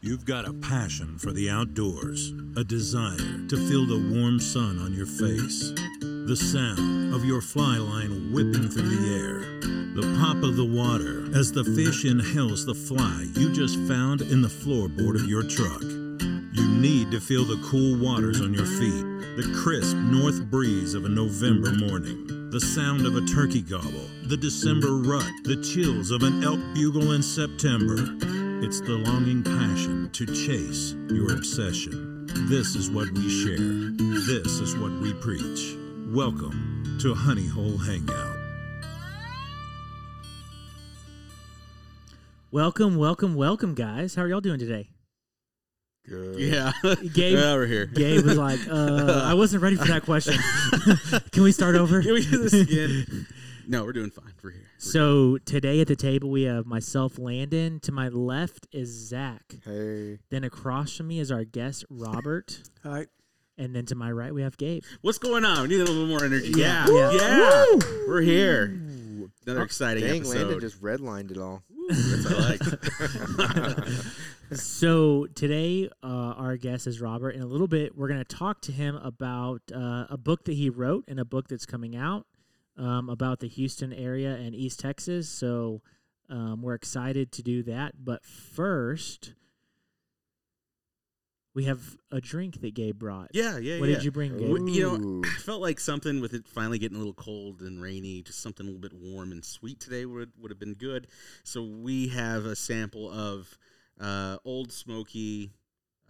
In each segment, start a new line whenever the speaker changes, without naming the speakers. You've got a passion for the outdoors, a desire to feel the warm sun on your face, the sound of your fly line whipping through the air, the pop of the water as the fish inhales the fly you just found in the floorboard of your truck. You need to feel the cool waters on your feet, the crisp north breeze of a November morning, the sound of a turkey gobble, the December rut, the chills of an elk bugle in September. It's the longing passion to chase your obsession. This is what we share. This is what we preach. Welcome to Honey Hole Hangout.
Welcome, welcome, welcome, guys. How are y'all doing today?
Good.
Yeah.
Gabe-
yeah, we're here.
Gabe was like, uh, I wasn't ready for that question. Can we start over?
Can we do this again? no, we're doing fine. We're here. We're
So today at the table we have myself, Landon. To my left is Zach.
Hey.
Then across from me is our guest, Robert.
All right.
And then to my right we have Gabe.
good. What's going on? We need a little more energy.
Yeah.
Yeah.
Yeah.
Yeah. We're here. Another exciting
Dang,
episode.
Landon just redlined it all.
That's what I like.
So today uh, our guest is Robert. In a little bit we're going to talk to him about uh, a book that he wrote and a book that's coming out um, about the Houston area and East Texas. So um, we're excited to do that. But first. We have a drink that Gabe brought.
Yeah, yeah,
What
yeah.
did you bring, Gabe?
Wh- you know,
Ooh.
I felt like something with it finally getting a little cold and rainy, just something a little bit warm and sweet today would would have been good. So we have a sample of uh, Old Smoky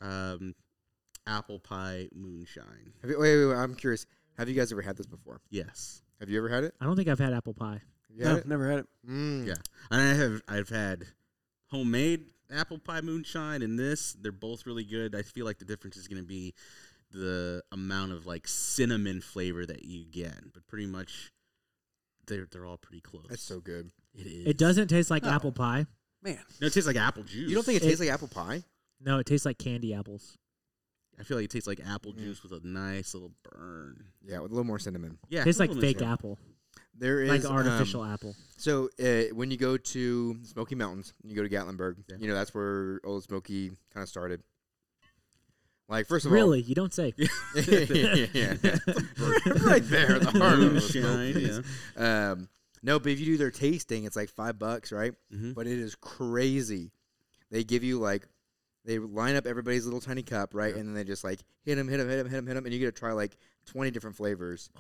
um, apple pie moonshine.
Have you, wait, wait, wait. I'm curious. Have you guys ever had this before?
Yes.
Have you ever had it?
I don't think I've had apple pie.
Have you had
no,
it?
never had it.
Mm.
Yeah, and I have I've had homemade apple pie moonshine and this. They're both really good. I feel like the difference is going to be the amount of like cinnamon flavor that you get, but pretty much they're they're all pretty close.
That's so good.
it is.
It doesn't taste like
Oh.
apple pie.
Man,
No, it tastes like apple juice.
You don't think it
It-
tastes like apple pie?
No, it tastes like candy apples.
I feel like it tastes like apple
Mm.
juice with a nice little burn.
Yeah, with a little more cinnamon.
Yeah,
tastes
a
like
little
fake
bit.
apple,
There is
like artificial
um,
apple.
So uh, when you go to Smoky Mountains, you go to Gatlinburg.
Yeah.
You know that's where Old Smoky kind of started. Like first of
Really, you don't say.
all, yeah, yeah, yeah. right there, the heart of Old
Moonshine,
Smoky.
yeah.
Um, no, but if you do their tasting, it's like five bucks, right?
Mhm.
But it is crazy. They give you like they line up everybody's little tiny cup, right?
Yeah.
And then they just like hit them, hit them, hit them, hit them, hit them, and you get to try like twenty different flavors.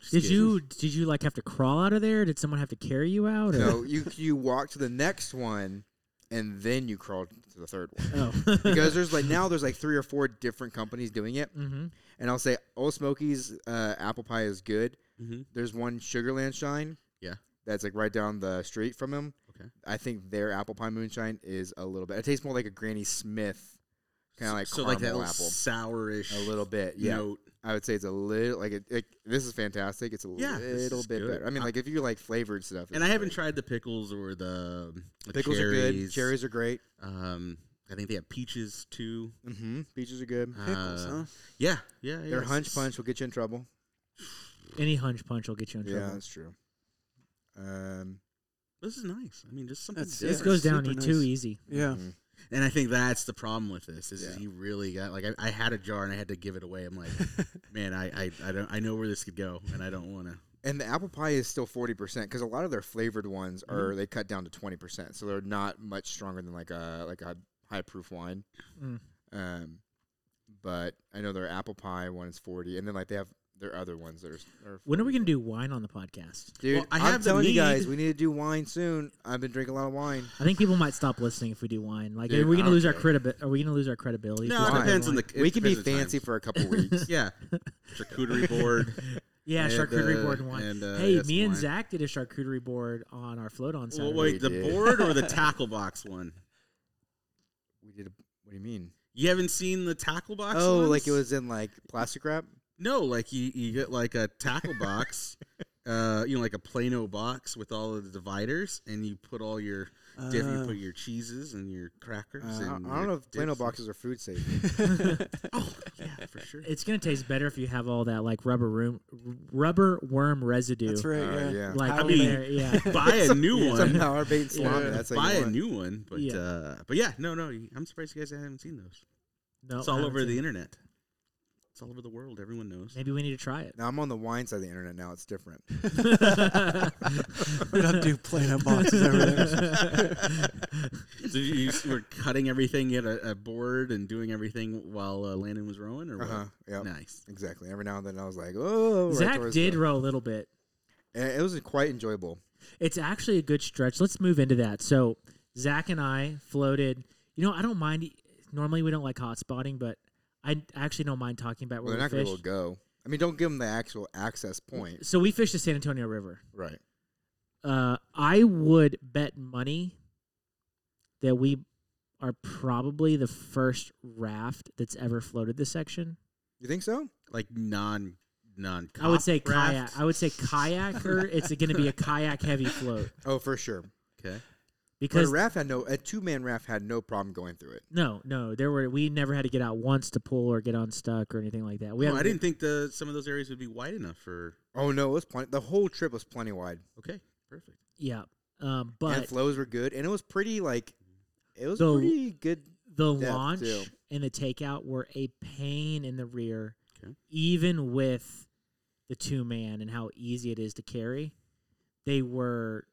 Just
Did
get-
you did you like have to crawl out of there? Did someone have to carry you out? Or?
So you you walk to the next one, and then you crawl to the third one
Oh.
because there's like now there's like three or four different companies doing it.
hmm
And I'll say Old Smoky's uh, apple pie is good.
Mhm.
There's one Sugarland Shine.
Yeah.
That's like right down the street from him.
Okay.
I think their apple pie moonshine is a little bit. It tastes more like a Granny Smith, kind of like
so
caramel
like that little
apple.
sourish
A little bit, yeah.
note.
I would say it's a little like it. Like, this is fantastic. It's a
Yeah, this
little
is
bit
good.
better. I mean,
I-
like if you like flavored stuff,
And
this
I
is
haven't
great.
tried the pickles or the, the
Pickles
cherries.
are good. Cherries are great.
Um, I think they have peaches too.
Mm-hmm. Peaches are good.
pickles,
Uh,
huh?
Yeah, yeah. yeah,
Their
it's-
hunch punch will get you in trouble.
Any hunch punch will get you in
Yeah,
trouble.
that's true. Um,
This is nice. I mean, just something.
That's-
This
Yeah,
goes
it's
down e-
super
too
nice.
easy.
Yeah.
mhm.
And I think that's the problem with this is,
Yeah.
you really got like I, I had a jar and I had to give it away. I'm like, man, I, I I don't I know where this could go and I don't want to.
And the apple pie is still forty percent because a lot of their flavored ones are they cut down to twenty percent, so they're not much stronger than like a like a high proof wine.
Mm.
Um, but I know their apple pie one is forty, and then like they have their other ones that are. are
When are we
40.
gonna do wine on the podcast?
Dude,
Well, I
I'm
have the
telling you guys,
need.
we need to do wine soon. I've been drinking a lot of wine.
I think people might stop listening if we do wine. Like,
Dude,
are we gonna
I don't
lose our
care.
credibility? Are we gonna lose our credibility? if
No,
we
it
start
Wine.
depends on
doing
the.
wine?
it
we can be
depends on the
fancy
times.
for a couple weeks.
Yeah, charcuterie board.
Yeah,
and,
charcuterie
uh,
board and wine.
and, uh,
hey,
yes,
me and
wine.
Zach did a charcuterie board on our float on Saturday.
Well, wait, the
did.
board or the tackle box one?
We did. A, what do you mean?
You haven't seen the tackle box?
Oh,
ones?
like it was in like plastic wrap.
No, like you, you get like a tackle box, uh, you know, like a Plano box with all of the dividers, and you put all your different. You
Uh,
put your cheeses and your crackers.
Uh, I-
and
I don't
your
know if Plano
dips and-
boxes are food safe.
Oh yeah, for sure.
It's gonna taste better if you have all that like rubber room, rubber worm residue.
That's right.
Uh,
yeah.
yeah.
Like
I
in
mean-
there, yeah.
Buy a new
It's a
one.
power bait and salami.
Yeah.
That's how you
Buy a
want it.
new one, but
Yeah.
uh, but yeah, no, no, you- I'm surprised you guys haven't seen those.
No,
it's
I
all
haven't
over
seen
the
it.
internet. It's all over the world. Everyone knows.
Maybe we need to try it.
Now I'm on the wine side of the internet. Now it's different.
we don't do Plano boxes over there.
so you, you s- were cutting everything at a, a board and doing everything while uh, Landon was rowing, or
Uh
what?
huh. Yep.
Nice.
Exactly. Every now and then I was like, oh. right
Zach
towards
did
the-
row a little bit.
And it was quite enjoyable.
It's actually a good stretch. Let's move into that. So Zach and I floated. You know, I don't mind. Normally, we don't like hot spotting, but I actually don't mind talking about
Well,
where
they're not
we
going to be able
fished.
to go. I mean, don't give them the actual access point.
So we fished the San Antonio River.
Right.
Uh, I would bet money that we are probably the first raft that's ever floated this section.
You think so?
Like non non.
I would say kayak. I would say kayaker. it's going to be a kayak heavy float
Oh, for sure.
okay.
But a
because
raft had no a two man raft had no problem going through it.
no, no, there were we never had to get out once to pull or get unstuck or anything like that. We
Well,
haven't-
Oh, I didn't think the some of those areas would be wide enough for.
Oh no, it was plenty. The whole trip was plenty wide,
Okay, perfect.
Yeah, um,
and
but
flows were good, and it was pretty like it was
The-
pretty good.
the
depth,
launch
too.
and the takeout were a pain in the rear,
Okay.
even with the two man and how easy it is to carry. They were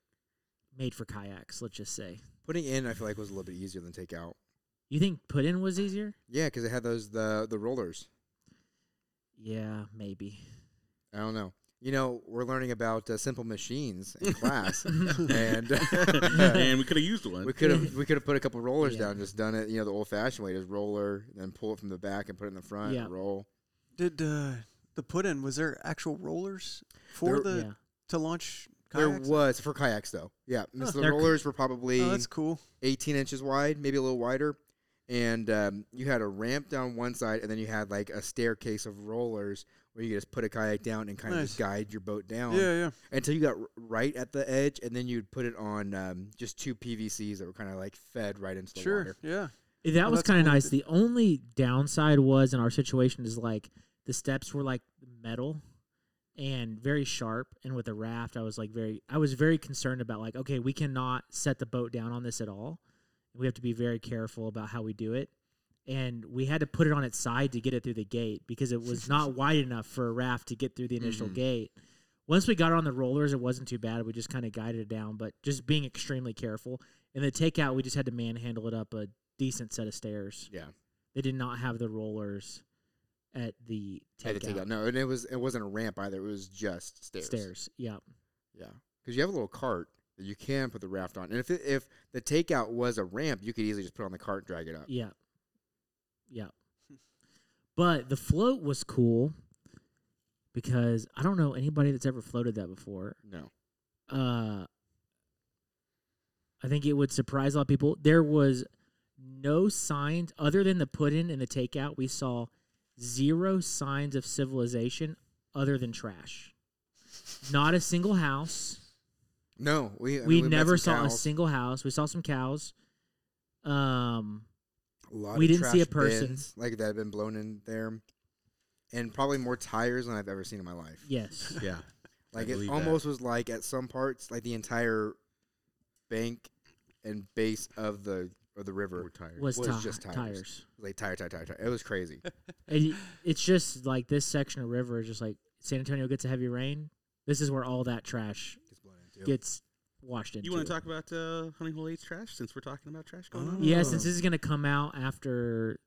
made for kayaks. Let's just say.
Putting in, I feel like was a little bit easier than take out.
You think put in was easier?
Yeah, because it had those the the rollers.
Yeah, maybe.
I don't know. You know, we're learning about uh, simple machines in class, and
and we could have used one.
we could have we could have put a couple rollers
Yeah.
down, and just done it. You know, the old fashioned way, just roller, then pull it from the back and put it in the front,
Yeah.
roll.
Did uh, the put in? Was there actual rollers for
There-
the
yeah.
to launch?
There
Kayaks?
was for kayaks though. Yeah, and so the
They're cr-
rollers were probably
Oh, that's cool.
18 inches wide, maybe a little wider. And um, you had a ramp down one side, and then you had like a staircase of rollers where you could just put a kayak down and kind of just guide your boat down
Yeah, yeah.
until you got r- right at the edge, and then you'd put it on um, just two PVCs that were kind of like fed right into the
sure.
water.
Yeah.
That
Oh,
was
that's
kind of
cool.
nice. The only downside was in our situation is like the steps were like metal and very sharp and with a raft I was like very I was very concerned about like okay, we cannot set the boat down on this at all. We have to be very careful about how we do it. And we had to put it on its side to get it through the gate because it was not wide enough for a raft to get through the initial
Mm-hmm.
Mhm.
gate. Once we got on the rollers, it wasn't too bad. We just kind of guided it down, but just being extremely careful. And the takeout, we just had to manhandle it up a decent set of stairs.
Yeah.
They did not have the rollers at the
Had to
takeout,
take out. No, and it was it wasn't a ramp either. It was just stairs.
stairs. Yeah.
Yeah, because you have a little cart that you can put the raft on, and if it, if the takeout was a ramp, you could easily just put it on the cart and drag it up.
Yeah. Yeah. But the float was cool because I don't know anybody that's ever floated that before.
No,
Uh I think it would surprise a lot of people. There was no signs other than the put in and the takeout. We saw zero signs of civilization other than trash. Not a single house.
no, we I mean,
we
met
never
some
saw a
cows.
single house. We saw some cows. Um
A lot
We
of
didn't see
trash
a person.
bins, like that had been blown in there, and probably more tires than I've ever seen in my life.
yes.
yeah,
like
I believe
it
that.
almost was like at some parts, like the entire bank and base of the of the river
we're tired.
was,
was
ti-
just tires.
tires.
like tire, tire, tire, tire. It was crazy.
And y- it's just like this section of river is just like San Antonio gets a heavy rain. This is where all that trash gets washed into. Um,
you want to talk about uh, Honey Hole Eight's trash since we're talking about trash going on?
Oh.
Mm.
Yeah, since this is gonna come out after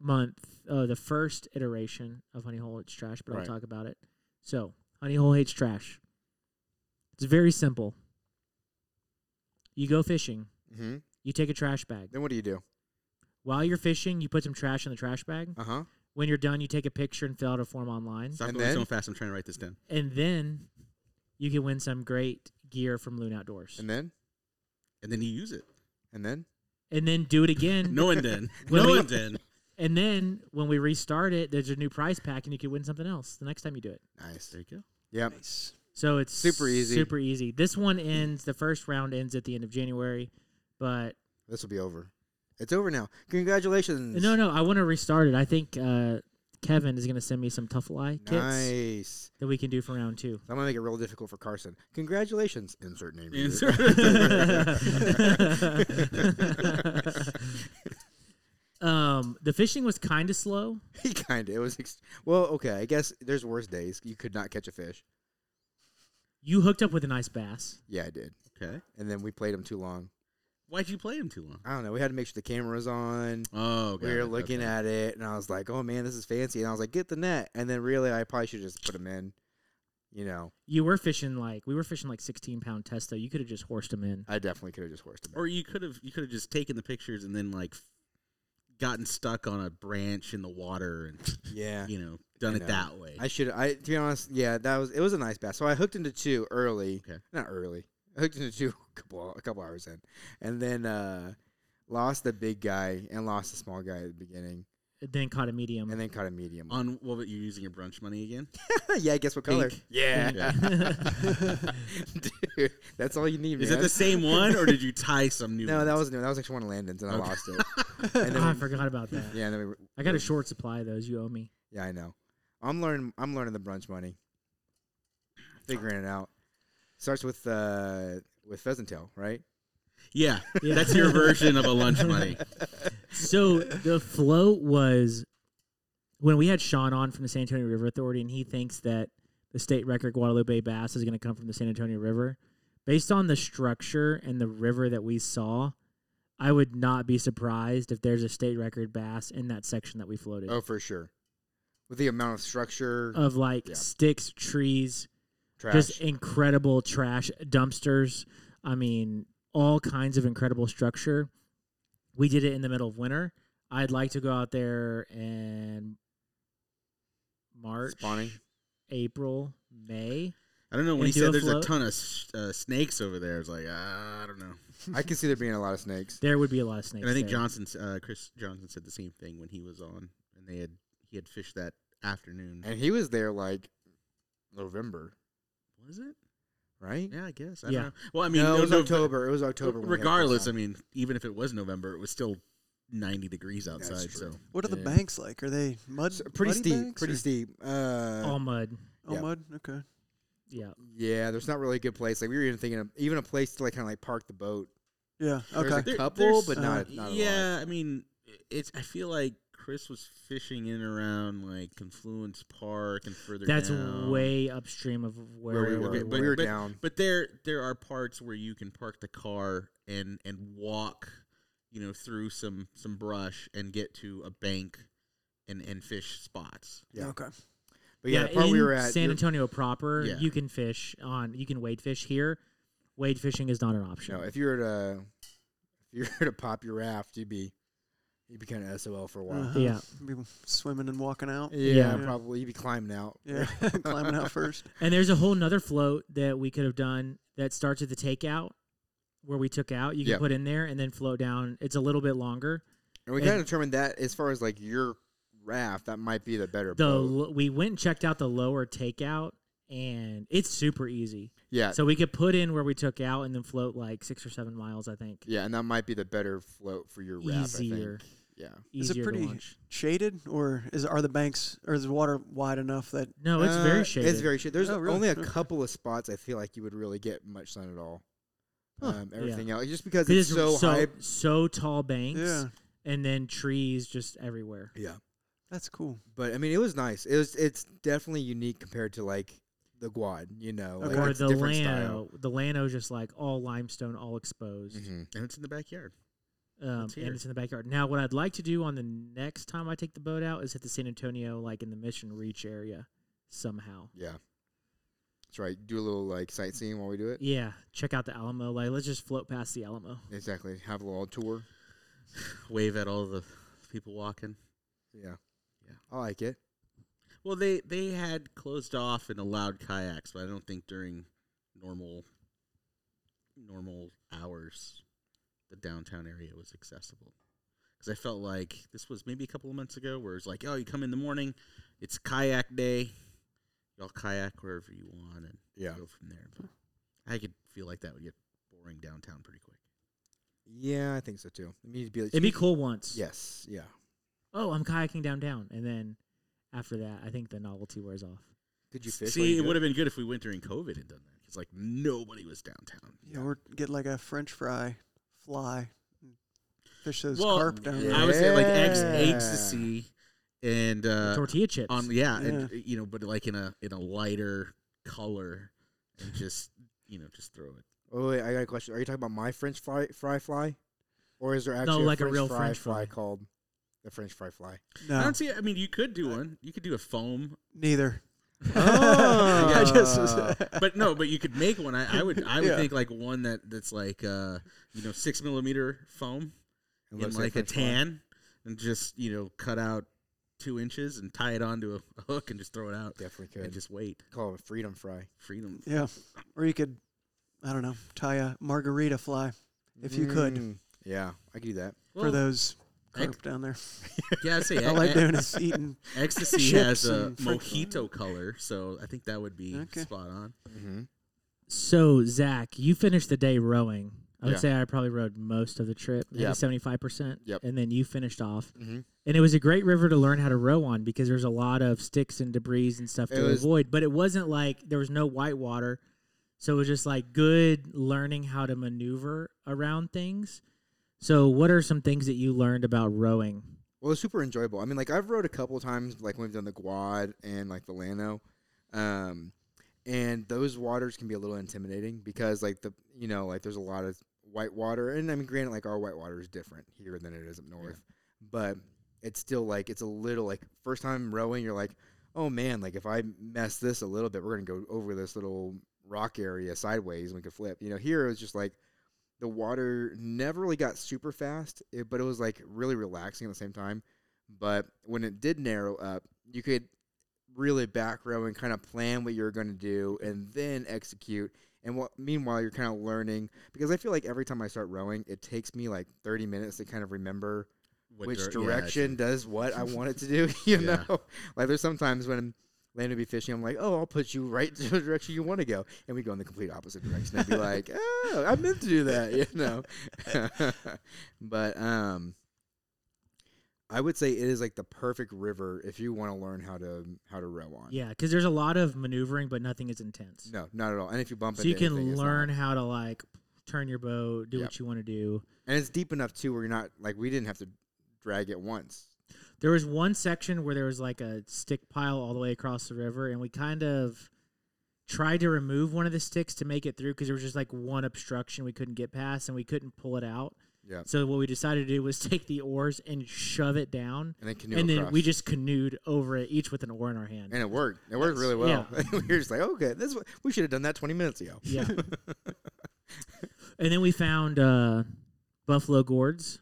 month, uh, the first iteration of Honey Hole Hates Trash, but
Right.
I'll talk about it. So Honey Hole Hates Trash. It's very simple. You go fishing.
hmm
You take a trash bag.
Then what do you do?
While you're fishing, you put some trash in the trash bag.
Uh huh.
When you're done, you take a picture and fill out a form online.
Stop
And
going so
then-
fast. I'm trying to write this down.
and then you can win some great gear from Loon Outdoors.
And then
And then you use it.
and then
And then do it again.
No and then.
Well,
no
we-
and then.
And then when we restart it, there's a new prize pack, and you can win something else the next time you do it.
nice.
There you go.
Yep.
Nice.
So it's
Super easy.
Super easy. This one ends. The first round ends at the end of January, but
This will be over. It's over now. Congratulations.
no, no. I want to restart it. I think uh, Kevin is going to send me some tough lie kits
Nice.
that we can do for round two.
I'm gonna make it real difficult for Carson. Congratulations. Insert name. here.
um, the fishing was kind of slow.
he kind of. It was. Ex- well, okay. I guess there's worse days. You could not catch a fish.
You hooked up with a nice bass.
Yeah, I did.
okay.
And then we played him too long.
Why'd you play him too long?
I don't know. We had to make sure the camera was on.
Oh,
we were looking at it, and I was like, "Oh man, this is fancy." And I was like, "Get the net." And then really, I probably should just put him in. You know,
You were fishing like we were fishing like sixteen pound test though. You could have just horsed them in.
I definitely could have just horsed him. in.
Or you could have you could have just taken the pictures and then like gotten stuck on a branch in the water and
yeah,
you know done
I
it
know.
that way.
um, I should. I to be honest, yeah, that was it was a nice bass. So I hooked into two early,
Okay.
not early. I hooked into two a couple a couple hours in, and then uh, lost the big guy and lost the small guy at the beginning,
Then caught a medium.
and then caught a medium.
on what were you using your brunch money again?
yeah, guess what color?
Pink.
Yeah,
Yeah.
dude, that's all you need,
Is
man.
it the same one or did you tie some new?
no, that
ones?
was new. That was actually one of Landon's, and I
Okay. Ah,
lost it. And
Oh, I
then we,
forgot about that.
yeah, and then we,
I got a short supply of those. You owe me.
yeah, I know. I'm learning. I'm learning the brunch money, figuring it out. Starts with uh, with pheasant tail, right?
yeah.
Yeah.
That's your version of a lunch money.
So the float was when we had Sean on from the San Antonio River Authority, and he thinks that the state record Guadalupe bass is going to come from the San Antonio River. Based on the structure and the river that we saw, I would not be surprised if there's a state record bass in that section that we floated
Oh, for sure. With the amount of structure,
of like
yeah.
sticks, trees,
trash.
Uh, just incredible trash dumpsters. I mean, all kinds of incredible structure. We did it in the middle of winter. I'd like to go out there and March,
Spawning.
April, May.
I don't know when
And
he
do
said
a
there's
float.
a ton of s- uh, snakes over there. It's like uh, I don't know.
I can see there being a lot of snakes.
There would be a lot of snakes.
And I think
there.
Johnson, uh, Chris Johnson, said the same thing when he was on, and they had he had fished that afternoon.
And he was there like November,
was it?
right?
Yeah, I guess. I
Yeah.
Don't know. Well, I mean,
No, it was
Nov-
October. It was October. when we had it
Regardless, I
first
mean, even if it was November, it was still 90 degrees
That's
outside.
true.
So
What are the
Yeah.
banks like? Are they
time.
mud?
So pretty
muddy
steep.
banks
Pretty
or-
steep. Uh,
all mud.
Oh,
Yeah.
mud. Okay.
Yeah,
yeah, there's not really a good place. Like we were even thinking of even a place to like kind of like park the boat.
Yeah.
There's
Okay.
a
There-
couple,
there's-
but
uh,
not, not a lot.
yeah, I mean, it's. I feel like Chris was fishing in around like Confluence Park and further.
that's
down.
way upstream of where,
Where we
we
were,
really
but-
we
were.
were down.
But there, there are parts where you can park the car and and walk, you know, through some some brush and get to a bank, and and fish spots.
yeah.
Okay.
But yeah, the part we
in
were at.
San
you're-
Antonio proper,
Yeah.
you can fish on. You can wade fish here. Wade fishing is not an option.
No, if you were to if you were to pop your raft, you'd be you'd be kind of SOL for a while.
Uh-huh.
Yeah.
Be swimming and walking out.
Yeah,
Yeah.
probably you'd be climbing out.
Yeah. Climbing out first.
And there's a whole nother float that we could have done that starts at the takeout where we took out. You can
Yep.
put in there and then float down. It's a little bit longer.
And we
And-
kind of determined that as far as like your raft, that might be the better
The
boat.
lo- we went and checked out the lower takeout and it's super easy.
Yeah,
So we could put in where we took out and then float like six or seven miles, I think.
yeah, and that might be the better float for your raft.
Easier.
I think. Yeah,
Is it
Easier
pretty-
to launch.
Shaded, or is are the banks or is the water wide enough that?
No, it's
Uh,
very shady.
It's very shady. There's
Oh, really?
only a
Okay.
couple of spots I feel like you would really get much sun at all.
Huh.
Um, everything else, just because
It is
it's so,
so,
high.
so tall banks
Yeah.
and then trees just everywhere.
Yeah,
That's cool.
but I mean, it was nice. It was. It's definitely unique compared to like the Guad. You know, like,
Okay.
or
it's
the
a different style.
Lano. The Lano's just like all limestone, all exposed.
Mhm.
And it's in the backyard.
um,
It's
and
here.
it's in the backyard. Now, what I'd like to do on the next time I take the boat out is hit the San Antonio, like in the Mission Reach area, somehow.
Yeah, that's right. Do a little like sightseeing while we do it.
Yeah, check out the Alamo. Like, let's just float past the Alamo.
Exactly. Have a little tour.
Wave at all the people walking.
Yeah,
Yeah.
I like it.
Well, they they had closed off and allowed kayaks, but I don't think during normal normal hours the downtown area was accessible. Because I felt like this was maybe a couple of months ago, where it's like, oh, you come in the morning, it's kayak day, y'all kayak wherever you want and
Yeah.
go from there. But I could feel like that would get boring downtown pretty quick.
Yeah, I think so too. It needs to be.
It'd be cool once.
Yes. Yeah.
Oh, I'm kayaking down down, and then after that, I think the novelty wears off.
Did you fish?
See, it would have been good if we went during COVID and done that because like nobody was downtown.
Yeah, or get like a French fry fly, and fish those
Well,
carp down
I would say like eggs, eggs
Yeah.
to see, and uh,
Tortilla chips.
on yeah, and uh, you know, but like in a in a lighter color, and just you know, just throw it.
Oh, wait, I got a question. Are you talking about my French fry, fry fly, or is there actually
like a
French
real
fry
French fry.
called the French fry fly?
there.
I
No,
don't see. I mean, you could do one. You could do a foam,
neither.
Oh.
I just-
but no, but you could make one. I, I would. I would
Yeah.
think like one that that's like uh, you know six millimeter foam
It
in
looks
like a
French fry.
tan, and just you know cut out two inches and tie it onto a, a hook and just throw it out
Definitely
and
could.
just wait.
Call it a freedom fry.
Freedom.
yeah, or you could, I don't know, tie a margarita fly if you could
Mm, Yeah, I could do that.
for
Well,
those
egg-
carp down there.
yeah, I'd say
I like
e-
doing is eating.
ecstasy
Chips
has a
and French fries.
mojito color, so I think that would be
Okay.
spot on.
Mm-hmm.
So Zach, you finished the day rowing. I would
Yeah.
say I probably rowed most of the trip, maybe
Yep.
seventy five percent.
Yep.
And then you finished off,
Mm-hmm.
and it was a great river to learn how to row on because there's a lot of sticks and debris and stuff
It
to
was-
avoid. But it wasn't like there was no white water, so it was just like good learning how to maneuver around things. So, what are some things that you learned about rowing?
Well, it's super enjoyable. I mean, like I've rode a couple of times, like when we've done the Quad and like the Lano, um, and those waters can be a little intimidating because like the you know like there's a lot of white water, and I mean, granted, like our white water is different here than it is up north, but it's still like it's a little like first time rowing, you're like, oh man, like if I mess this a little bit, we're gonna go over this little rock area sideways and we could flip. You know, here it was just like the water never really got super fast, it, but it was like really relaxing at the same time. But when it did narrow up, you could really back row and kind of plan what you're going to do and then execute. And what, meanwhile, you're kind of learning because I feel like every time I start rowing, it takes me like 30 minutes to kind of remember
What
which
dir- yeah,
direction does what I want it to do. You
Yeah.
know, like there's sometimes when Landon be fishing, I'm like, oh, I'll put you right to the direction you want to go, and we go in the complete opposite direction. I'd be like, oh, I meant to do that, you know. but um, I would say it is like the perfect river if you want to learn how to how to row on.
Yeah, because there's a lot of maneuvering, but nothing is intense.
No, not at all. And if you bump
so
into
you
anything,
can
it's not.
learn how to like turn your boat, do
Yep.
what you want to do.
and it's deep enough too where you're not like we didn't have to drag it once.
There was one section where there was like a stick pile all the way across the river, and we kind of tried to remove one of the sticks to make it through because there was just like one obstruction we couldn't get past, and we couldn't pull it out.
Yeah,
So what we decided to do was take the oars and shove it down,
and then canoe
and then
across.
we just canoed over it, each with an oar in our hand.
And it worked. It worked really well.
Yeah.
we were just like, okay, this wa- we should have done that 20 minutes ago.
yeah. and then we found uh, buffalo gourds,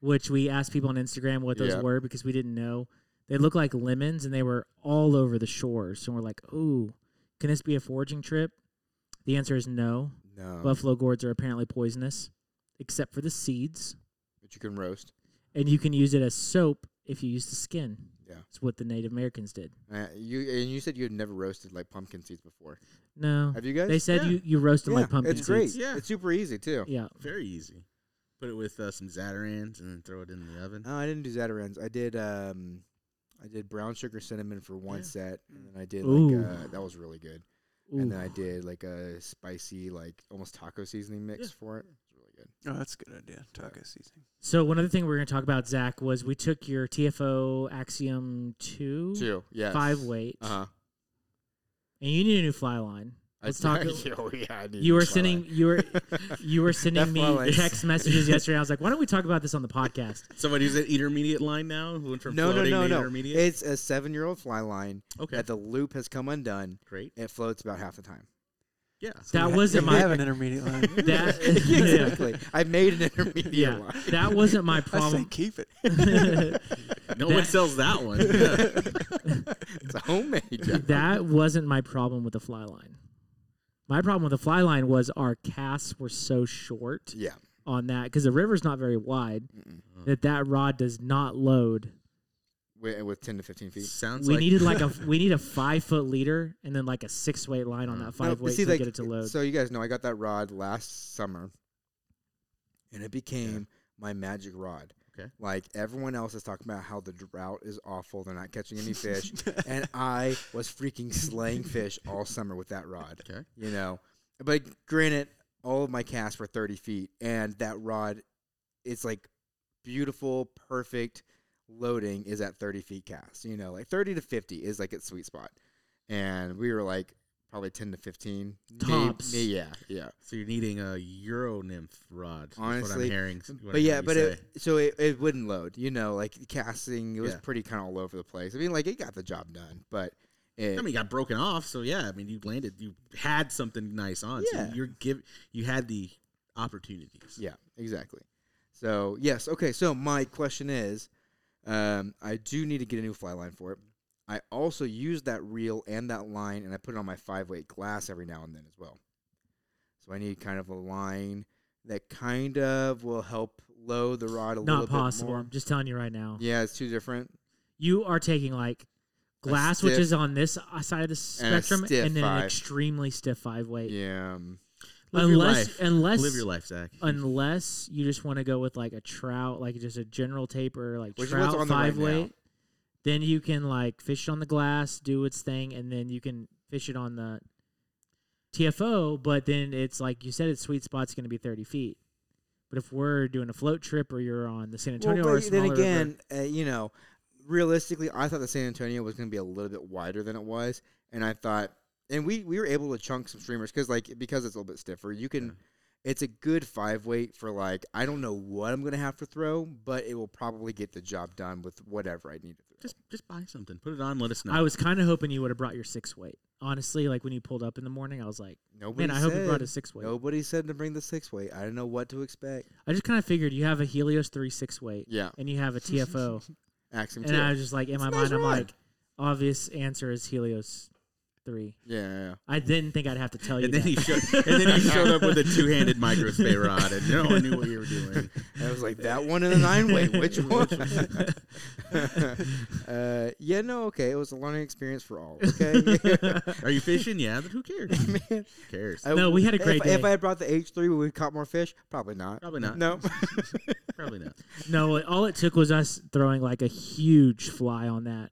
which we asked people on Instagram what those
Yeah.
were because we didn't know. They look like lemons, and they were all over the shores. And we're like, "Ooh, can this be a foraging trip?" The answer is no.
No,
buffalo gourds are apparently poisonous, except for the seeds,
but you can roast.
and you can use it as soap if you use the skin.
Yeah.
it's what the Native Americans did.
Uh, you and you said you had never roasted like pumpkin seeds before.
No,
Have you guys?
Oh, they said
Yeah.
you you roast them
yeah,
like pumpkin
it's great.
seeds.
Yeah.
it's super easy too.
Yeah,
Very easy. Put it with uh, some Zatarans and then throw it in the oven.
No, I didn't do Zatarans. I did um, I did brown sugar cinnamon for one
Yeah.
set, and then I did
Ooh.
like uh, that was really good.
Ooh.
And then I did like a spicy like almost taco seasoning mix
Yeah.
for it. It's really good.
Oh, that's a good idea. Taco seasoning.
So one other thing we're going to talk about, Zach, was we took your TFO Axiom two,
Two, yes.
five weight,
Uh huh.
and you need a new fly line. Let's talk.
oh, yeah, I need
you were
to try that.
sending you were you were sending
That fly
me
line.
text messages yesterday. I was like, why don't we talk about this on the podcast?
Somebody's at intermediate line now. Who went from
no, no,
floating
no,
to
no.
intermediate?
It's a seven-year-old fly line
okay,
that the loop has come undone.
great.
It floats about half the time.
Yeah,
That
We ha-
wasn't
we
my
have an intermediate line.
that
exactly. I made an intermediate
yeah,
line.
that wasn't my
I say
problem.
keep it.
no
that-
one sells that one. Yeah.
It's homemade. Yeah.
that wasn't my problem with the fly line. My problem with the fly line was our casts were so short
yeah.
on that because the river's not very wide
Mm-mm.
that that rod does not load
with, with ten to fifteen feet.
Sounds
we
like
needed like a we need a five foot leader and then like a six weight line on that
Uh,
No,
five
but
weight
see,
to
like,
get it to load.
So you guys know I got that rod last summer, and it became my magic rod.
Okay.
Like everyone else is talking about how the drought is awful; they're not catching any fish, and I was freaking slaying fish all summer with that rod.
Okay.
You know, but granted, all of my casts were thirty feet, and that rod, it's like beautiful, perfect loading is at thirty feet cast. You know, like thirty to fifty is like its sweet spot, and we were like probably 10 to 15 May-
Tops.
may- yeah yeah
so you're needing a Euro nymph rod. That's what
Honestly,
I'm hearing. s- what
but
I'm
yeah
hearing you
but
say.
it, so it, it wouldn't load you know like casting it was
Yeah.
pretty kind of all over the place i mean like it got the job done but it,
I mean, you got broken off. So yeah, I mean, you landed. You had something nice on.
Yeah.
So you're give. You had the opportunities.
yeah exactly so yes okay so my question is um, i do need to get a new fly line for it i also use that reel and that line and i put it on my five weight glass every now and then as well so i need kind of a line that kind of will help load the rod a little
Not
bit
possible.
more.
I'm just telling you right now.
Yeah, it's two different.
You are taking like
A
glass, which
stiff-
is on this uh, side of the
And a
spectrum, and,
stiff
then an
five.
extremely stiff five weight.
Yeah. um,
Live your
unless
life.
unless
Live your life, Zach.
unless you just want to go with like a trout, like just a general taper, like
Which is what's
trout
on the right
five
now.
weight. Then you can like fish it on the glass, do its thing, and then you can fish it on the TFO. But then it's like you said, its sweet spot's going to be thirty feet. But if we're doing a float trip or you're on the San Antonio
well,
or a
but then
smaller river-
again, uh, you know, realistically, I thought the San Antonio was going to be a little bit wider than it was, and I thought, and we we were able to chunk some streamers because like because it's a little bit stiffer, you can. It's a good five weight for like I don't know what I'm gonna have to throw, but it will probably get the job done with whatever I need to throw.
Just just buy something. Put it on. Let us know.
I was kind of hoping you would have brought your six weight. Honestly, like when you pulled up in the morning, I was like,
Nobody
man, I hope you brought
said-
a six weight.
Nobody said to bring the six weight. I didn't know what to expect.
I just kind of figured you have a Helios three six weight
Yeah,
and you have a TFO.
Axiom
And
two.
I was just like, in my
nice
mind, I'm
rod.
like, obvious answer is Helios three.
yeah, yeah, yeah.
I didn't think I'd have to tell you.
and then
that.
he showed. and then he showed up with a two-handed micro spay rod, and no one knew what you were doing.
I was like, that one and the nine way, which one? uh, yeah, no, okay. It was a learning experience for all. Okay.
Are you fishing? Yeah, but who cares? who
Man,
cares?
I-
No, we had a great
if, If
day.
I had brought the H3, would we have caught more fish? Probably not.
Probably not.
No.
Probably not.
no, it- all it took was us throwing like a huge fly on that.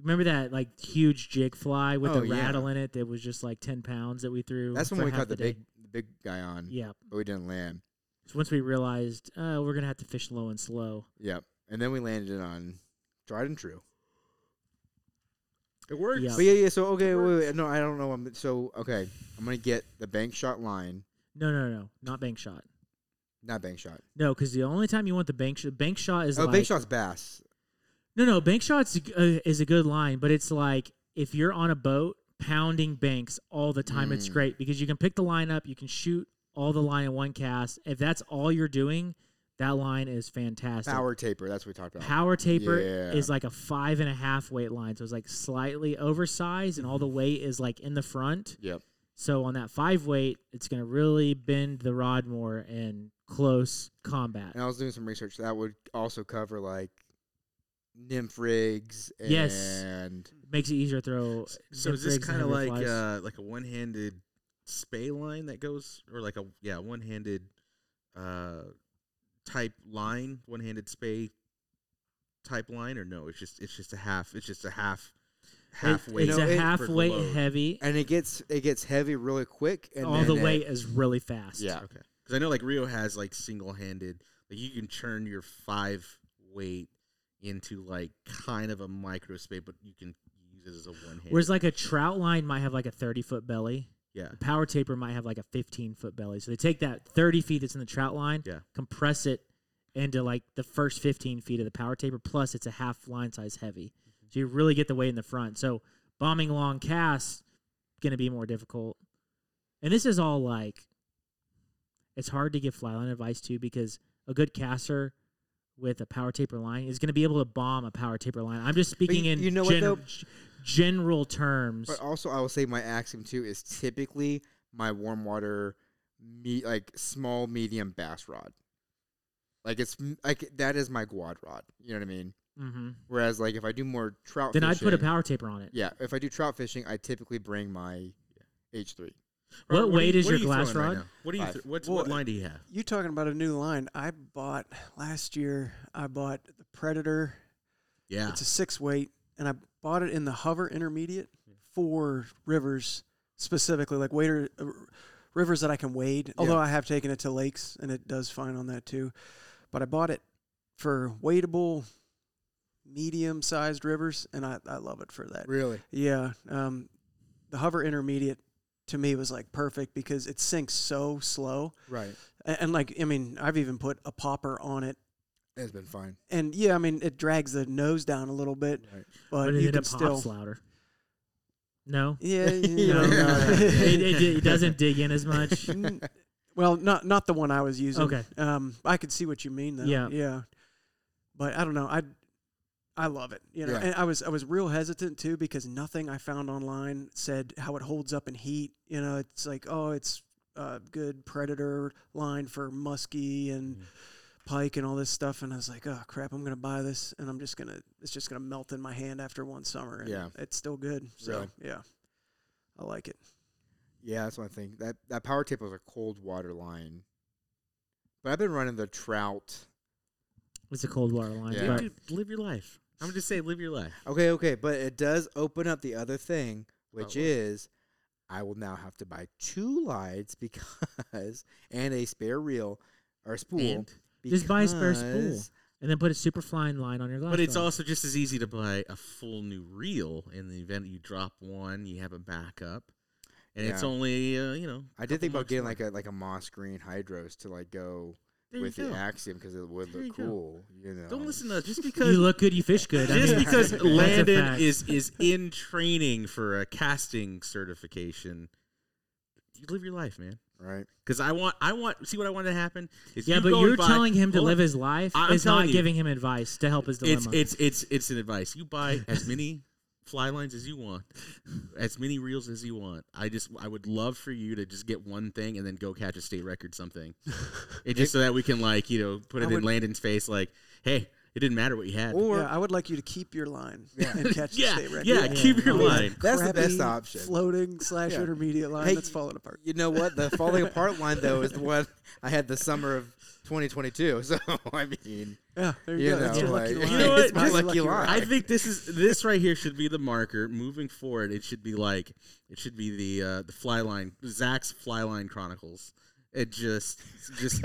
Remember that like huge jig fly with
Oh,
the
yeah.
rattle in it that was just like ten pounds that we threw.
That's when
for
we
half
caught the,
day?
big the big guy on,
Yeah.
but we didn't land.
So once we realized uh, we're gonna have to fish low and slow.
Yep. And then we landed it on tried and true.
It works.
Yeah.
But yeah, yeah. So, okay, wait, wait, No, I don't know. I'm, so, okay. I'm going to get the bank shot line,
No, no, no, not bank shot.
not bank shot.
No, because the only time you want the bank shot, bank shot is
Oh,
like
bank shot's bass.
No, no, bank shots uh, is a good line, but it's like if you're on a boat pounding banks all the time, it's
Mm.
great because you can pick the line up, you can shoot all the line in one cast. If that's all you're doing, that line is fantastic.
Power taper. That's what we talked about.
Power taper
Yeah.
is like a five and a half weight line, so it's like slightly oversized, and all the weight is like in the front.
Yep.
So on that five weight, it's gonna really bend the rod more in close combat.
And I was doing some research that would also cover like nymph rigs and
Yes. Makes it easier to throw.
So is this
nymphrigs and
kind of like
hemiflies.
uh, like a one-handed spay line that goes, or like a yeah one-handed uh, type line, one-handed spay type line, or no? It's just it's just a half. It's just a half halfway.
It's
No,
a
it-
half weight heavy.
and it gets it gets heavy really quick and
all
then
the
it-
weight is really fast.
Yeah.
Okay, because I know like Rio has like single-handed. Like you can turn your five weight into like kind of a micro spay, but you can use it as a one-handed.
Whereas like a trout line might have like a thirty foot belly.
yeah.
A power taper might have like a fifteen foot belly. So they take that thirty feet that's in the trout line,
Yeah.
compress it into like the first fifteen feet of the power taper. Plus it's a half line size heavy.
Mm-hmm.
So you really get the weight in the front. So bombing long casts gonna be more difficult. And this is all like it's hard to give fly line advice to because a good caster with a power taper line is going to be able to bomb a power taper line. I'm just speaking
you-
in
you know what,
gen-
though?
g- general terms.
But also I will say my axiom too is typically my warm water me like small medium bass rod. Like it's m- like that is my quad rod. You know what I mean?
Mm-hmm.
Whereas like if I do more trout,
Then I'd
fishing,
put a power taper on it.
Yeah, if I do trout fishing, I typically bring my H three.
What
Robert, are
weight
you-
is
what are
your
you
glass
throwing
rod?
now? what do you?
Five.
Th- what's,
Well,
what line do you have?
You talking about a new line? I bought last year. I bought the Predator.
Yeah,
It's a six weight, and I bought it in the Hover Intermediate for rivers specifically, like wader uh, rivers that I can wade. Although I have taken it to lakes, and it does fine on that too. But I bought it for wadeable, medium-sized rivers, and I, I love it for that.
Really?
Yeah. Um, the hover intermediate to me was like perfect because it sinks so slow.
Right.
A- And, like, I mean, I've even put a popper on it.
That's been fine.
And yeah, I mean, it drags the nose down a little bit,
Right.
but,
But it,
you
it
can
pops
still.
louder. No,
Yeah. you
no,
know.
no. it, it, it doesn't dig in as much.
N- well, not not the one I was using.
Okay.
Um, I could see what you mean though.
Yeah.
Yeah. But I don't know. I I love it. You know,
Yeah.
and I was I was real hesitant too because nothing I found online said how it holds up in heat. You know, it's like oh, it's a good predator line for muskie and
Mm.
pike and all this stuff. And I was like, oh crap, I'm gonna buy this, and I'm just gonna it's just gonna melt in my hand after one summer. And
Yeah.
It's still good. So
Really?
yeah, I like it.
Yeah, that's one thing. That that power tip was a cold water line. But I've been running the trout.
It's a cold water line.
Yeah.
but-
Dude, live your life. I'm gonna just say, live your life.
Oh,
Okay, okay, but it does open up the other thing,
what?
which is I will now have to buy two lights because and a spare reel or spool.
And?
Just buy a spare spool.
because-
and then put a super flying line on your glass.
But it's
rod.
also just as easy to buy a full new reel in the event you drop one, you have a backup, and it's
Yeah.
only uh, you know.
I did think about getting like a like a moss green hydros to like go with the axiom because it would
There you
look
go.
cool. You know,
Don't listen to just
you
because
look good, you fish good. I
just
mean,
because
that's a
Landon
fact.
is is in training for a casting certification. You live your life, man.
right?
Because I want, I want. See what I want to happen is
Yeah,
you
but
go
you're
and buy-
telling him to
Hold on.
live his life.
I- I'm
it's not
telling you.
giving him advice to help his dilemma.
It's it's it's it's an advice. You buy as many fly lines as you want, as many reels as you want. I just I would love for you to just get one thing and then go catch a state record something, it just so that we can like you know put
I
it in
would-
Landon's face like, hey, it didn't matter what you had.
Or
yeah, I would like you to keep your line
Yeah.
and catch
yeah,
the state record.
yeah,
Yeah.
keep your
Yeah.
line.
that's the
crappy
best option.
Floating slash
Yeah.
intermediate line
Hey,
that's falling apart.
You know what? The falling apart line though is the one I had the summer of 2022. So I mean,
Yeah, there you,
you
go. That's
know,
your lucky
like-
line.
You know what?
It's my
Just-
Lucky line.
I think this is this right here should be the marker moving forward. It should be like it should be the uh, the fly line Zach's fly line chronicles. It just just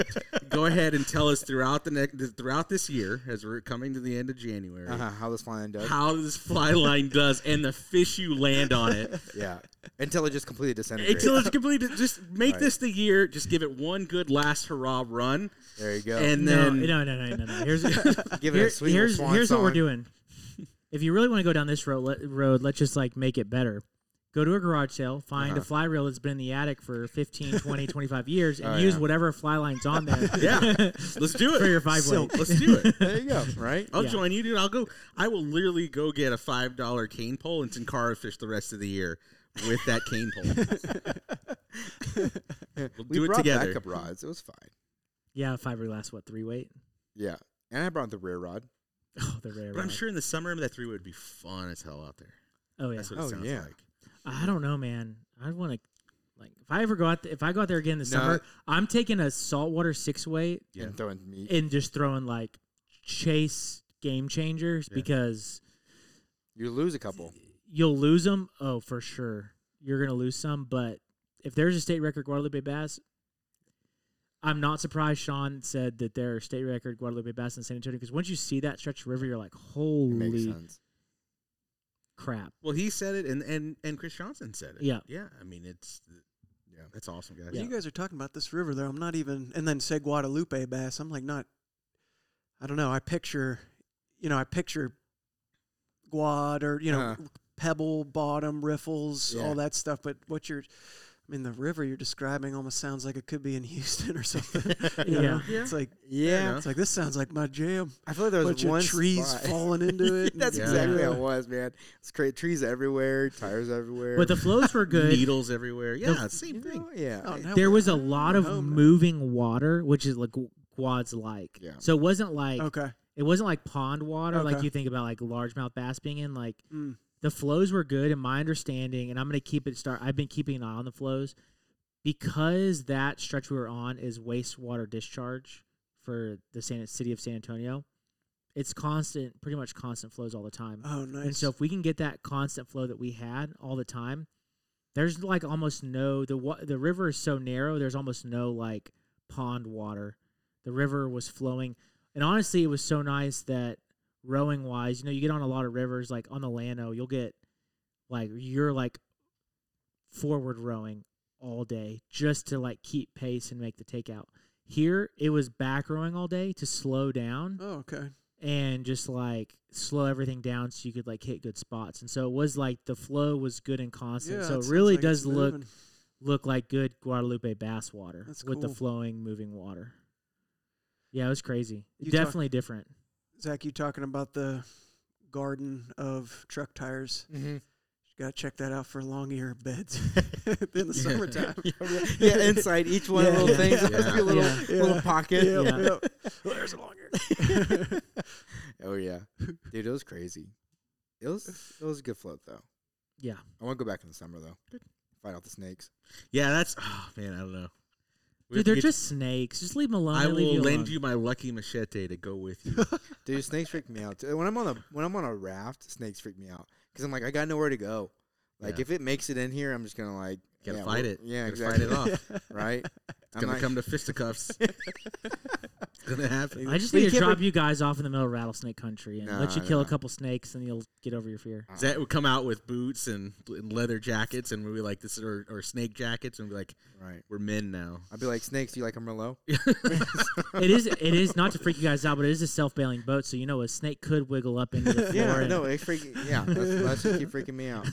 go ahead and tell us throughout the next throughout this year as we're coming to the end of January
uh how this line does?
how this fly line does and the fish you land on it
Yeah, until it just completely disintegrates.
until it's completed. Just make
Right.
this the year. Just give it one good last hurrah run,
there you go.
and
no,
then
no, no, no, no, no. Here's
Give it
Here-
a sweet little
here's
swan
here's what we're
song.
doing. If you really want to go down this road, let, road, let's just like make it better. Go to a garage sale, find
Uh-huh.
a fly reel that's been in the attic for 15, 20, 25 years, and
Oh,
use
yeah.
whatever fly line's on there.
Yeah. let's do it
For your five
Silk.
weight.
Let's do it.
There you go. Right?
I'll
Yeah.
join you, dude. I'll go. I will literally go get a five dollar cane pole and Sankara fish the rest of the year with that cane pole. we'll
we
do it
brought
together.
backup rods. It was fine.
yeah, fiber glass, what, three weight?
Yeah, and I brought the rear rod.
Oh, the rare.
But I'm
rod.
sure in the summer that three would be fun as hell out there.
Oh, yeah.
That's what it
Oh,
sounds
yeah.
like.
I don't know, man. I'd want to, like, if I ever go out, th- if I go out there again this
No.
summer, I'm taking a saltwater six weight
Yeah.
And throwing meat.
and just throwing like chase game changers
Yeah.
because
you lose a couple.
you'll lose them. Oh, for sure, you're gonna lose some. But if there's a state record Guadalupe bass, I'm not surprised. Sean said that there are state record Guadalupe bass in San Antonio because once you see that stretch of river, you're like,
It makes
holy
sense.
crap!
Well, he said it, and and and Chris Johnson said it.
Yeah.
yeah. I mean, it's
Yeah.
that's awesome, guys.
When you guys are talking about this river though, I'm not even and then say Guadalupe bass, I'm like not I don't know, I picture you know, I picture Guad or, you know,
Uh-huh.
pebble bottom riffles,
Yeah.
all that stuff, but what you're I mean, the river you're describing almost sounds like it could be in Houston or something. you know?
Yeah.
It's like
Yeah,
enough.
it's like this sounds like my jam.
I feel like there was
bunch
one
of trees
spot.
falling into it.
That's
Yeah.
exactly how
Yeah.
it was, man. It's great. Trees everywhere, tires everywhere.
But the flows were good.
Needles everywhere. Yeah, same
You
thing.
know, yeah,
Oh, now
there
we're-
was a lot of
home now.
moving water, which is like Guad's like.
Yeah.
So it wasn't like
Okay.
it It wasn't like pond water like
Okay.
you think about like largemouth bass being in. Like
Mm.
the flows were good in my understanding, and I'm gonna keep it start. I've been keeping an eye on the flows because that stretch we were on is wastewater discharge for the San, city of San Antonio. It's constant, pretty much constant flows all the time.
Oh, nice.
And so if we can get that constant flow that we had all the time, there's like almost no the wa- the river is so narrow. There's almost no like pond water. The river was flowing, and honestly, it was so nice that rowing wise, you know, you get on a lot of rivers like on the Llano, you'll get like you're like forward rowing all day just to like keep pace and make the takeout. Here, it was back rowing all day to slow down
oh, okay.
and just like slow everything down so you could like hit good spots. And so it was like the flow was good and constant.
Yeah,
so it
sounds
really
like it's
does look
moving.
look like good Guadalupe bass water
That's
with the
cool.
flowing moving water. Yeah, it was crazy.
You talk-
Definitely different.
Zach, you talking about the garden of truck tires?
Mm-hmm.
You gotta check that out for long ear beds in the summertime.
yeah, inside each one of
Yeah.
the little things, there's
Yeah.
a little,
Yeah.
Yeah.
little pocket.
Yeah,
Yeah.
yeah. Well, there's a long ear.
oh yeah, dude, it was crazy. It was it was a good float though.
Yeah.
I want to go back in the summer though. Fight out the snakes.
Yeah, that's oh man, I don't know. We have to
Dude, they're
get-
just snakes. Just leave them alone.
I
They
will
leave you
lend
alone.
you my lucky machete to go with you.
Dude, snakes freak me out. too. When I'm on a when I'm on a raft, snakes freak me out because I'm like I got nowhere to go. Like
Yeah.
if it makes it in here, I'm just gonna like
Gotta
yeah,
fight
we're-
it.
Yeah,
Gotta fight
exactly.
it off. It's
Right. I'm
gonna
like-
come to fisticuffs. it's gonna happen.
I just
But you
need to
can't
drop you guys off in the middle of rattlesnake country and let
Nah,
you kill a
nah.
couple snakes and you'll get over your fear.
Zach would come out with boots and and leather jackets, and we'd be like, "This is- or, or snake jackets," and we'd be like,
Right.
"We're men now."
I'd be like snakes. Do you like them real low?
it is it is not to freak you guys out, but it is a self bailing boat, so you know a snake could wiggle up into the floor.
Yeah,
and-
no, it freak. Yeah, that's, that's just keep freaking me out.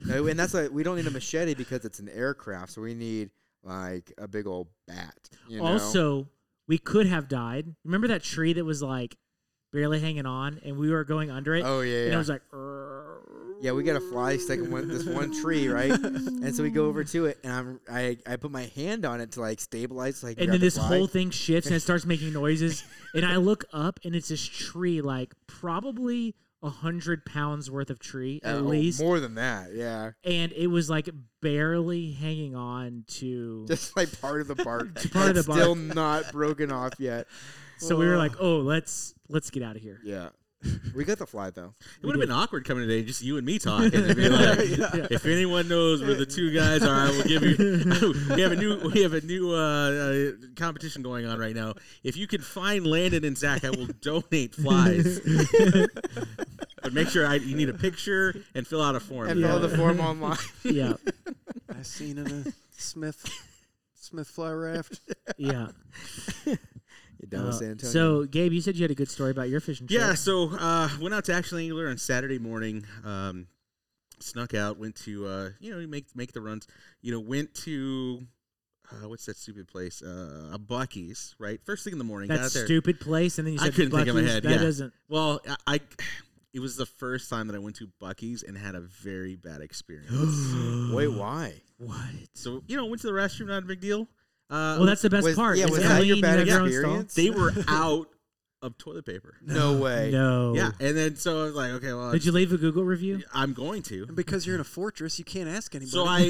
No, and that's like we don't need a machete because it's an aircraft, so we need like a big old bat. You know?
Also, we could have died. Remember that tree that was like barely hanging on, and we were going under it,
oh yeah,
and it
yeah.
was like,
yeah, we got a fly stuck in one, this one tree, right? and so we go over to it, and I'm I, I put my hand on it to like stabilize, like
and then this whole thing shifts and it starts making noises, and I look up and it's this tree, like probably a hundred pounds worth of tree at least,
oh, more than that, yeah,
and it was like barely hanging on to.
just like part of the bark,
part of
that's
the
still not broken off yet.
so we were like, oh, let's let's get out of here.
Yeah, we got the fly though.
It would have been awkward coming today, just you and me talking. And be like, If anyone knows where the two guys are, I will give you. we have a new we have a new uh, uh, competition going on right now. If you can find Landon and Zach, I will donate flies. but make sure I, you need a picture and fill out a form.
And all the form online.
Yeah,
I seen in a Smith Smith fly raft.
yeah.
You're down with
Uh,
San Antonio.
So, Gabe, you said you had a good story about your fishing trip.
Yeah, so uh, went out to Action Angler on Saturday morning. Um, snuck out, went to uh, you know make make the runs. You know, went to uh, what's that stupid place? Uh, a Bucky's, right? First thing in the morning.
that
got out there.
stupid place, and then you
I
said
couldn't think of my
Buc-ee's,
head,
That
yeah.
doesn't.
Well, I, I it was the first time that I went to Bucky's and had a very bad experience.
Wait,
Mm.
why?
What?
so you know, went to the restroom, not a big deal. Uh,
Well, that's the best
Was-
part.
yeah,
It's
was
that
clean,
your
you
bad
have own
experience?
they were out of toilet paper.
No
stall.
way.
No.
Yeah, and then so I was like, okay, well,
Oh. Did you leave a Google review?
I'm going to.
And because you're in a fortress, you can't ask anybody.
So I,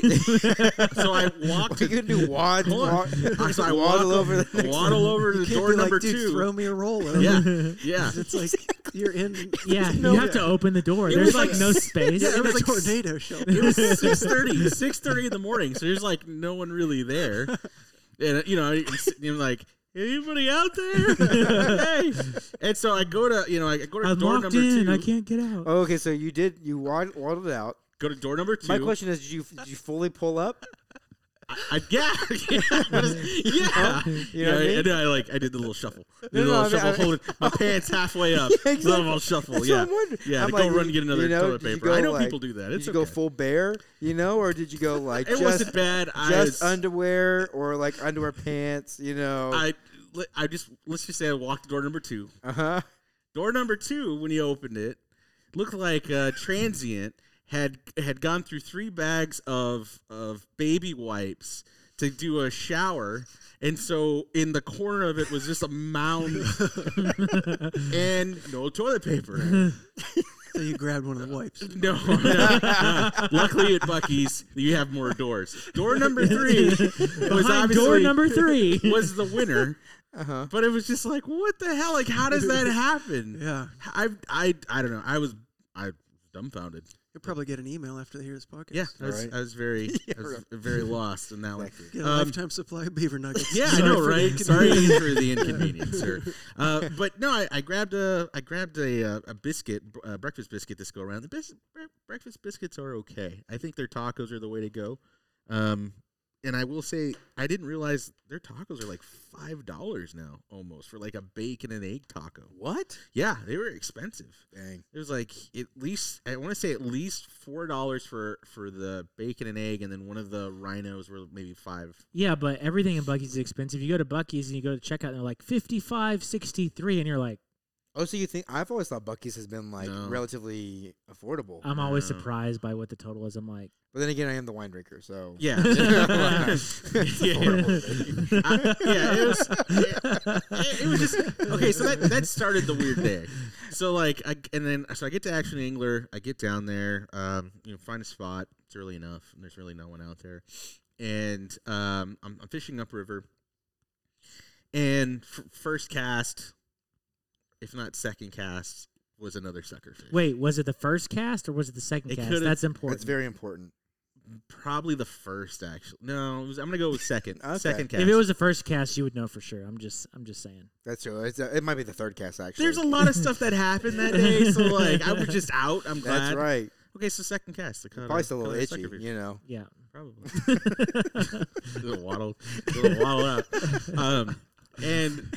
so I walked.
What are you gonna do? Wad,
Hold on.
wad,
so I
waddle
walk-
over the next
waddle over
you
to
can't
door
be like,
number
Dude,
two.
Throw me a roll.
yeah, yeah.
It's like you're in.
Yeah,
No.
you have to open the door.
It
There's
was
like,
like
no
s-
space.
yeah, it
You're in
was
a
like-
tornado shelter.
It was 6.30, 6.30 in the morning, so there's like no one really there. And, uh, you know, I'm sitting there like, anybody out there? hey. And so I go to, you know, I go to
I'm
door
locked
number
in.
two.
I can't get out.
Oh, okay, so you did you wad- waddled out.
Go to door number two.
My question is, did you did you fully pull up?
I, yeah. yeah. what is- yeah.
Oh, You know what I
Yeah,
mean?
And then I like, I did the little shuffle. The
No, no,
little
I mean-
shuffle,
I mean-
holding my pants halfway up.
Yeah,
The little
exactly.
shuffle,
That's
Oh, yeah.
what I'm wondering.
Yeah,
I'm
to
like,
go run and
did-
get another
you know,
toilet
did you
paper. I
go,
know
like-
people do that. It's
did you go
okay.
full bear? You know, or did you go like
It
just
wasn't bad. I
just
was-
underwear or like underwear pants? You know,
I, li- I just, let's just say I walked to door number two.
uh huh.
Door number two, when he opened it, looked like uh, a transient had had gone through three bags of of baby wipes to do a shower. And so in the corner of it was just a mound and no toilet paper.
So you grabbed one of the wipes.
No, no, no. Luckily at Bucky's, you have more doors. Door number three was
Behind door
obviously-
number three.
was the winner.
Uh-huh.
But it was just like, what the hell? Like, how does that happen?
Yeah.
I, I, I don't know. I was, I was dumbfounded.
You'll probably get an email after they hear this podcast.
Yeah, I was,
Alright.
I was very, I was very lost in that one.
Get a
Um,
lifetime supply of beaver nuggets.
Yeah, I know, right? Sorry for the inconvenience, sir. Uh, but no, I, I grabbed a, I grabbed a, uh, a biscuit, br- uh, breakfast biscuit this go around. The bis- bre- breakfast biscuits are okay. I think their tacos are the way to go. Um, and I will say, I didn't realize their tacos are like five dollars now, almost for like a bacon and egg taco.
What?
Yeah, they were expensive.
Dang.
It was like at least I want to say at least four dollars for for the bacon and egg, and then one of the rhinos were maybe five.
Yeah, but everything in Bucky's is expensive. You go to Bucky's and you go to checkout and they're like 55, 63 and you're like,
Oh, so you think I've always thought Bucky's has been like
No. Um,
relatively affordable.
I'm always
Yeah.
surprised by what the total is. I'm like,
but then again, I am the wine drinker, so
Yeah,
It's
yeah.
affordable,
I- yeah, it was. It, it was just okay. So that that started the weird day. So like, I, and then so I get to Action Angler. I get down there. Um, you know, find a spot. It's early enough, and there's really no one out there. And um, I'm, I'm fishing upriver. And f- first cast, if not second cast, was another sucker fish.
wait, was it the first cast or was it the second
It
cast?
could've-
That's important.
That's very important.
probably the first actually. No, it was, I'm gonna go with second.
Okay.
Second cast.
if it was the first cast, you would know for sure. I'm just, I'm just saying.
That's true. It's, uh, it might be the third cast actually.
There's a lot of stuff that happened that day, so like I was just out. I'm glad.
That's right.
Okay, so second cast. The cutter,
Probably still a little
cutter
itchy,
sucker fish.
you know.
Yeah.
Probably. little waddle, little waddle up. Um, and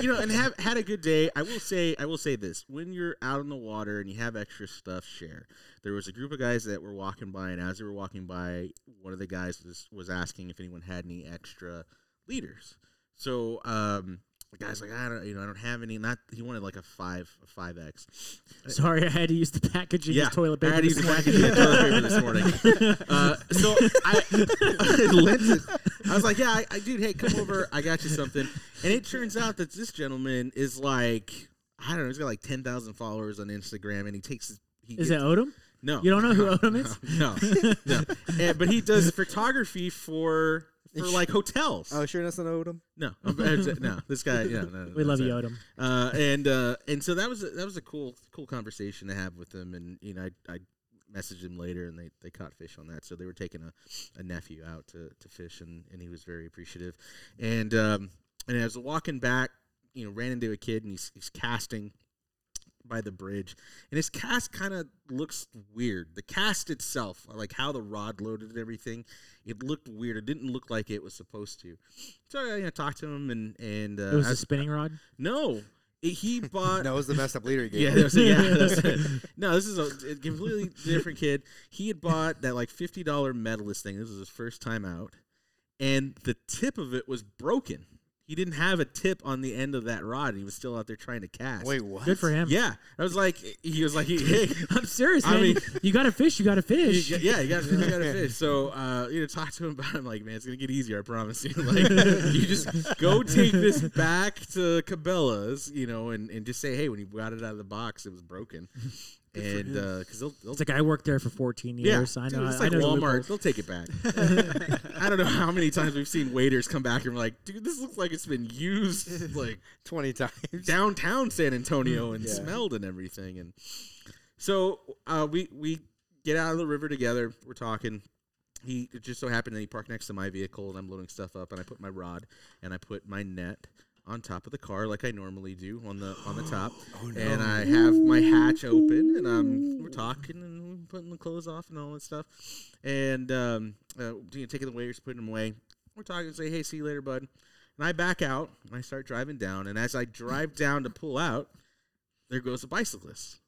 you know, and have had a good day. I will say, I will say this: when you're out in the water and you have extra stuff, share. There was a group of guys that were walking by, and as they were walking by, one of the guys was was asking if anyone had any extra leaders. So um, the guy's like, I don't, you know, I don't have any. Not he wanted like a five, a five X.
Sorry, I had to use the packaging
Uh, Yeah,
as toilet
I
paper.
had to
this
use the
morning.
packaging as toilet paper this morning. Uh, so I, I lent it. I was like, "Yeah, I, I, dude, hey, come over. I got you something." And it turns out that this gentleman is like, I don't know, he's got like ten thousand followers on Instagram, and he takes. his- He
Is it
gets-
Odom?
no?
you don't know who Odom is?
No, no. And- but he does photography for for like hotels.
Oh, sure, that's an Odom.
No, no, this guy. Yeah, no,
We love
that's
you,
it.
Odom.
Uh, and uh, and so that was a, that was a cool cool conversation to have with them, and you know I, I messaged him later, and they, they caught fish on that. So they were taking a, a nephew out to, to fish, and, and he was very appreciative. And um, and as walking back, you know, ran into a kid, and he's he's casting by the bridge, and his cast kind of looks weird. The cast itself, like how the rod loaded and everything, it looked weird. It didn't look like it was supposed to. So I you know, talked to him, and and uh,
It was
I
a spinning rod.
no, it- he bought.
No, it was the messed up leader he gave.
Uh, Yeah,
me.
that was- yeah, that was it. no, this is a, a completely different kid. He had bought that like fifty dollar medalist thing. This was his first time out, and the tip of it was broken. He didn't have a tip on the end of that rod, and he was still out there trying to cast.
Wait, what?
Good for him.
yeah, I was like, he was like, hey,
I'm serious,
I
man.
mean-
you got to fish. You got to fish.
You, yeah, you got you got to fish. So uh, you know, talk to him about. It. I'm like, man, it's gonna get easier. I promise you. Like, you just go take this back to Cabela's, you know, and, and just say, hey, when you got it out of the box, it was broken, and because they'll, they'll
It's like I worked there for 14 years. I know.
dude, it's
I
like
know the loopholes.
Walmart. They'll take it back. I don't know how many times we've seen waiters come back and we're like, dude, this looks like it's been used like
Twenty times.
downtown San Antonio and
Yeah.
smelled and everything. And so uh, we we get out of the river together. We're talking. He it just so happened that he parked next to my vehicle, and I'm loading stuff up, and I put my rod and I put my net on top of the car like I normally do on the on the top, and I have my hatch open, and I'm we're talking and we're putting the clothes off and all that stuff, and um, uh, you know, taking the waders, putting them away. We're talking, say, hey, see you later, bud. And I back out and I start driving down. And as I drive down to pull out, there goes a bicyclist.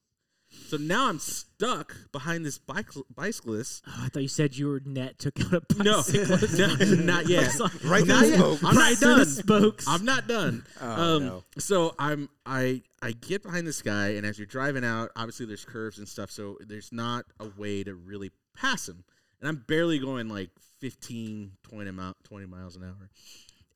So now I'm stuck behind this bike- bicyclist.
Oh, I thought you said your net took out a
No,
bicycle.
no, not yet.
Right
not
through
yet.
the spokes.
I'm
Right
not
through the
done.
spokes.
I'm not done.
Uh,
Oh,
um,
no.
So I'm I I get behind this guy, and as you're driving out, obviously there's curves and stuff, so there's not a way to really pass him. and I'm barely going like 15, 20, mile, 20 miles an hour.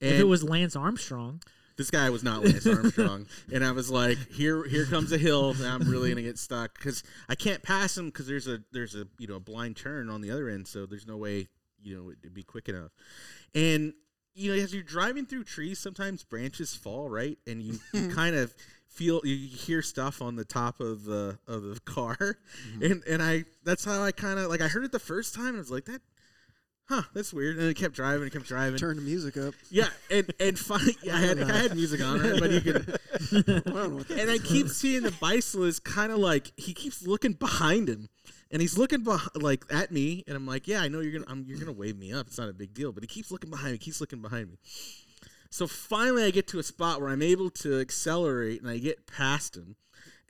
if it was Lance Armstrong,
this guy was not Lance Armstrong, and I was like, "Here, here comes a hill. And I'm really gonna get stuck because I can't pass him because there's a there's a you know a blind turn on the other end, so there's no way you know it'd be quick enough." And you know, as you're driving through trees, sometimes branches fall, right? And you, you kind of feel you you hear stuff on the top of the of the car, and and I that's how I kind of like I heard it the first time, and I was like that. Huh, that's weird. And it kept driving, it kept driving.
Turn the music up.
Yeah, and and finally, yeah, I had I had music on, right? but you could.
I don't know what that
And I keep seeing the bicycle is kind of like he keeps looking behind him, and he's looking beh- like at me, and I'm like, yeah, I know you're gonna I'm, you're gonna wave me up. It's not a big deal, but he keeps looking behind me. Keeps looking behind me. So finally, I get to a spot where I'm able to accelerate, and I get past him.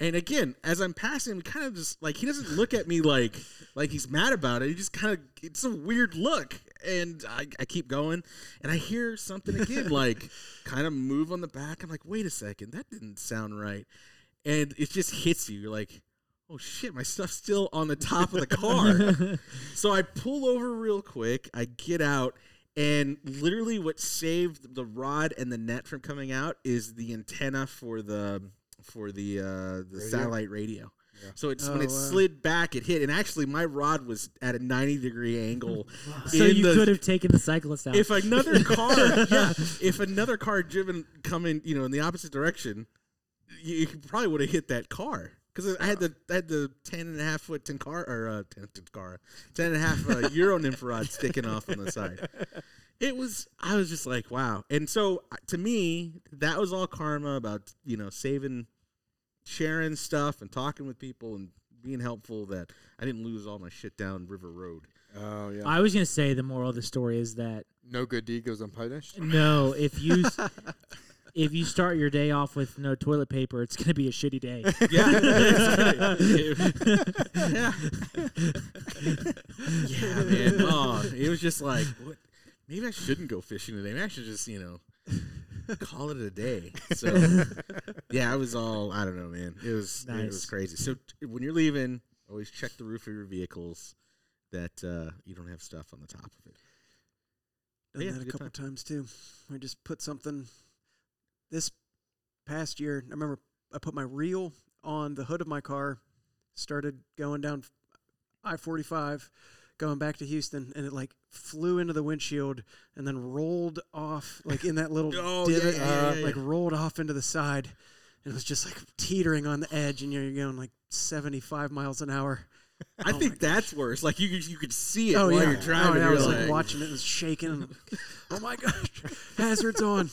And again, as I'm passing him, kind of just like he doesn't look at me like like he's mad about it. He just kind of it's a weird look, and I, I keep going, and I hear something again, like kind of move on the back. I'm like, wait a second, that didn't sound right, and it just hits you. You're like, oh shit, my stuff's still on the top of the car. so I pull over real quick. I get out. And literally, what saved the rod and the net from coming out is the antenna for the for the uh, the satellite radio. So it's when
Oh,
it
wow.
slid back, it hit. And actually, my rod was at a ninety degree angle.
so
in
you
the-
could have taken the cyclist out.
if another car, yeah, if another car driven coming, you know, in the opposite direction, you, you probably would have hit that car. Because I had the I had the ten and a half foot ten car or uh, ten, ten car ten and a half uh, euro infrared sticking off on the side. It was I was just like wow, and so uh, to me that was all karma about you know saving, sharing stuff and talking with people and being helpful that I didn't lose all my shit down River Road.
Oh yeah.
I was gonna say the moral of the story is that
no good deed goes unpunished.
no, if you s- if you start your day off with no toilet paper, it's gonna be a shitty day.
Yeah. yeah. yeah, man. Oh, it was just like, what? Maybe I shouldn't go fishing today. Maybe I should just, you know, call it a day. So, yeah, I was all, I don't know, man. It was, it was
Nice.
crazy. So, t- when you're leaving, always check the roof of your vehicles that uh, you don't have stuff on the top of it.
Done
Yeah,
that a
good
couple times too. I just put something this past year. I remember I put my reel on the hood of my car, started going down I 45, going back to Houston, and it like flew into the windshield and then rolled off, like in that little
Oh, yeah,
divot,
yeah, yeah,
uh,
yeah,
like
yeah.
rolled off into the side. And it was just like teetering on the edge, and you're you're going like 75 miles an hour.
I think that's worse. Like, you, could- you could see it
Oh
while
yeah,
you're driving.
Oh, yeah, I
you're
was like,
like,
watching it, it was shaking. and I'm like, oh my gosh, hazards on,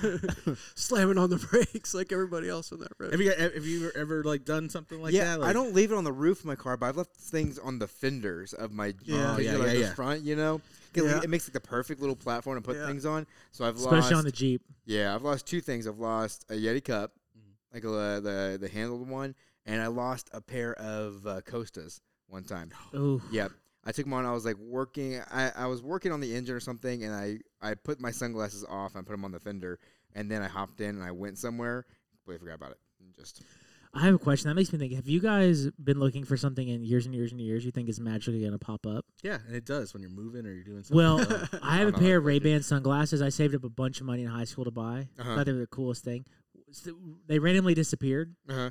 slamming on the brakes like everybody else on that road.
have you, have you ever, like, done something like
yeah,
that? Like,
I don't leave it on the roof of my car, but I've left things on the fenders of my
yeah,
yeah,
Yeah. Oh,
like
yeah,
the
yeah.
front, you know. 'Cause, like,
Yeah.
It makes like the perfect little platform to put
Yeah.
things on. So I've
Especially
lost
on the Jeep.
Yeah, I've lost two things. I've lost a Yeti cup, like uh, the the handled one, and I lost a pair of uh, Costas one time.
Ooh.
Yep. I took them on. I was like working. I, I was working on the engine or something, and I, I put my sunglasses off and put them on the fender, and then I hopped in and I went somewhere. Completely forgot about it. And Just
I have a question. That makes me think, have you guys been looking for something in years and years and years you think is magically gonna pop up?
Yeah, and it does when you're moving or you're doing something. Oh.
Well,
else.
I have
I
a
know
pair
that
of Ray Ban sunglasses. I saved up a bunch of money in high school to buy.
Uh-huh.
I thought they were the coolest thing. So They randomly disappeared.
uh-huh.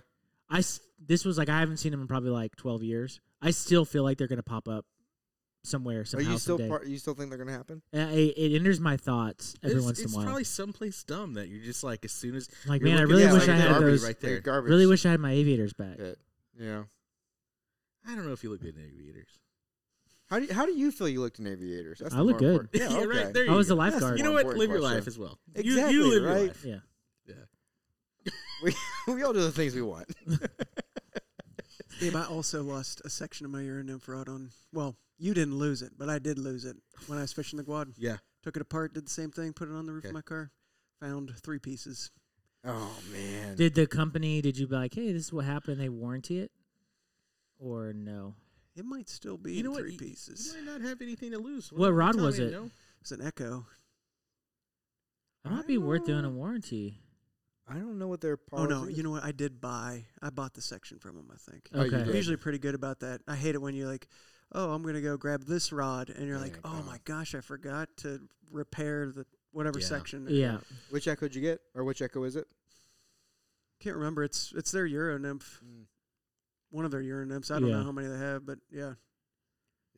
I s- this was like I haven't seen them in probably like twelve years. I still feel like they're gonna pop up somewhere
Are
somehow
you still
someday.
part? You still think they're gonna happen?
Uh, it, it enters my thoughts every
it's,
once
it's
in a while.
probably someplace dumb that you're just like as soon as
I'm like
you're
man, I
looking
really
at
wish
like
I had
garbage
those.
right there.
They're Garbage.
Really wish I had my aviators back.
It. Yeah.
I don't know if you look good in aviators.
How do you, how do you feel? You looked in aviators. That's
I
the
look
more
good.
important- Yeah,
Yeah, right,
okay.
there
I was
you
the
go.
lifeguard.
You know
one
what?
important
Live your
question.
life as well. You-
Exactly,
you, live
right?
your life.
Yeah.
we, we all do the things we want.
Babe, I also lost a section of my urine infrared on. Well, you didn't lose it, but I did lose it when I was fishing the quad.
Yeah.
Took it apart, did the same thing, put it on the roof
Okay.
of my car, found three pieces.
Oh man.
Did the company? Did you be like, hey, this is what happened? They warranty it, or no?
It might still be
You
in
know what?
three
You-
pieces.
You might not have anything to lose.
What
you
rod
telling
was
me,
it?
no?
It's an Echo.
That might be worth doing
Uh,
a warranty.
I don't know what their
Oh
policy.
no, you know what? I did buy. I bought the section from him. I think.
Oh, you
Okay.
I'm
did.
usually pretty good about that. I hate it when you like, oh, I'm gonna go grab this rod, and you're
Yeah,
like,
like,
oh
oh.
my gosh, I forgot to repair the whatever
Yeah.
section.
Yeah.
Which echo did you get, or which echo is it?
can't remember. It's it's their Euro nymph,
Mm.
one of their Euro nymphs. I don't
Yeah.
know how many they have, but yeah,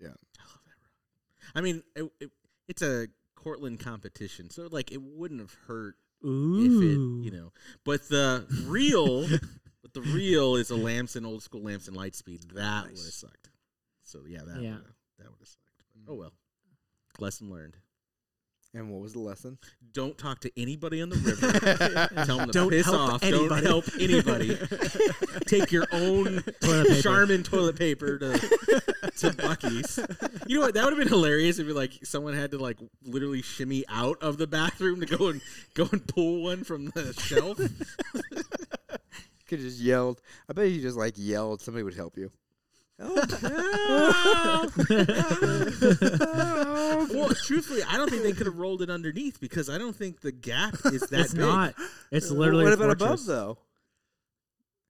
I love that rock. I mean, it, it, it's a Cortland competition, so like it wouldn't have hurt
Ooh.
if it, you know. But the real, but the real is a Lamson old school Lamson Lightspeed. That would have
Nice.
sucked. So yeah, that
Yeah.
yeah. that would have sucked. But, oh well, lesson learned.
And what was the lesson?
Don't talk to anybody on the river. Tell them to
Don't
piss
help
off. Don't
anybody.
help anybody. Take your own
Toilet paper.
Charmin toilet paper to, to Bucky's. You know what? That would have been hilarious if like someone had to like literally shimmy out of the bathroom to go and go and pull one from the shelf.
Could have just yelled. I bet if you just like yelled, somebody would help you.
well, truthfully, I don't think they could have rolled it underneath because I don't think the gap is that
it's
big.
not. It's literally.
What
a
about above
fortress.
though?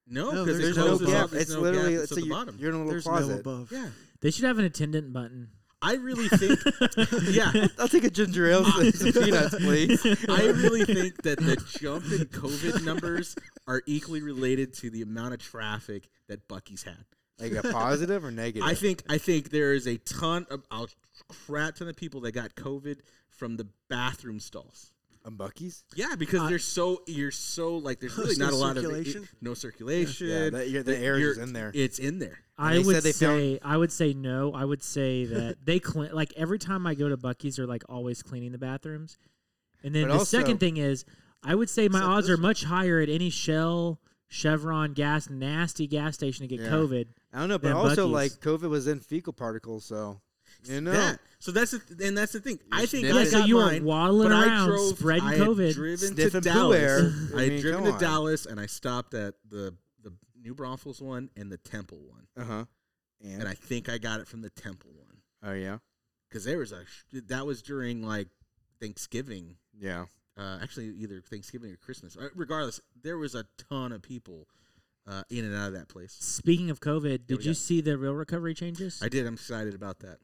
No,
No,
because
there's
it
no
closes
gap.
off. There's
It's
no
literally
gap. It's
it's a,
at the
you-
bottom.
You're in a little
there's no
closet.
above.
yeah,
They should have an attendant button.
I really think. yeah,
I'll take a ginger ale and some peanuts, please.
I really think that the jump in COVID numbers are equally related to the amount of traffic that Bucky's had.
Like a positive or negative?
I think I think there is a ton of I'll crap ton of people that got COVID from the bathroom stalls.
Um, Bucky's.
Yeah, because
Uh,
they're so you're so like there's really
There's
not
no
a lot of
circulation?
it- no circulation.
Yeah, that, you're- the
that
air
you're-
is in there.
It's in there.
I
they
would
said they found-
say I would say no. I would say that they clean like every time I go to Bucky's, they're like always cleaning the bathrooms. And then
But
the
also-
second thing is, I would say my
Except
odds
this
are much higher at any Shell, Chevron, gas, nasty gas station to get
Yeah.
COVID.
I don't know, but
than
also
Buc-ee's.
like COVID was in fecal particles, so you know.
That- so that's the th- and that's the thing. I think
sniffing
I
Yeah, so
got
you were
mine,
waddling
but I
around
drove,
spreading
I had
COVID.
driven to
Sniffing poo
Dallas.
air. I
I had
mean,
driven
come
to
on.
Dallas and I stopped at the the New Braunfels one and the Temple one,
Uh huh.
and
And
I think I got it from the Temple one
oh yeah,
because there was a sh- that was during like Thanksgiving
yeah.
uh, actually either Thanksgiving or Christmas. Uh, Regardless, there was a ton of people uh, in and out of that place.
Speaking of COVID,
we
did you
go.
see the real recovery changes?
I did. I'm excited about that.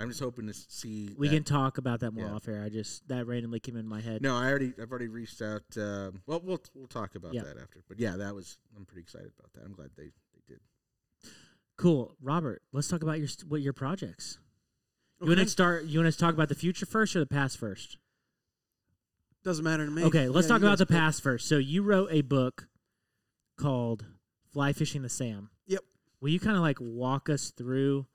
I'm just hoping to s- see.
we
that-
can talk about that more
Yeah.
off air. I just that randomly came in my head.
No, I already. I've already reached out. Um, well, we'll we'll talk about
Yeah.
that after. But yeah, that was. I'm pretty excited about that. I'm glad they they did.
Cool, Robert. Let's talk about your st- what your projects. You want
Okay.
to start? You want to talk about the future first or the past first?
Doesn't matter to me.
Okay, let's
Yeah,
talk
you
about
guys
the
pick.
past first. So you wrote a book called "Fly Fishing the Sam."
Yep.
Will you kind of like walk us through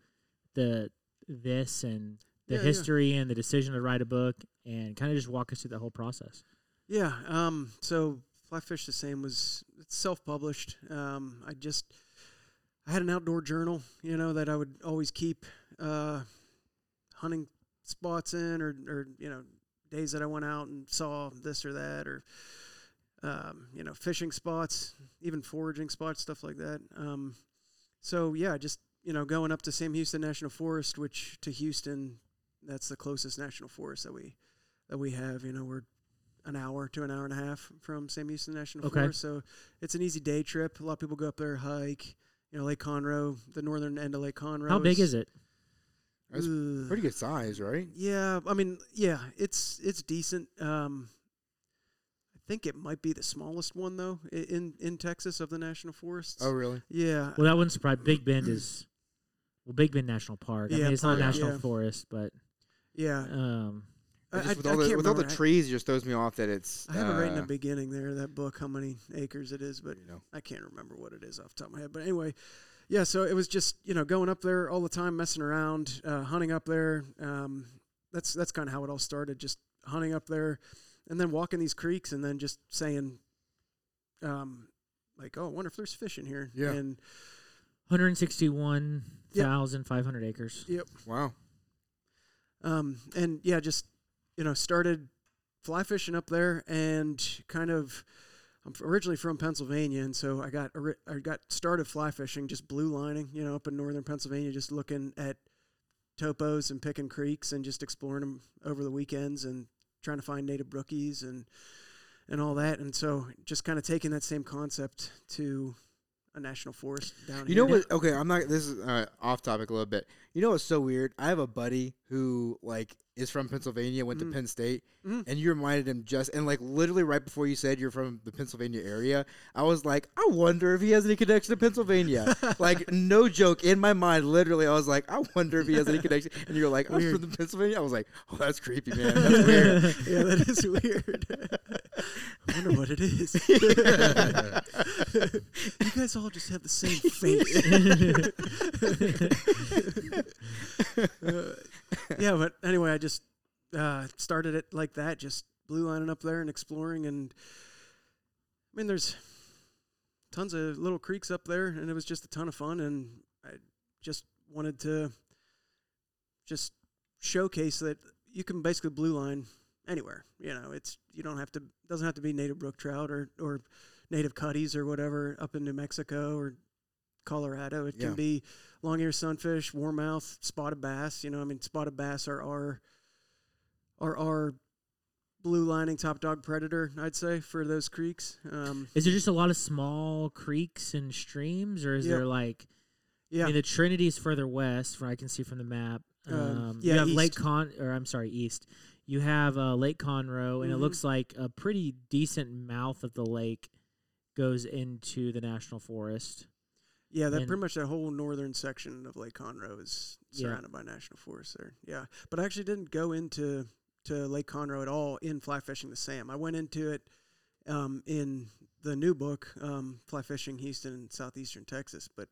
the this and the
Yeah, yeah.
history and the decision to write a book and kind of just walk us through the whole process?
Yeah. Um, so Flyfish the same was it's self-published. Um, I just I had an outdoor journal, you know, that I would always keep uh, hunting spots in, or or you know, days that I went out and saw this or that, or um, you know, fishing spots, even foraging spots, stuff like that. Um, so yeah, just you know, going up to Sam Houston National Forest, which to Houston, that's the closest national forest that we that we have. You know, we're an hour to an hour and a half from Sam Houston National
Okay.
Forest, so it's an easy day trip. A lot of people go up there, hike. You know, Lake Conroe, the northern end of Lake Conroe.
How big is it?
That's Pretty good size, right?
Yeah, I mean, yeah, it's it's decent. Um, I think it might be the smallest one though i- in in Texas of the national forests.
Oh really?
yeah,
Well, that wouldn't surprise. Big Bend is well, Big Bend National Park. I
Yeah,
mean, it's not a
park,
national
yeah.
forest, but
yeah.
um,
I,
Just
I-
with
I
all the
can't
with all the
remember. I-
trees, it just throws me off that it's.
I, have it right in the
uh,
beginning there that book how many acres it is, but
You know.
I can't remember what it is off the top of my head. But anyway, yeah, so it was just you know going up there all the time, messing around, uh, hunting up there. Um, that's that's kind of how it all started, just hunting up there, and then walking these creeks, and then just saying, um, like, oh, I wonder if there's fish in here.
Yeah.
And
161,500 acres.
yep.
Wow.
Um, and yeah, just you know, started fly fishing up there, and kind of. I'm f- originally from Pennsylvania, and so I got ori- I got started fly fishing, just blue lining, you know, up in northern Pennsylvania, just looking at topos and picking creeks and just exploring them over the weekends and trying to find native brookies and and all that. And so just kind of taking that same concept to a national forest down
You
here.
know what? Okay, I'm not. This is uh, off topic a little bit. You know what's so weird? I have a buddy who like is from Pennsylvania, went
Mhm.
to Penn State,
Mhm.
and you reminded him just and like literally right before you said you're from the Pennsylvania area, I was like, I wonder if he has any connection to Pennsylvania. like no joke, in my mind, literally, I was like, I wonder if he has any connection. And you're like, I'm
Weird.
from the Pennsylvania. I was like, oh, that's creepy, man. That's weird.
yeah, that is weird. I wonder what it is. you guys all just have the same face. Uh, yeah, but anyway, I just uh, started it like that, just blue lining up there and exploring. And I mean, there's tons of little creeks up there, and it was just a ton of fun. And I just wanted to just showcase that you can basically blue line anywhere. You know, it's you don't have to doesn't have to be native brook trout or or native cuties or whatever up in New Mexico or Colorado. It
Yeah.
can be long ear sunfish, warmouth, spotted bass. You know, I mean spotted bass are our are our blue lining top dog predator. I'd say for those creeks. Um,
Is there just a lot of small creeks and streams, or is
Yeah.
there like?
yeah,
I mean, the Trinity's further west, from what I can see from the map.
Um,
Um,
yeah,
you have Lake
east.
Con, or I'm sorry, east. You have uh, Lake Conroe, and it
Mhm.
looks like a pretty decent mouth of the lake goes into the national forest.
Yeah, that
And-
pretty much that whole northern section of Lake Conroe is
Yeah.
surrounded by national forest there. Yeah, but I actually didn't go into to Lake Conroe at all in fly fishing the Sam. I went into it um, in the new book, um, Fly Fishing Houston and Southeastern Texas. But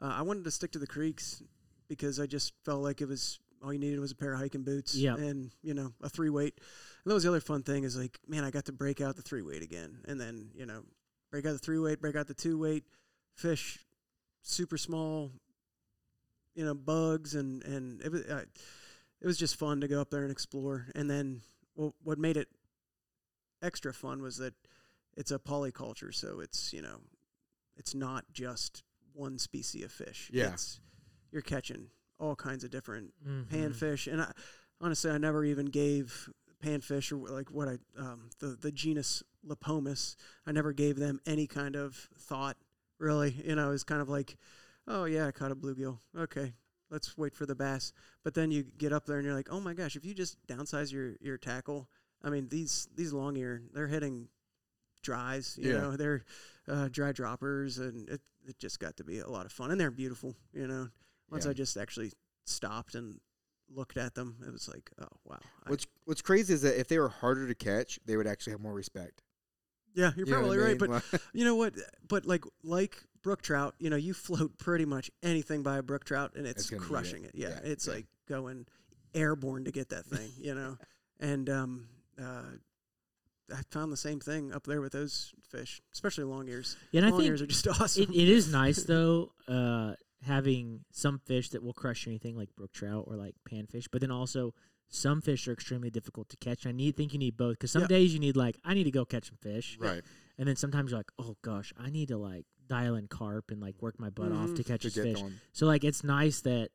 uh, I wanted to stick to the creeks because I just felt like it was all you needed was a pair of hiking boots
Yeah.
and you know a three weight. And that was the other fun thing is like, man, I got to break out the three weight again, and then you know break out the three weight, break out the two weight, fish super small, you know, bugs and and it was uh, it was just fun to go up there and explore. And then well, what made it extra fun was that it's a polyculture, so it's you know, it's not just one species of fish.
Yeah.
it's, you're catching all kinds of different
Mhm.
panfish Mm-hmm. and I, honestly i never even gave panfish or like what i um, the, the genus lipomus i never gave them any kind of thought really you know it was kind of like oh yeah i caught a bluegill okay let's wait for the bass but then you get up there and you're like oh my gosh if you just downsize your your tackle i mean these these long ear they're hitting dries you
Yeah.
know they're uh, dry droppers and it, it just got to be a lot of fun and they're beautiful you know once
Yeah.
i just actually stopped and looked at them, it was like, oh wow. I-
What's What's crazy is that if they were harder to catch, they would actually have more respect.
yeah, you're
You know what
probably
I
right,
mean?
but you know what? But like like brook trout, you know, you float pretty much anything by a brook trout, and
It's
it's,
gonna eat it.
crushing it. Yeah,
Yeah,
it's
yeah.
like going airborne to get that thing, you know. and um, uh, I found the same thing up there with those fish, especially long ears.
Yeah, and I
long
think
ears are just awesome.
it, it is nice though uh, having some fish that will crush anything like brook trout or like panfish but then also some fish are extremely difficult to catch i need think you need both because some
Yeah.
days you need like i need to go catch some fish
right.
and then sometimes you're like oh gosh i need to like dial in carp and like work my butt off
Mhm.
to catch
To
this
get
fish
going.
so like it's nice that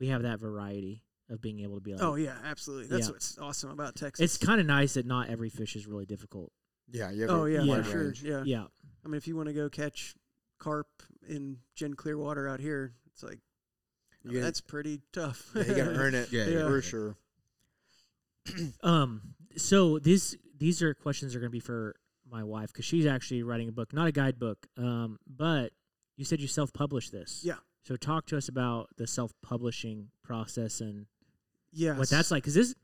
we have that variety of being able to be like
oh yeah, absolutely. That's
Yeah.
what's awesome about Texas.
it's kind of nice that not every fish is really difficult
Yeah. You have
oh
a
yeah,
Yeah.
for
wide
sure.
range.
Yeah.
yeah
I mean, if you want to go catch carp in gin clear water out here, it's like I mean,
Yeah.
that's pretty tough.
Yeah, you gotta earn it.
Yeah,
Yeah.
for sure.
Um. So these these are questions are going to be for my wife because she's actually writing a book, not a guidebook. Um. But you said you self published this.
Yeah.
So talk to us about the self publishing process and
yeah,
what that's like. Because this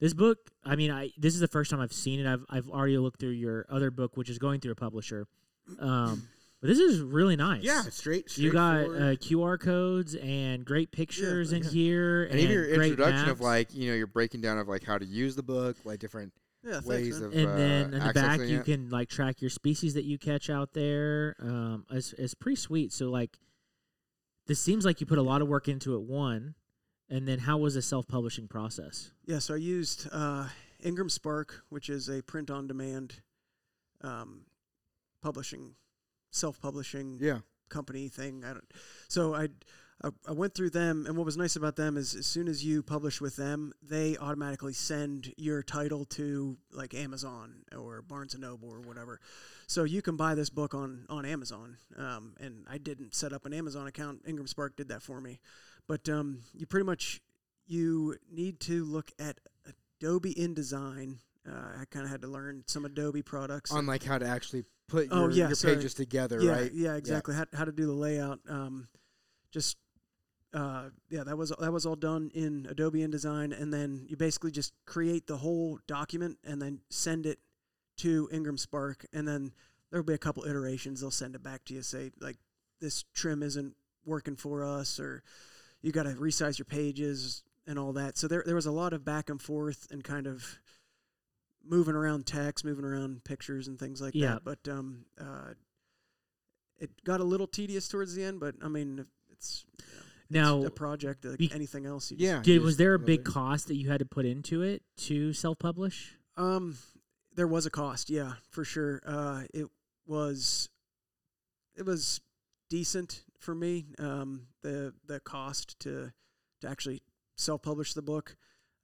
this book, I mean, I this is the first time I've seen it. I've I've already looked through your other book, which is going through a publisher. Um. But this is really nice.
Yeah, straight.
You got uh,
straightforward.
QR codes and great pictures in
yeah.
here,
And even your
great
introduction of
maps.
like you know your breaking down of like how to use the book, like different
yeah, thanks,
ways
man.
of
and
uh,
then in the back
accessing
you
it.
can like track your species that you catch out there um it's, it's pretty sweet so like this seems like you put a lot of work into it one and then how was the self-publishing process
Yeah, so I used uh, Ingram Spark, which is a print-on-demand um, publishing, self-publishing
yeah
company thing. I don't. So I, I, I went through them, and what was nice about them is as soon as you publish with them, they automatically send your title to like Amazon or Barnes and Noble or whatever. So you can buy this book on on Amazon. Um, and I didn't set up an Amazon account. Ingram Spark did that for me, but um, you pretty much you need to look at Adobe InDesign. Uh, I kind of had to learn some Adobe products.
on like how to actually put your,
Oh, yeah,
your
sorry.
pages together,
yeah,
right?
Yeah, exactly. How, how to do the layout. Um, just uh, yeah, that was that was all done in Adobe InDesign, and then you basically just create the whole document and then send it to Ingram Spark, and then there'll be a couple iterations. They'll send it back to you, say like this trim isn't working for us, or you got to resize your pages and all that. So there there was a lot of back and forth and kind of moving around text, moving around pictures and things like
Yeah.
that. But um, uh, it got a little tedious towards the end, but I mean, if it's you know,
Now,
it's a project like
be-
anything else. You
Yeah.
Did
you
was
just
there a
love
big
it.
cost that you had to put into it to self publish?
just- um, there was a cost, yeah, for sure. Uh, it was, it was decent for me. Um, the the cost to to actually self publish the book,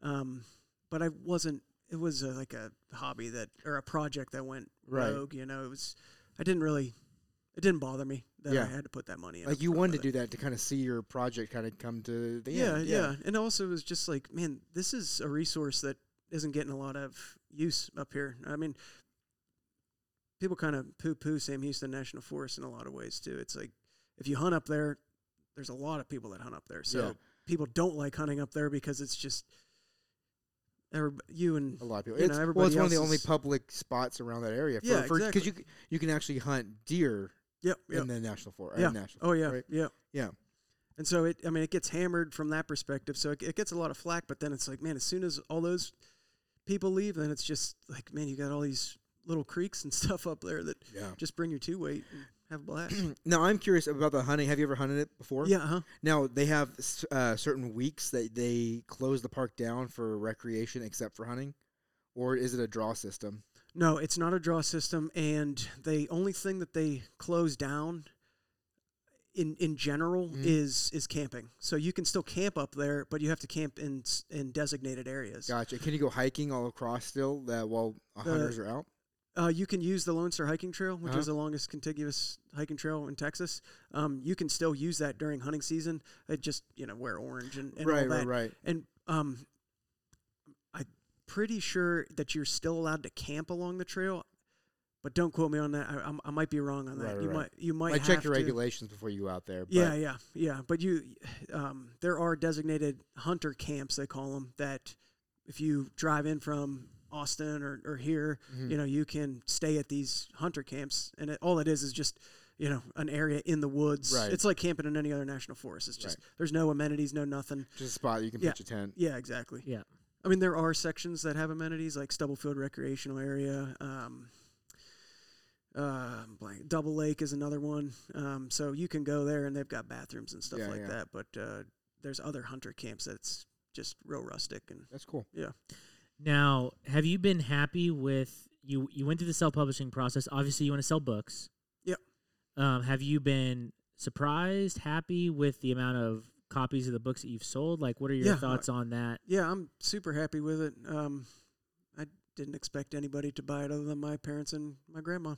um, but I wasn't. It was a, like a hobby that or a project that went
Right.
rogue. You know, it was. I didn't really. It didn't bother me that
Yeah.
I had to put that money in.
Like you
upfront
wanted
with
to
it.
do that to kind of see your project kind of come to the
yeah,
end.
yeah, And also, it was just like, man, this is a resource that isn't getting a lot of use up here. I mean, people kind of poo poo Sam Houston National Forest in a lot of ways, too. It's like, if you hunt up there, there's a lot of people that hunt up there. So
Yeah.
people don't like hunting up there because it's just, everyb- you and
A lot of people.
You
It's,
know,
well, it's
everybody
one of the
else
only
is-
public spots around that area. For,
Yeah,
Because you c- you can actually hunt deer
Yep. yep.
in the national forest.
Yeah.
national
Oh yeah,
Right?
yeah,
Yeah.
And so it, I mean, it gets hammered from that perspective. So it, it gets a lot of flack, but then it's like, man, as soon as all those people leave, then it's just like, man, you got all these little creeks and stuff up there that
Yeah.
just bring your two weight and have a blast.
Now I'm curious about the hunting. Have you ever hunted it before?
yeah, uh-huh. huh?
Now they have s- uh, certain weeks that they close the park down for recreation, except for hunting, or is it a draw system?
No, it's not a draw system, and the only thing that they close down in in general
Mhm.
is is camping. So you can still camp up there, but you have to camp in s- in designated areas.
Gotcha. Can you go hiking all across still uh, while hunters are out?
Uh, you can use the Lone Star Hiking Trail, which
Uh-huh.
is the longest contiguous hiking trail in Texas. Um, you can still use that during hunting season. It just you know wear orange and, and
right,
all
right,
that.
right.
And um, I'm pretty sure that you're still allowed to camp along the trail, but don't quote me on that. I, I'm- I, might be wrong on that.
Right, right,
you
right.
might you might
Like check
have
your
to-
regulations before you go out there. But
yeah, yeah, yeah. But you, um, there are designated hunter camps they call them that if you drive in from Austin or, or here,
Mhm.
you know, you can stay at these hunter camps, and it, all it is is just you know an area in the woods.
Right.
It's like camping in any other national forest. It's just there's no amenities, no nothing.
just a spot you can
Yeah.
pitch a tent.
Yeah, exactly.
Yeah.
I mean, there are sections that have amenities like Stubblefield Recreational Area. Um, uh, blank. Double Lake is another one. Um, so you can go there and they've got bathrooms and stuff
Yeah,
like
yeah.
that. But uh, there's other hunter camps that's just real rustic and
That's cool.
Now, have you been happy with you? You went through the self publishing process. Obviously, you want to sell books.
Yep.
Um, have you been surprised, happy with the amount of copies of the books that you've sold? Like, what are your
Yeah, I-
thoughts on that?
yeah, I'm super happy with it. Um, I didn't expect anybody to buy it other than my parents and my grandma.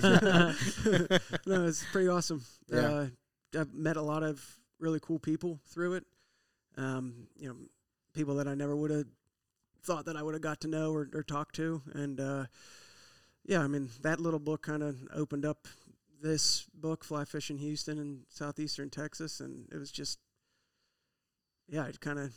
no, it's pretty awesome.
Yeah.
Uh, I've met a lot of really cool people through it. Um, you know, people that I never would have thought that I would have got to know or, or talked to. And uh, yeah, I mean, that little book kind of opened up this book, Fly Fishing Houston and Southeastern Texas. And it was just, yeah, it kind of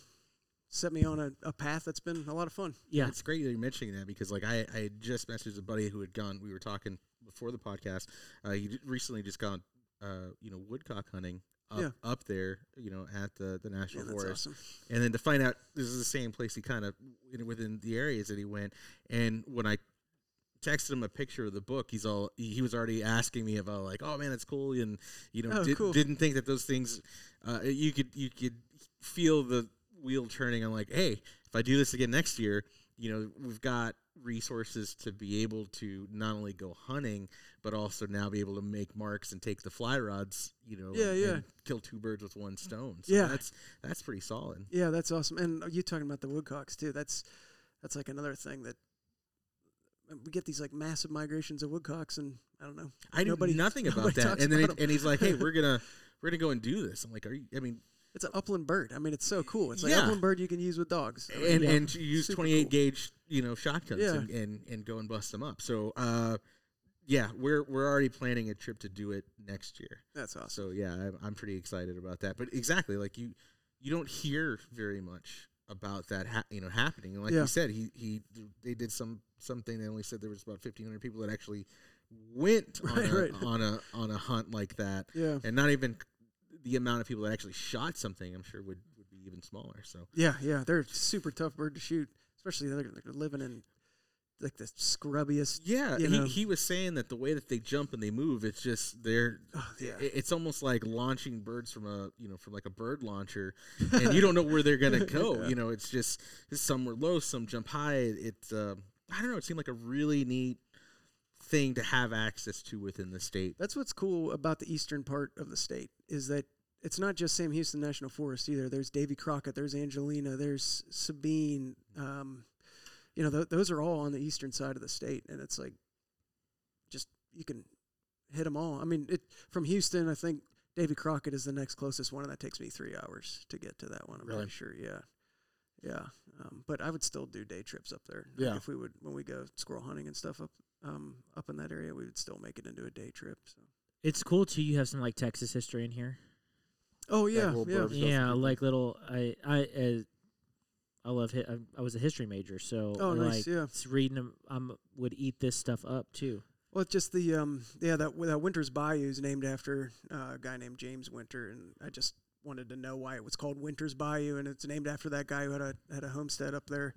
set me on a, a path that's been a lot of fun.
Yeah.
It's great that you're mentioning that because like I, I had just messaged a buddy who had gone. We were talking before the podcast. Uh, he d- recently just gone, uh, you know, woodcock hunting up,
Yeah.
up there, you know, at the the
Yeah,
national
that's
forest.
awesome.
And then to find out this is the same place he kind of within the areas that he went. And when I texted him a picture of the book, he's all he was already asking me about like, oh man, that's cool, and you know,
Oh,
did,
cool.
didn't think that those things. Uh, you could you could feel the wheel turning. I'm like, hey, if I do this again next year, you know, we've got
resources to be able to not only go hunting but also now be able to make marks and take the fly rods you know
Yeah,
and,
yeah.
and kill two birds with one stone so
Yeah.
that's that's pretty solid
Yeah, that's awesome. And uh, you talking about the woodcocks too? That's that's like another thing that um, we get these like massive migrations of woodcocks, and I don't know.
i knew
Nobody-
nothing about
nobody
that
talks
and then
about
it-
'em.
and he's like hey we're gonna we're gonna go and do this i'm like are you i mean
It's an upland bird. I mean, it's so cool. It's like
Yeah.
upland bird you can use with dogs. I mean,
and
Oh, yeah.
and to use
Super
28
cool.
gauge you know shotguns
Yeah.
and, and and go and bust them up so uh yeah we're we're already planning a trip to do it next year
that's awesome.
so yeah I'm, I'm pretty excited about that but exactly like you you don't hear very much about that ha- you know happening and like
Yeah.
you said he he they did some something they only said there was about 1500 people that actually went on,
Right,
a,
right.
on a on a hunt like that
Yeah,
and not even the amount of people that actually shot something i'm sure would would be even smaller so
yeah, yeah. They're a super tough bird to shoot, especially they're, they're living in like the scrubbiest.
Yeah,
you
he,
know?
he was saying that the way that they jump and they move, it's just they're.
Oh, yeah.
i- It's almost like launching birds from a you know from like a bird launcher, and you don't know where they're gonna go.
Yeah.
You know, it's just some were low, some jump high. It's uh, I don't know. It seemed like a really neat thing to have access to within the state.
That's what's cool about the eastern part of the state is that it's not just Sam Houston National Forest either. There's Davy Crockett, there's Angelina, there's Sabine. Um, you know, th- those are all on the eastern side of the state, and it's like just you can hit them all. I mean, it from Houston, I think Davy Crockett is the next closest one, and that takes me three hours to get to that one. I'm
Really?
pretty sure, yeah, yeah. Um, but I would still do day trips up there. Like,
Yeah.
if we would when we go squirrel hunting and stuff up um, up in that area, we would still make it into a day trip. So.
It's cool too. You have some like Texas history in here.
Oh yeah,
little
yeah.
blurb. Yourself
yeah,
people.
like little I I uh, I love hi- I, I was a history major, so
Oh,
I
nice,
like
yeah.
s- reading them um would eat this stuff up too.
Well, it's just the um, yeah, that that Winters Bayou is named after uh, a guy named James Winter, and I just wanted to know why it was called Winters Bayou, and it's named after that guy who had a had a homestead up there,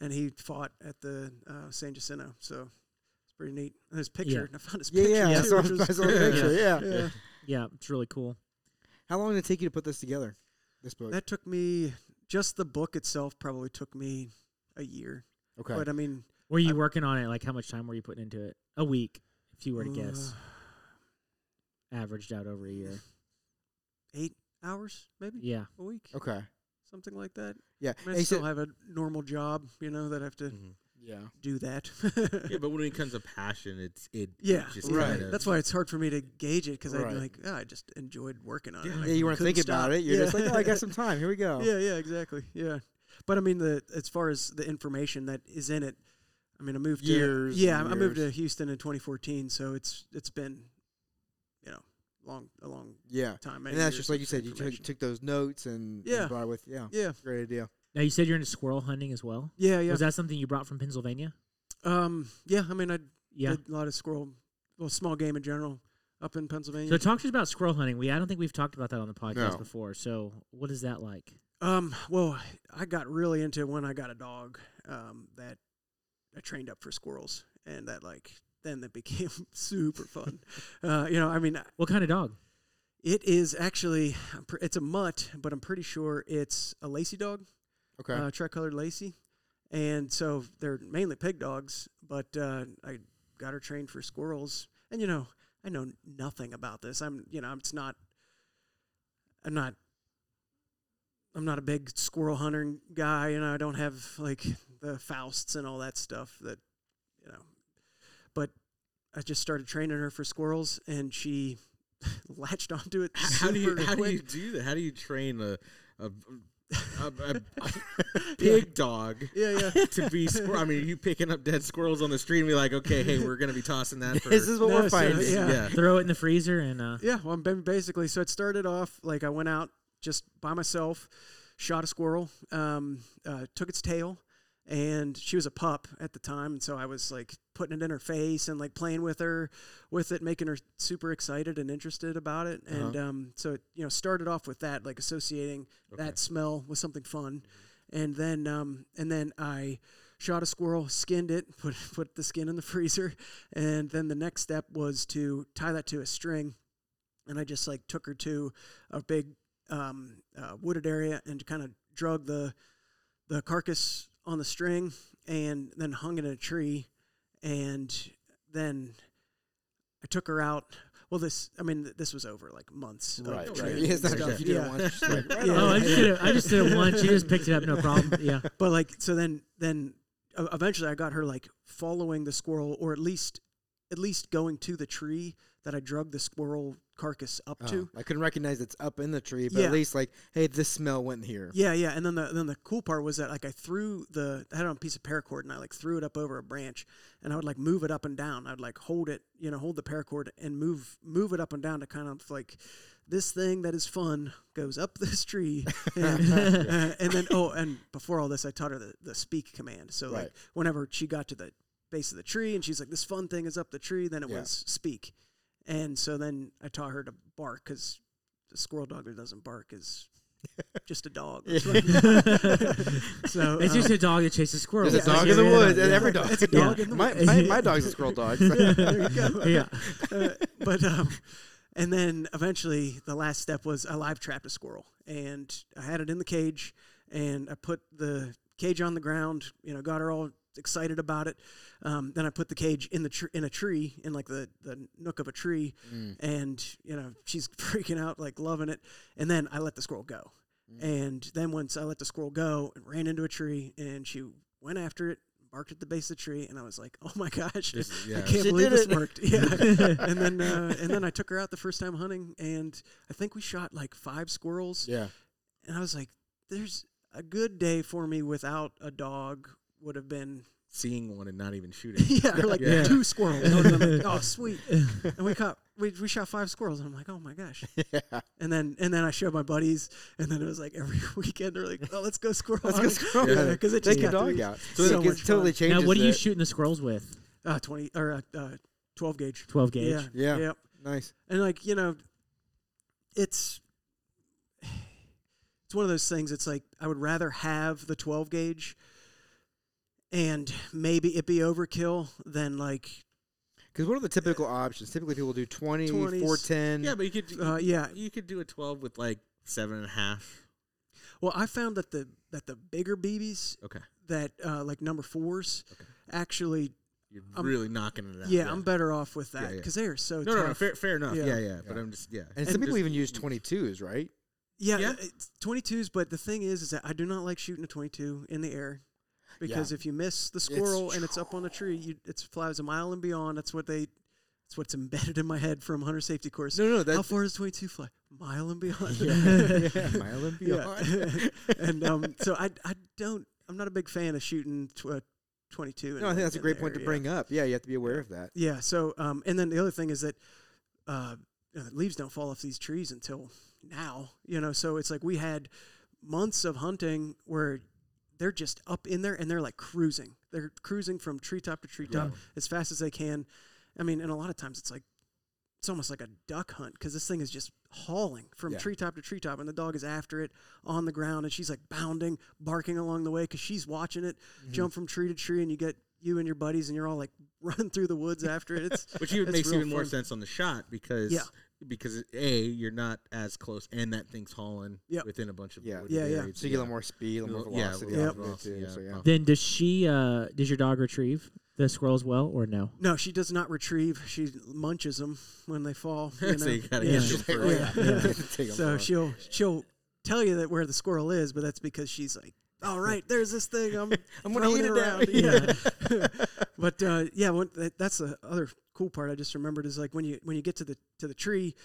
and he fought at the uh, San Jacinto, so it's pretty neat. And his picture, I found his
Yeah,
picture
yeah. I
too,
saw,
which was-
I saw the picture. Yeah.
yeah.
Yeah, it's really cool.
How long did it take you to put this together? This book.
That took me just the book itself probably took me a year,
okay.
but I mean,
Were you
I-
working on it? Like how much time were you putting into it? A week, if you were to guess, averaged out over a year.
eight uh, hours maybe
Yeah,
a week,
okay.
something like that.
Yeah.
I, mean, I
Hey, so-
still have a normal job, you know, that I have to
yeah.
do that.
Yeah, but when it comes to passion, it's it.
yeah,
just
right.
kinda-
That's why it's hard for me to gauge it because
Right.
I like "Ah, I just enjoyed working on
Yeah.
it.
Yeah, you weren't
couldn't
thinking about
stop.
it. You're
Yeah.
just like, oh, I got some time. Here we go.
yeah, yeah, exactly. Yeah, but I mean, the as far as the information that is in it, I mean, I moved
Years
To, yeah,
and
I moved to
years.
Houston in 2014, so it's it's been, you know, long a long
Yeah.
time. many
And that's
years
just like
of
you said. You took,
information.
took those notes and and
Yeah.
brought it with. Yeah.
Yeah,
Great idea.
Now you said you're into squirrel hunting as well.
yeah, yeah.
Was that something you brought from Pennsylvania?
um, yeah. I mean, I
Yeah.
did a lot of squirrel, well, small game in general, up in Pennsylvania.
So talk to us about squirrel hunting. We I don't think we've talked about that on the podcast
No.
before. So what is that like?
Um, well, I got really into it when I got a dog um, that I trained up for squirrels, and that like then that became super fun. uh, you know, I mean,
What kind of dog?
it is actually I'm pre- it's a mutt, but I'm pretty sure it's a lacy dog,
Okay.
uh, tri-colored lacy, and so they're mainly pig dogs. But uh, I got her trained for squirrels, and you know, I know nothing about this. I'm, you know, it's not, I'm not. I'm not a big squirrel hunter guy, you know. I don't have like the Fausts and all that stuff that, you know. But I just started training her for squirrels, and she latched onto it.
H- How do you
super
how do
quick.
you do that? How do you train a a, a, a- a pig dog?
Yeah, yeah.
to be squirrel. I mean, you picking up dead squirrels on the street and be like, okay, hey, we're gonna be tossing that for.
this is what
No,
we're
so,
finding.
yeah.
yeah.
Throw it in the freezer and uh,
Yeah, well, ba- basically, so it started off like I went out just by myself, shot a squirrel, um, uh, took its tail, and she was a pup at the time, and so I was like putting it in her face and like playing with her, with it, making her super excited and interested about it, and um, so it, you know started off with that, like associating that smell with something fun, and then um, and then I shot a squirrel, skinned it, put put the skin in the freezer, and then the next step was to tie that to a string and I just like took her to a big um, uh, wooded area and kind of drug the the carcass on the string and then hung it in a tree and then I took her out. Well, this I mean th- this was over like months. of
Right,
training
right.
and
Yeah, it's not
stuff.
like you didn't
Yeah.
want to just like, right
Yeah.
Oh, I
on.
just did it. I just did it once. You just picked it up, no problem. Yeah.
but like so then then e- eventually I got her like following the squirrel or at least at least going to the tree that I drug the squirrel carcass up
Oh,
to.
I couldn't recognize it's up in the tree, but
Yeah.
at least like, hey, this smell went here.
Yeah, yeah. And then the then the cool part was that like I threw the I had it on a piece of paracord and I like threw it up over a branch and I would like move it up and down. I'd like hold it, you know, hold the paracord and move move it up and down to kind of like this thing that is fun goes up this tree and, uh, and then oh and before all this i taught her the, the speak command so like
Right.
whenever she got to the base of the tree and she's like this fun thing is up the tree then it
Yeah.
was speak and so then i taught her to bark because the squirrel dog that doesn't bark is just a dog so
It's
um,
just a dog that chases squirrels.
There's a
Yeah,
dog
Yeah,
in the
yeah,
woods,
yeah.
and every dog.
It's a
dog
in the
my,
woods.
my, my dog's a squirrel dog. so-
there you go
Yeah.
uh, but um, and then eventually the last step was I live trapped a squirrel and I had it in the cage and I put the cage on the ground. You know, got her all excited about it. Um, then I put the cage in the tr- in a tree in like the the nook of a tree,
Mm.
and you know she's freaking out like loving it. And then I let the squirrel go.
Mm.
And then once I let the squirrel go, it ran into a tree and she went after it. Barked at the base of the tree, and I was like, "Oh my gosh,
This is-
I
yeah.
can't
She
believe
did
this
it.
worked." Yeah, and then uh, and then I took her out the first time hunting, and I think we shot like five squirrels.
yeah.
And I was like, "There's a good day for me without a dog." Would have been
seeing one and not even shooting.
yeah, or like
Yeah.
two squirrels. I would've been like, oh, sweet! And we caught we, we shot five squirrels, and I'm like, "Oh my gosh!" And then and then I showed my buddies, and then it was like every weekend they're like, "Oh, let's go squirrel!"
Let's go squirrel hunting.
because it just
Take your
got to
dog
be
out.
So,
it
much
gets- totally
totally
changes.
Now, what are you
it.
shooting the squirrels with?
uh, twenty or uh, uh, twelve gauge.
12 gauge.
Yeah.
Yeah, Yep.
Nice.
and like you know it's it's one of those things it's like i would rather have the 12 gauge and maybe it be overkill than like
Because what are the typical options? Typically, people do 20,
20s.
410.
Yeah, but you could
uh, yeah
you could do a twelve with like seven and a half.
well i found that the that the bigger bb's
Okay,
that uh, like number fours actually
you're
I'm-
really knocking it out.
yeah, i'm better off with
Yeah,
that
yeah.
because they are so
No,
tough
no, no, fair, fair enough.
Yeah.
Yeah. yeah, But
Yeah.
I'm just yeah.
And some people
just-
even use 22s, right?
yeah,
Yeah.
It's 22s but the thing is is that i do not like shooting a 22 in the air because if you miss the squirrel and it's up on a tree you it flies a mile and beyond that's what they that's what's embedded in my head from hunter safety course
No, no, that's.
how far does 22 fly mile and beyond
yeah, mile and beyond.
Yeah. and um, so I, I don't i'm not a big fan of shooting tw- uh, 22 in
No, I think
the-
that's a
in
great
the
point
air,
to
yeah.
bring up. Yeah, you have to be aware of that.
Yeah. So, um, and then the other thing is that uh, uh, leaves don't fall off these trees until now. You know, so it's like we had months of hunting where they're just up in there and they're like cruising. They're cruising from treetop to treetop as fast as they can. I mean, and a lot of times it's like it's almost like a duck hunt because this thing is just hauling from
Yeah.
treetop to treetop, and the dog is after it on the ground, and she's like bounding, barking along the way because she's watching it jump from tree to tree, and you get you and your buddies, and you're all like running through the woods after it. It's
which even
it's
makes
real
even more
fun.
sense on the shot because
Yeah.
because a you're not as close and that thing's hauling
Yep.
within a bunch of
Yeah.
wooded
Yeah, yeah.
areas,
So you get
yeah.
a little more speed, a little more
Yeah, a
velocity.
little
out of
more
it, too,
velocity,
so,
yeah.
yeah.
Then does she, uh, does your dog retrieve the squirrel as well or no?
no, she does not retrieve. She munches them when they fall. You know?
so you gotta
Yeah.
get them first.
Yeah. Yeah.
Take 'em
so
far.
she'll she'll tell you that where the squirrel is, but that's because she's like, "All right, there's this thing. I'm
I'm gonna
throwing
eat it now."
around." Yeah. but uh, yeah, one, that, that's the other cool part I just remembered is like when you when you get to the to the tree.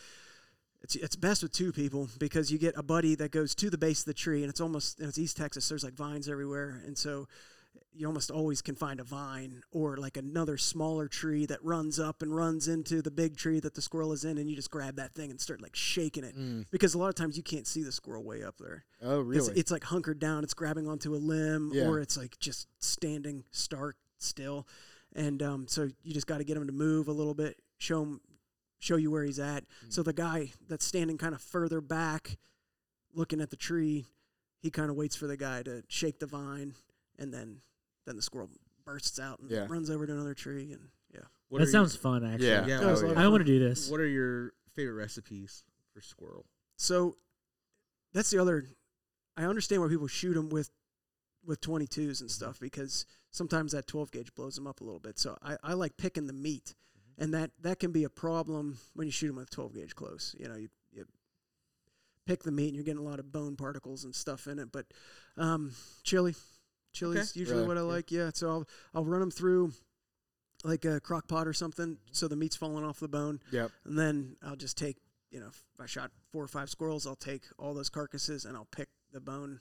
It's, it's best with two people because you get a buddy that goes to the base of the tree and it's almost and it's East Texas. There's like vines everywhere, and so you almost always can find a vine or like another smaller tree that runs up and runs into the big tree that the squirrel is in, and you just grab that thing and start like shaking it because a lot of times you can't see the squirrel way up there.
Oh,
'Cause
really?
It's like hunkered down, it's grabbing onto a limb,
Yeah.
or it's like just standing stark still, and um, so you just got to get him to move a little bit, show him, show you where he's at.
Hmm.
So the guy that's standing kind of further back, looking at the tree, he kind of waits for the guy to shake the vine, and then then the squirrel bursts out and
Yeah.
runs over to another tree, and yeah.
What are
that
you-
sounds fun, actually.
Yeah.
Yeah,
That was
oh,
a lot
I
of
want to do this.
What are your favorite recipes for squirrel?
So that's the other. I understand why people shoot them with with 22s and stuff because sometimes that 12 gauge blows them up a little bit. So I, I like picking the meat, and that that can be a problem when you shoot them with 12 gauge close. You know, you, you pick the meat and you're getting a lot of bone particles and stuff in it. But um, chili, chili's usually
Really?
what I
Yeah.
like. Yeah, so I'll I'll run them through like a crock pot or something, so the meat's falling off the bone.
Yep.
And then I'll just take, you know, if I shot four or five squirrels, I'll take all those carcasses and I'll pick the bone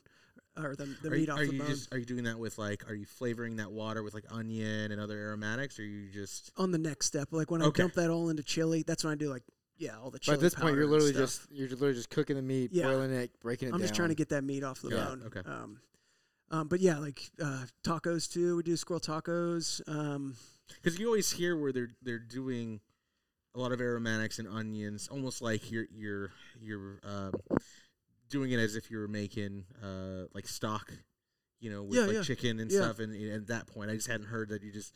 or the, the
are
meat
you,
off
are
the
you
bone.
just are you doing that with like are you flavoring that water with like onion and other aromatics or you just
on the next step, like when
Okay.
I dump that all into chili, that's when I do like, yeah, all the
But
chili.
at this
powder
point, you're
and
literally
stuff.
just you're literally just cooking the meat,
Yeah.
boiling it, breaking it
I'm
down.
just trying to get that meat off the
Got it,
bone.
okay.
Um, um, but yeah, like uh, tacos too. We do squirrel tacos. Um,
because you always hear where they're they're doing a lot of aromatics and onions, almost like you're you're you're um, doing it as if you were making uh, like stock, you know, with
Yeah,
like
yeah.
chicken and
Yeah.
stuff. And, and at that point, I just hadn't heard that you just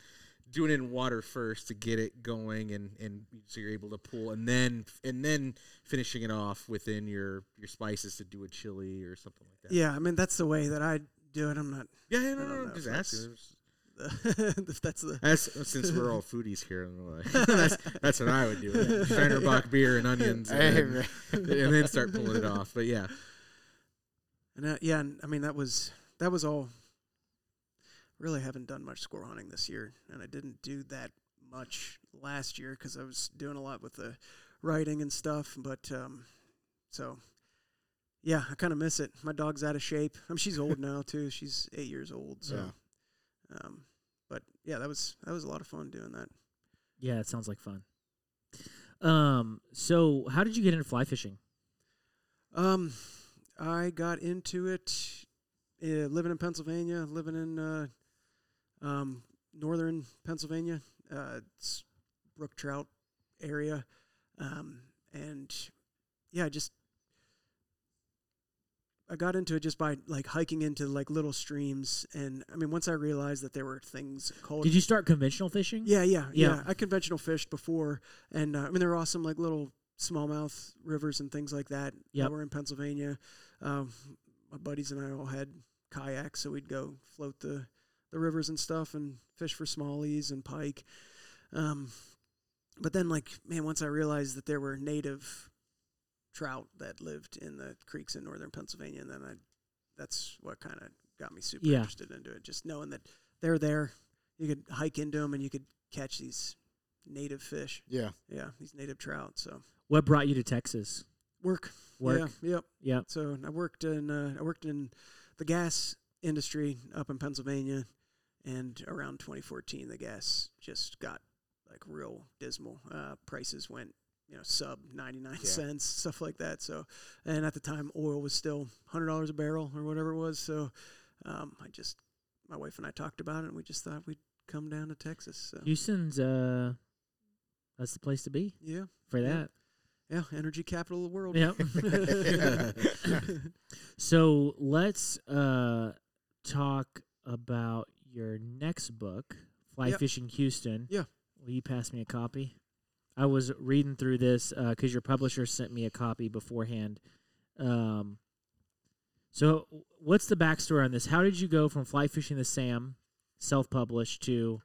doing it in water first to get it going, and and so you're able to pull, and then and then finishing it off within your your spices to do a chili or something like that.
yeah, I mean that's the way that I do it. I'm not
yeah, yeah,
I
no,
don't
no,
know
just
if that's-
ask.
if that's the
That's since we're all foodies here, and we're like, that's that's what I would do. Steinerbach beer and onions, and,
Hey,
then-
man.
and then start pulling it off. But yeah,
And uh, yeah, and, I mean that was that was all. Really haven't done much squirrel hunting this year, and I didn't do that much last year because I was doing a lot with the writing and stuff. But um, so yeah, I kind of miss it. My dog's out of shape. I mean, she's old now too. She's eight years old. So,
Yeah.
um, but yeah, that was that was a lot of fun doing that.
Yeah, it sounds like fun. Um, so how did you get into fly fishing?
Um, I got into it uh, living in Pennsylvania, living in uh, um, northern Pennsylvania. Uh, it's brook trout area, um, and yeah, I just I got into it just by like hiking into like little streams, and I mean, once I realized that there were things called
Did you start conventional fishing?
yeah, yeah,
Yeah.
yeah. I conventional fished before, and uh, I mean there were awesome like little smallmouth rivers and things like that
Yep.
that were in Pennsylvania. Um, my buddies and I all had kayaks, so we'd go float the the rivers and stuff and fish for smallies and pike. Um, but then like man, once I realized that there were native trout that lived in the creeks in northern Pennsylvania, and then I that's what kind of got me super
Yeah.
interested into it. Just knowing that they're there, you could hike into them and you could catch these native fish.
Yeah.
Yeah, these native trout. So
What brought you to Texas?
work,
Work.
Yeah, yep.
Yeah.
So I worked in uh, I worked in the gas industry up in Pennsylvania, and around 2014, the gas just got like real dismal. Uh, prices went you know sub 99
Yeah.
cents, stuff like that. So, and at the time, oil was still hundred dollars a barrel or whatever it was. So, um, I just my wife and I talked about it, and we just thought we'd come down to Texas. So.
Houston's uh, that's the place to be
yeah,
for
Yeah.
that.
yeah, energy capital of the world.
Yeah. So let's uh talk about your next book, Fly
Yeah.
Fishing Houston.
Yeah.
Will you pass me a copy? I was reading through this because your publisher sent me a copy beforehand. Um, so w- what's the backstory on this? How did you go from Fly Fishing the Sam, self-published, to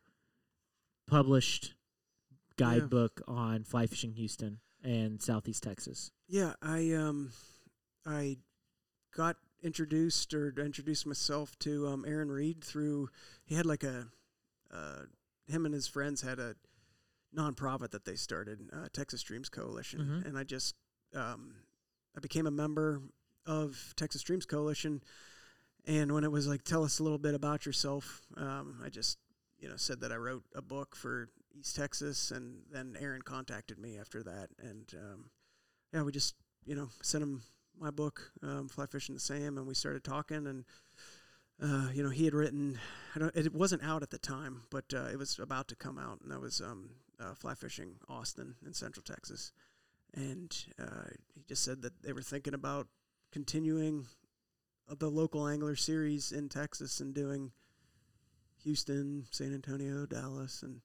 published guidebook on fly fishing Houston and Southeast Texas?
Yeah, I um, I got introduced or introduced myself to um, Aaron Reed through he had like a uh, him and his friends had a nonprofit that they started, uh, Texas Dreams Coalition,
Mhm.
and I just um, I became a member of Texas Dreams Coalition, and when it was like tell us a little bit about yourself, um, I just you know said that I wrote a book for East Texas, and then Aaron contacted me after that, and um, yeah, we just you know sent him my book, um, Fly Fishing the Sam, and we started talking. And uh, you know, he had written. I don't. It wasn't out at the time, but uh, it was about to come out, and that was um, uh, Fly Fishing Austin in Central Texas. And uh, he just said that they were thinking about continuing uh, the local angler series in Texas and doing Houston, San Antonio, Dallas, and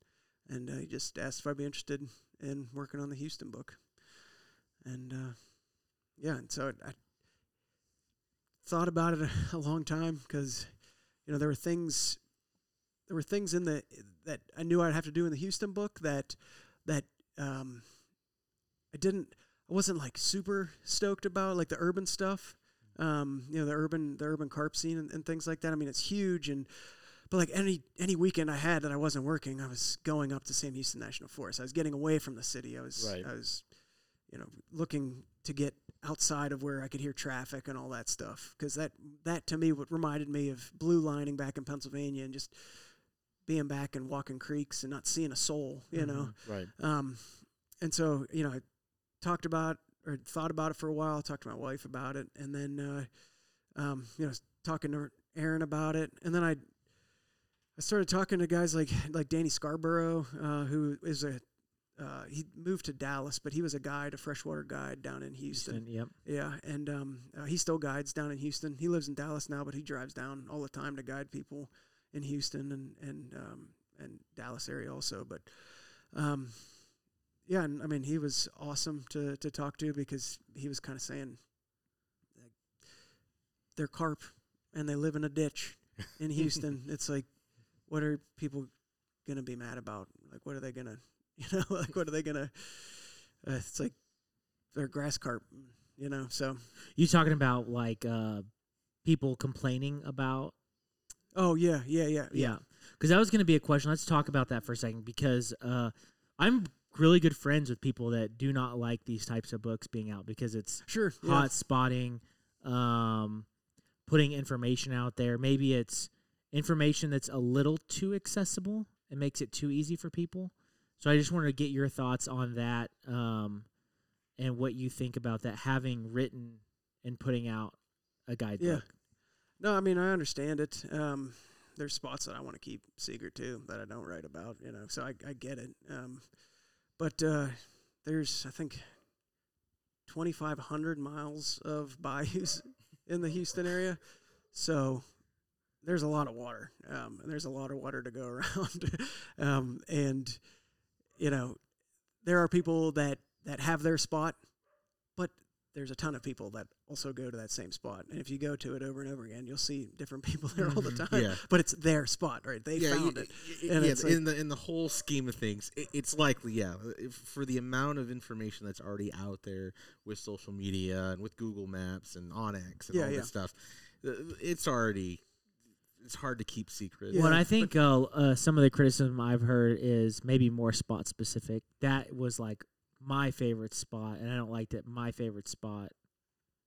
and uh, he just asked if I'd be interested in working on the Houston book and uh, yeah, and so I, I thought about it a, long time because you know, there were things, there were things in the that I knew I'd have to do in the Houston book that that um, I didn't, I wasn't like super stoked about, like the urban stuff. Um, you know, the urban the urban carp scene and, and things like that. I mean, it's huge and. But like any any weekend I had that I wasn't working, I was going up to Sam Houston National Forest. I was getting away from the city. I was
Right.
I was, you know, looking to get outside of where I could hear traffic and all that stuff because that that to me what reminded me of blue lining back in Pennsylvania and just being back and walking creeks and not seeing a soul, you
Mm-hmm.
know.
Right.
Um, and so, you know, I talked about or thought about it for a while, talked to my wife about it, and then, uh, um, you know, I was talking to Aaron about it. And then I, I started talking to guys like, like Danny Scarborough, uh, who is a, uh, he moved to Dallas, but he was a guide, a freshwater guide down in Houston.
Houston, yep.
Yeah, and um, uh, he still guides down in Houston. He lives in Dallas now, but he drives down all the time to guide people in Houston and and um, and Dallas area also. But um, yeah, and I mean he was awesome to to talk to because he was kind of saying like, they're carp and they live in a ditch in Houston. it's like what are people gonna be mad about? Like what are they gonna you know like what are they gonna? Uh, it's like they're grass carp. You know, so
You talking about like uh, people complaining about
Oh yeah, yeah, yeah, yeah.
yeah because that was going to be a question let's talk about that for a second because uh, i'm really good friends with people that do not like these types of books being out because it's
Sure. yeah.
hot spotting um, putting information out there maybe it's information that's a little too accessible and makes it too easy for people so i just wanted to get your thoughts on that um, and what you think about that having written and putting out a guidebook
No, I mean I understand it. Um, there's spots that I want to keep secret too that I don't write about. You know, so I, I get it. Um, but uh, there's I think 2,500 miles of bayous in the Houston area, so there's a lot of water. Um, and there's a lot of water to go around, um, and you know there are people that that have their spot, but there's a ton of people that also go to that same spot. And if you go to it over and over again, you'll see different people there all the
Mhm.
time.
Yeah.
But it's their spot, right? They found
y-
it.
y-
and
yeah,
it's like-
in the in the whole scheme of things, it, it's likely, yeah, if- for the amount of information that's already out there with social media and with Google Maps and Onyx and
Yeah,
all
yeah.
this stuff, uh, it's already it's hard to keep secret.
Yeah.
Well, and I
But-
think uh, uh, some of the criticism I've heard is maybe more spot specific. That was like my favorite spot, and I don't like that my favorite spot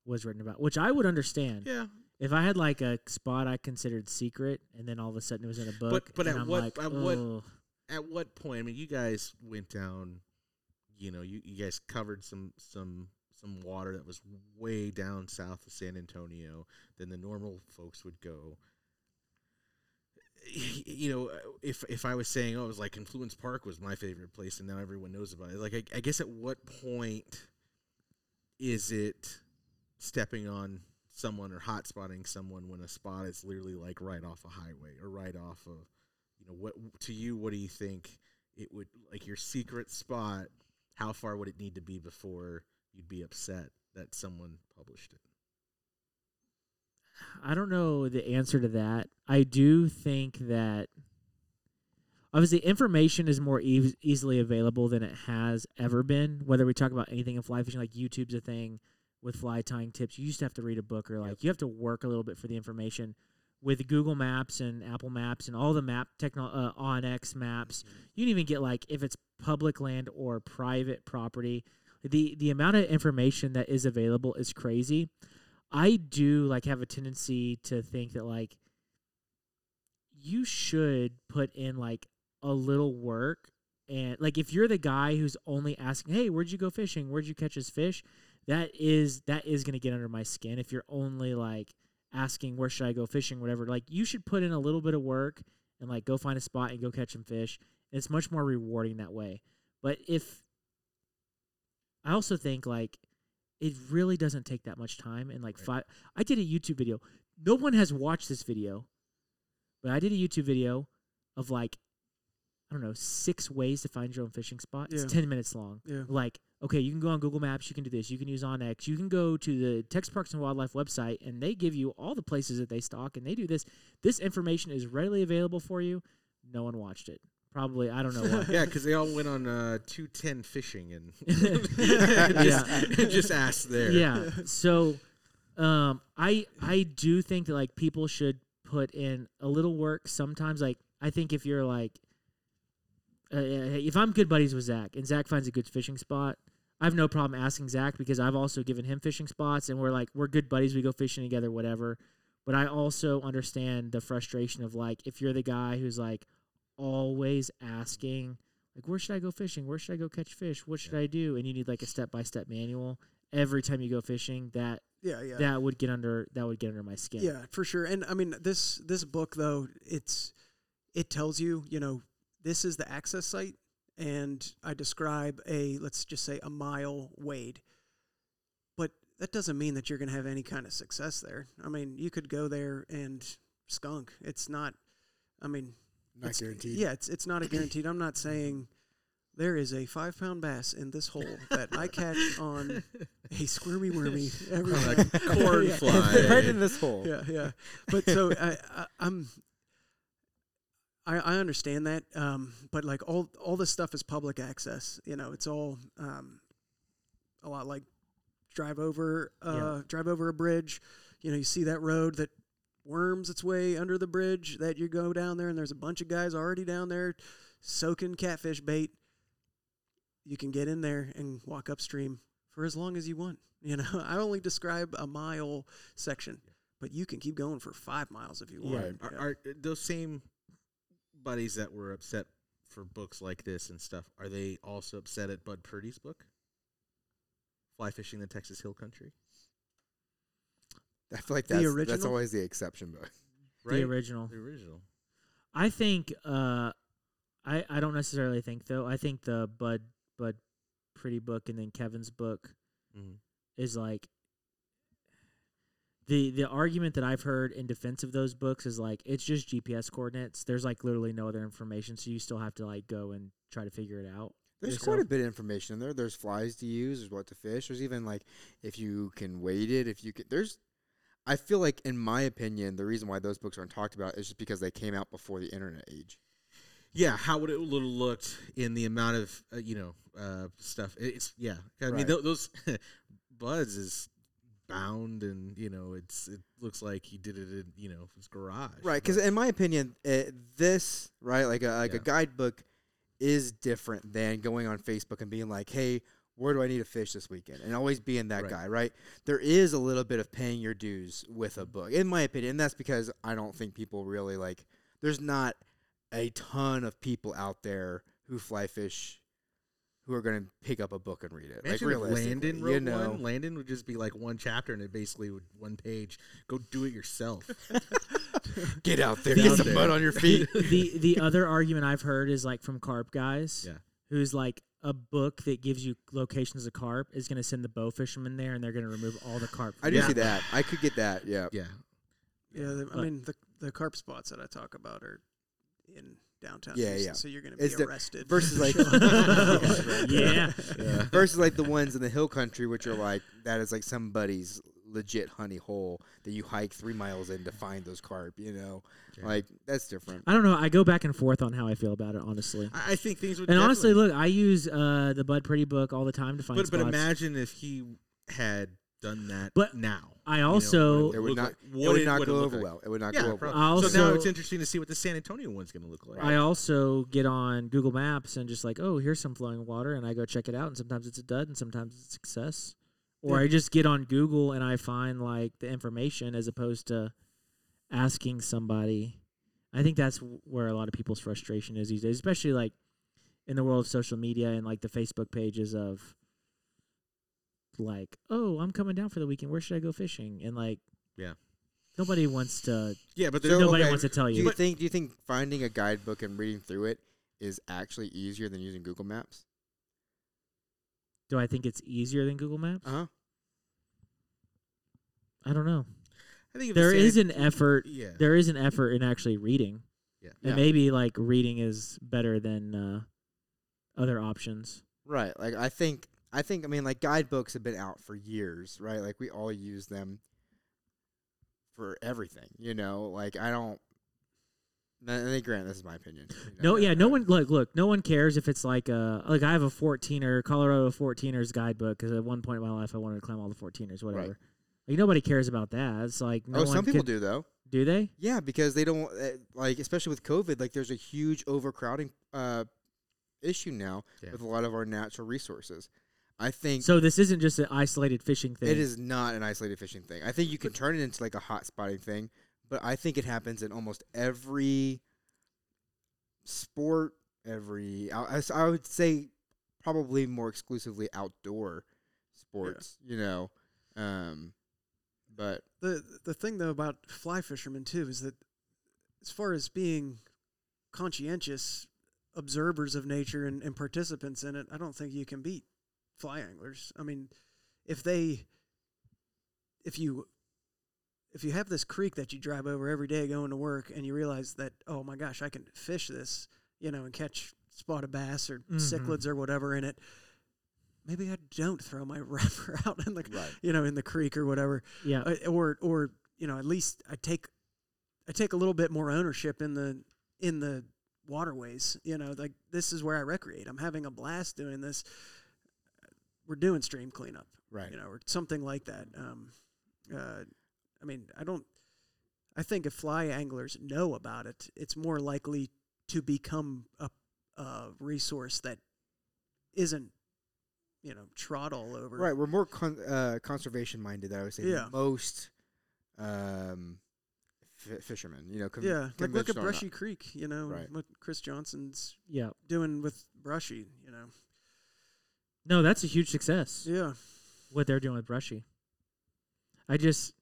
was written about, which I would understand
yeah,
if I had like a spot I considered secret, and then all of a sudden it was in a book.
but
and
at
I'm
what-
like,
at what-
"Ugh."
at what point? I mean, you guys went down. You know, you, you guys covered some some some water that was way down south of San Antonio than the normal folks would go. Y- You know, if if I was saying, oh, it was like Confluence Park was my favorite place, and now everyone knows about it. Like, I, I guess at what point is it stepping on someone or hot spotting someone when a spot is literally like right off a highway or right off of you know what to you what do you think it would like your secret spot how far would it need to be before you'd be upset that someone published it
I don't know the answer to that. I do think that obviously information is more eas easily available than it has ever been. Whether we talk about anything in fly fishing, like YouTube's a thing with fly tying tips, you used to have to read a book or like you have to work a little bit for the information. With Google Maps and Apple Maps and all the map techno uh, OnX maps, you can even get like if it's public land or private property. The the amount of information that is available is crazy. I do like have a tendency to think that like you should put in like a little work and like if you're the guy who's only asking, "Hey, where'd you go fishing? Where'd you catch this fish?" that is that is going to get under my skin if you're only like asking, "Where should I go fishing?" whatever. Like you should put in a little bit of work and like go find a spot and go catch some fish. It's much more rewarding that way. But if I also think like it really doesn't take that much time and like five I did a YouTube video. No one has watched this video, but I did a YouTube video of like I don't know, six ways to find your own fishing spot.
Yeah.
It's 10 minutes long.
Yeah.
Like, okay, you can go on Google Maps, you can do this, you can use OnX, you can go to the Texas Parks and Wildlife website, and they give you all the places that they stock, and they do this. This information is readily available for you. No one watched it. Probably, I don't know why.
yeah, because they all went on uh, two ten fishing and
Yeah.
just, just asked there.
Yeah. So um I I do think that like people should put in a little work sometimes like I think if you're like uh, if I'm good buddies with Zach and Zach finds a good fishing spot, I have no problem asking Zach because I've also given him fishing spots and we're like we're good buddies, we go fishing together, whatever. But I also understand the frustration of like if you're the guy who's like always asking like where should I go fishing? Where should I go catch fish? What should I do? And you need like a step by step manual every time you go fishing that
Yeah, yeah.
that would get under that would get under my skin.
Yeah, for sure. And I mean this this book though, it's it tells you, you know, this is the access site and I describe a let's just say a mile wade. But that doesn't mean that you're going to have any kind of success there. I mean, you could go there and skunk. It's not I mean,
Not
it's-
guaranteed.
Yeah, it's it's not a guaranteed. I'm not saying there is a five pound bass in this hole that I catch on a squirmy wormy every
Like
time.
corn
Yeah.
fly.
right in this hole.
yeah, yeah. But so I, I, I'm, I, I understand that. Um, but like all all this stuff is public access. You know, it's all um, a lot like drive over, uh, drive over a bridge. You know, you see that road that worms its way under the bridge. That you go down there, and there's a bunch of guys already down there soaking catfish bait. You can get in there and walk upstream for as long as you want. You know, I only describe a mile section but you can keep going for five miles if you want.
Right.
Are,
Yeah.
are those same buddies that were upset for books like this and stuff? Are they also upset at Bud Purdy's book, Fly Fishing the Texas Hill Country?
I feel like
The
that's that's
original?
always the exception, but
The original.
The original.
I think uh I I don't necessarily think though. I think the Bud Bud Pretty book and then Kevin's book
Mhm.
is like the the argument that I've heard in defense of those books is like it's just GPS coordinates. There's like literally no other information, so you still have to like go and try to figure it out.
there's
yourself.
quite a bit of information in there. There's flies to use. There's what to fish. There's even like if you can wade it. If you can, there's. I feel like, in my opinion, the reason why those books aren't talked about is just because they came out before the internet age.
Yeah, how would it have looked in the amount of uh, you know uh, stuff? It- It's yeah. 'Cause I mean,
Right.
tho- those Buds is bound, and you know, it's it looks like he did it in you know his garage. but-
Right, because in my opinion, uh, this right like a like a
Yeah.
guidebook is different than going on Facebook and being like, "Hey, where do I need to fish this weekend?" and always being that
Right.
guy. Right, there is a little bit of paying your dues with a book, in my opinion. And that's because I don't think people really like. There's not a ton of people out there who fly fish who are going to pick up a book and read it.
Imagine
like
if
realistically,
Landon wrote
you know,
one. Landon would just be like one chapter, and it basically would one page. Go do it yourself.
get out there,
Get
get
out
some
there.
mud on your feet.
the the other argument I've heard is like from carp guys,
Yeah.
who's like a book that gives you locations of carp is going to send the bow fishermen there, and they're going to remove all the carp.
I
from
do
it.
see that. I could get that. Yeah.
yeah,
Yeah, the, I
But-
mean the the carp spots that I talk about are in downtown.
Yeah,
Houston,
yeah.
So you're going to
It's
be
the-
arrested
versus, like-
yeah.
yeah,
versus like the ones in the hill country, which are like that is like somebody's legit honey hole that you hike three miles in to find those carp. You know,
Yeah.
like that's different.
I don't know. I go back and forth on how I feel about it, honestly.
I, I think things would.
and honestly,
definitely-
look, I use uh, the Bud Pretty book all the time to find
but
spots.
but imagine if he had done that.
But
now,
I
you know,
also-
what
It would
look
not.
like-
It
what
would not
would
go
look
over
like.
well. It would not
Yeah,
go over.
probably.
well.
I
so now
also-
it's interesting to see what the San Antonio one's going to look like.
I also get on Google Maps and just like, oh, here's some flowing water, and I go check it out. And sometimes it's a dud, and sometimes it's a success. Or I just get on Google and I find like the information as opposed to asking somebody. I think that's w- where a lot of people's frustration is these days, especially like in the world of social media and like the Facebook pages of like, oh, I'm coming down for the weekend. Where should I go fishing? And like,
Yeah.
nobody wants to.
yeah, but
So,
there's no
nobody
okay,
wants to tell
Do
you.
you think? Do you think finding a guidebook and reading through it is actually easier than using Google Maps?
Do I think it's easier than Google Maps?
Uh huh.
I don't know.
I think if the
There
San
is an effort.
Yeah.
There is an effort in actually reading.
Yeah.
And
Yeah.
maybe like reading is better than uh, other options.
Right. Like I think I think I mean like guidebooks have been out for years, right? Like we all use them for everything, you know? Like I don't and they grant this is my opinion. you know?
No, yeah, no one look look. No one cares if it's like a like I have a 14er Colorado 14ers guidebook because at one point in my life I wanted to climb all the 14ers, whatever. Like nobody cares about that. It's like no
oh,
one
some people
could-
do though.
Do they?
Yeah, because they don't uh, like especially with COVID, like there's a huge overcrowding uh issue now
Yeah.
with a lot of our natural resources. I think
So this isn't just an isolated fishing thing.
It is not an isolated fishing thing. I think you can turn it into like a hot spotting thing, but I think it happens in almost every sport. Every I, I s- I would say probably more exclusively outdoor sports. You know, um, but
The the thing though about fly fishermen too is that as far as being conscientious observers of nature and, and participants in it, I don't think you can beat fly anglers. I mean, if they if you if you have this creek that you drive over every day going to work and you realize that, oh my gosh, I can fish this, you know, and catch spotted bass or
Mhm.
cichlids or whatever in it, maybe I don't throw my wrapper out in the
right,
you know, in the creek or whatever
yeah.
uh, or or you know at least I take I take a little bit more ownership in the in the waterways you know like this is where I recreate I'm having a blast doing this we're doing stream cleanup
right.
you know or something like that um uh I mean I don't I think if fly anglers know about it it's more likely to become a, a resource that isn't you know trod all over
Right, we're more con- uh, conservation minded. I would say than
Yeah.
most um, f- fishermen. You know, con-
yeah, like look at
conventional or not.
Brushy Creek, you know,
Right.
what Chris Johnson's
Yeah.
doing with Brushy, you know.
No, that's a huge success.
Yeah,
What they're doing with Brushy. I just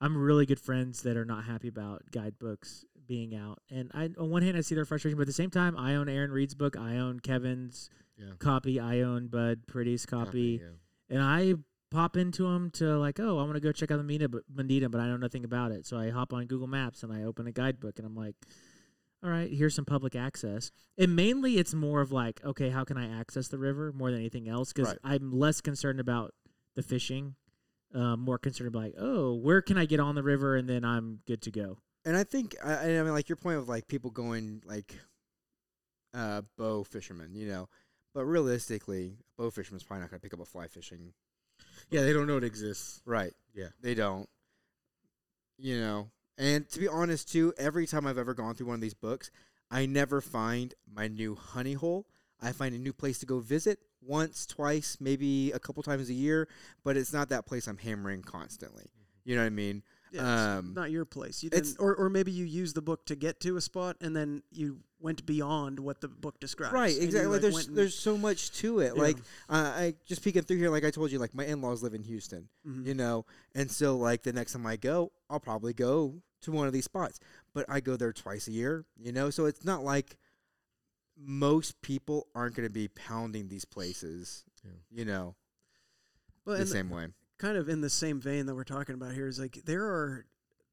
I'm really good friends that are not happy about guidebooks being out. And I on one hand I see their frustration, but at the same time I own Aaron Reed's book, I own Kevin's
Yeah.
copy, I own Bud Pretty's copy.
yeah.
and I pop into them to like, oh, I want to go check out the Medina, but Medina, but I know nothing about it. So I hop on Google Maps and I open a guidebook, and I'm like, all right, here's some public access. And mainly, it's more of like, okay, how can I access the river more than anything else? Because
Right.
I'm less concerned about the fishing, uh, more concerned about like, oh, where can I get on the river, and then I'm good to go.
and I think I, I mean like your point of like people going like uh bow fishermen, you know, but realistically, a bow fisherman's probably not going to pick up a fly fishing.
Yeah, they don't know it exists.
Right.
Yeah.
They don't. You know, and to be honest too, every time I've ever gone through one of these books, I never find my new honey hole. I find a new place to go visit once, twice, maybe a couple times a year, but it's not that place I'm hammering constantly.
Mm-hmm.
You know what I mean?
yeah it's
Um,
not your place. You
it's-
didn't, or or maybe you used the book to get to a spot, and then you went beyond what the book describes.
Right,
and you,
exactly.
like,
Like, there's
went and-
there's so much to it.
Yeah.
Like uh, I just peeking through here, like I told you, like my in laws live in Houston,
Mhm.
you know, and so like the next time I go, I'll probably go to one of these spots, but I go there twice a year, you know, so it's not like most people aren't going to be pounding these places,
Yeah.
you know,
Well,
the
and
same way.
kind of in the same vein that we're talking about here is like there are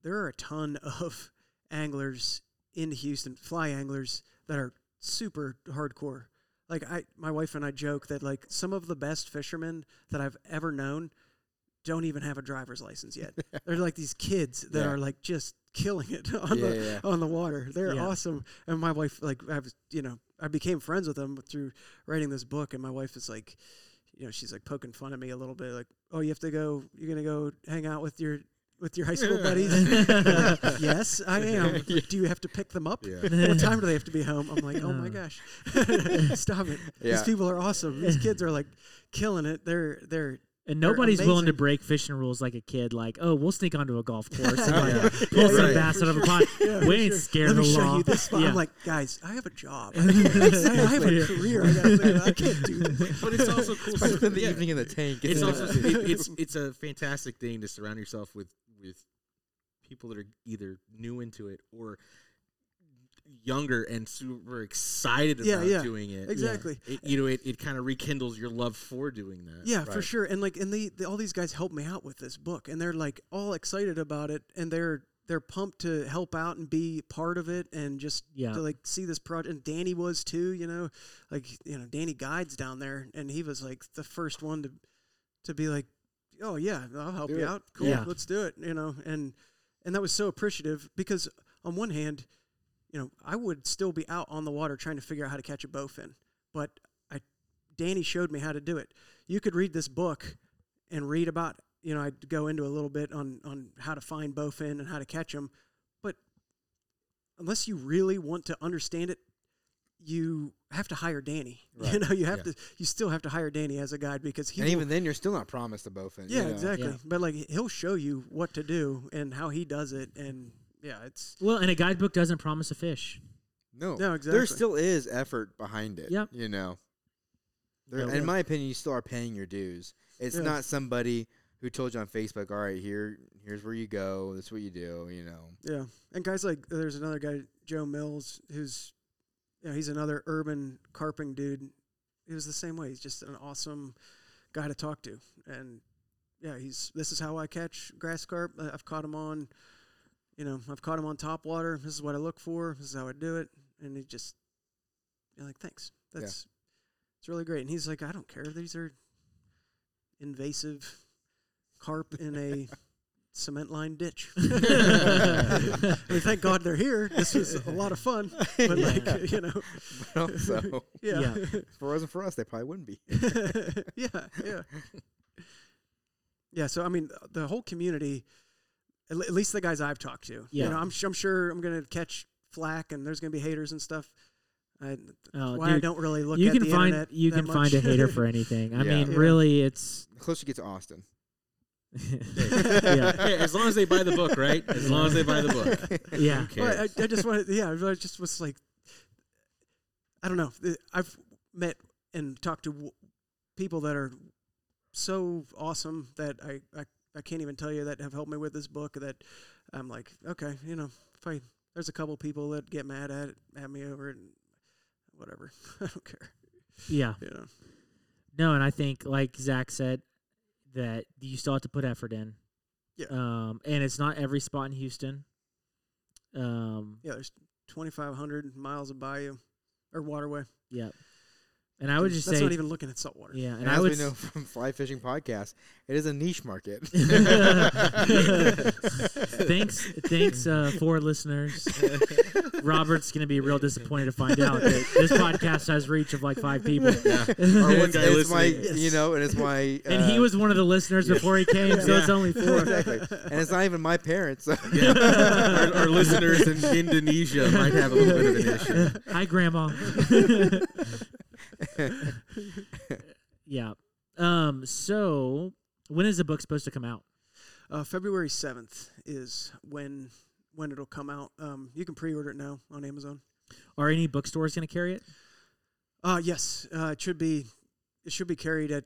there are a ton of anglers in Houston, fly anglers that are super hardcore. Like I my wife and I joke that like some of the best fishermen that I've ever known don't even have a driver's license yet. They're like these kids that
Yeah.
are like just killing it on the
yeah.
on the water. They're
Yeah.
awesome. And my wife, like, I was, you know, I became friends with them through writing this book. And my wife is like, you know, she's like poking fun at me a little bit, like, oh, you have to go, you're gonna go hang out with your with your high school buddies. yes, I am. Do you have to pick them up?
Yeah.
What time do they have to be home? I'm like, oh
Uh.
my gosh, stop it! These
Yeah.
people are awesome. These kids are like killing it. They're they're
And nobody's willing to
amazing.
break fishing rules like a kid. Like, oh, we'll sneak onto a golf course and like,
Yeah.
pull
Yeah,
some
yeah,
bass
for
out of a
sure.
pond.
Yeah, for
we ain't
sure.
scared
Let
of
me
the
show
law.
you this spot.
Yeah.
I'm like, guys, I have a job. I, have a career. I, gotta do. I can't do that.
But it's also cool.
I spend the
yeah.
evening in the tank.
it's
yeah.
also it, it's it's a fantastic thing to surround yourself with with people that are either new into it or younger and super excited
Yeah,
about
yeah.
doing it.
Exactly.
It- you know, it, it kind of rekindles your love for doing that.
Yeah, for sure. And like, and they, they all these guys helped me out with this book, and they're like all excited about it, and they're they're pumped to help out and be part of it and just
Yeah.
to like see this project and danny was too you know like you know danny guides down there and he was like the first one to to be like oh yeah i'll help
Do
you
it.
out cool
Yeah.
let's do it you know and and that was so appreciative because on one hand you know i would still be out on the water trying to figure out how to catch a bowfin but i danny showed me how to do it you could read this book and read about you know i'd go into a little bit on on how to find bowfin and how to catch them but unless you really want to understand it you have to hire danny you
Right.
know you have
Yeah.
to you still have to hire danny as a guide because he
and
will-
even then, you're still not promised a bowfin.
yeah
you know?
exactly
Yeah.
but like he'll show you what to do and how he does it and yeah it's
Well, and a guidebook doesn't promise a fish.
No,
No,
There
exactly.
still is effort behind it.
Yep.
You know, There-
Yeah,
in
yeah.
my opinion, you still are paying your dues. It's
Yeah.
not somebody who told you on Facebook, "All right, here, here's where you go. That's what you do." You know,
Yeah, and guys like there's another guy Joe Mills who's, you know, he's another urban carping dude. He was the same way. He's just an awesome guy to talk to, and yeah, he's this is how I catch grass carp. Uh, I've caught him on, you know, I've caught him on top water. This is what I look for. This is how I do it, and he just, you're like, thanks.
Yeah.
That's it's really great. And he's like, I don't care. These are invasive carp in a cement lined ditch. I mean, thank God they're here. This was a lot of fun. But like, you know,
but also,
yeah.
if it wasn't for us, they probably wouldn't be.
yeah, yeah. Yeah, so I mean, th- the whole community, at, le- at least the guys I've talked to, you
Yeah.
know, I'm, sh- I'm sure I'm going to catch flack and there's going to be haters and stuff. I,
Oh,
why I
dude,
don't really look
you
at
can
the
find
internet
you
that
can find a
much.
hater for anything. I
Yeah.
mean,
Yeah.
really, it's
The closer you get to Austin,
yeah,
Hey, as long as they buy the book, right? As long as they buy the book.
yeah.
Who
Well,
cares?
I, I just wanted, yeah, I just was like, I don't know. The- I've met and talked to w- people that are so awesome that I, I, I can't even tell you that have helped me with this book that I'm like, okay, you know, if I, there's a couple people that get mad at it, at me over it, and whatever. I don't care.
yeah.
You know,
No, and I think like Zach said that you still have to put effort in.
Yeah.
Um, and it's not every spot in Houston. Um,
yeah, there's 2,500 miles of bayou or waterway.
yeah. And I would just
That's
say,
not even looking at saltwater.
yeah. And
and
I
as
would
we know
s-
from Fly Fishing Podcast, it is a niche market.
thanks, thanks, uh, for listeners. Robert's gonna be real disappointed to find out that this podcast has reach of like five people,
Or
One
it's,
guy
it's my,
listening.
you know, and it's my.
and
uh,
he was one of the listeners before he came, so it's
Yeah.
only four.
exactly, and it's not even my parents. so-
Yeah. our, our listeners in Indonesia might have a little bit of an issue.
Hi, Grandma. yeah. Um. So, when is the book supposed to come out?
Uh, February 7th is when when it'll come out. Um, you can pre-order it now on Amazon.
Are any bookstores going to carry it?
Uh, yes, uh, it should be it should be carried at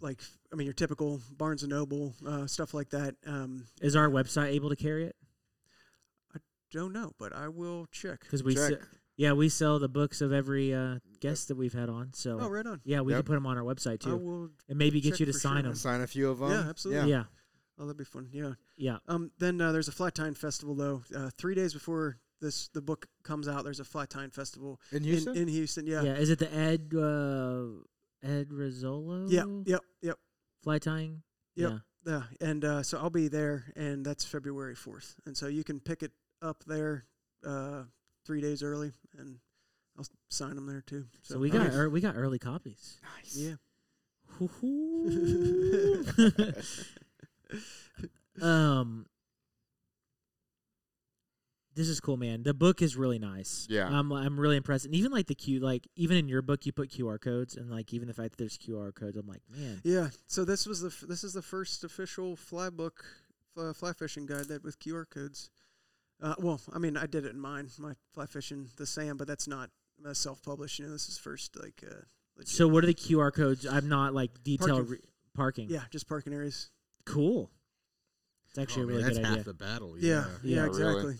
like I mean your typical Barnes and Noble uh, stuff like that. Um,
Is our website able to carry it?
don't know, but I will check.
Because we, se-
Check.
yeah, we sell the books of every uh, guest that we've had on. So,
Oh, right on.
yeah, we
Yep.
can put them on our website
I
too,
will.
and maybe get
check
you to
for
sign
sure.
them.
sign a few of them.
Yeah, absolutely.
Yeah. yeah.
Oh, that'd be fun. Yeah.
Yeah.
Um, then uh, there's a Flat Tine Festival though. Uh, three days before this the book comes out, there's a Flat Tine Festival
In Houston,
in, in Houston. Yeah.
Is it the Ed uh, Ed Rizzolo?
Yeah. Yep. Yep.
Fly tying.
Yep.
Yeah.
Yeah, and uh, so I'll be there, and that's February fourth, and so you can pick it up there uh, three days early, and I'll s- sign them there too.
So we got ear we got early copies.
nice.
yeah,
Hoo-hoo. um this is cool man the book is really nice
Yeah.
i'm, I'm really impressed and even like the q like even in your book you put qr codes and like even the fact that there's qr codes i'm like man
yeah. So this was the f- this is the first official fly book, fly, fly fishing guide that with QR codes. Uh, well, I mean, I did it in mine, my fly fishing the Sam, but that's not uh, self published. You know, this is first like uh, legit.
so what are the qr codes i'm not like detailed
Parking.
re- parking
yeah, just parking areas.
cool it's actually
Oh,
a
man,
really
that's
good
half
idea
the battle.
Yeah, uh, yeah,
Yeah,
really.
exactly.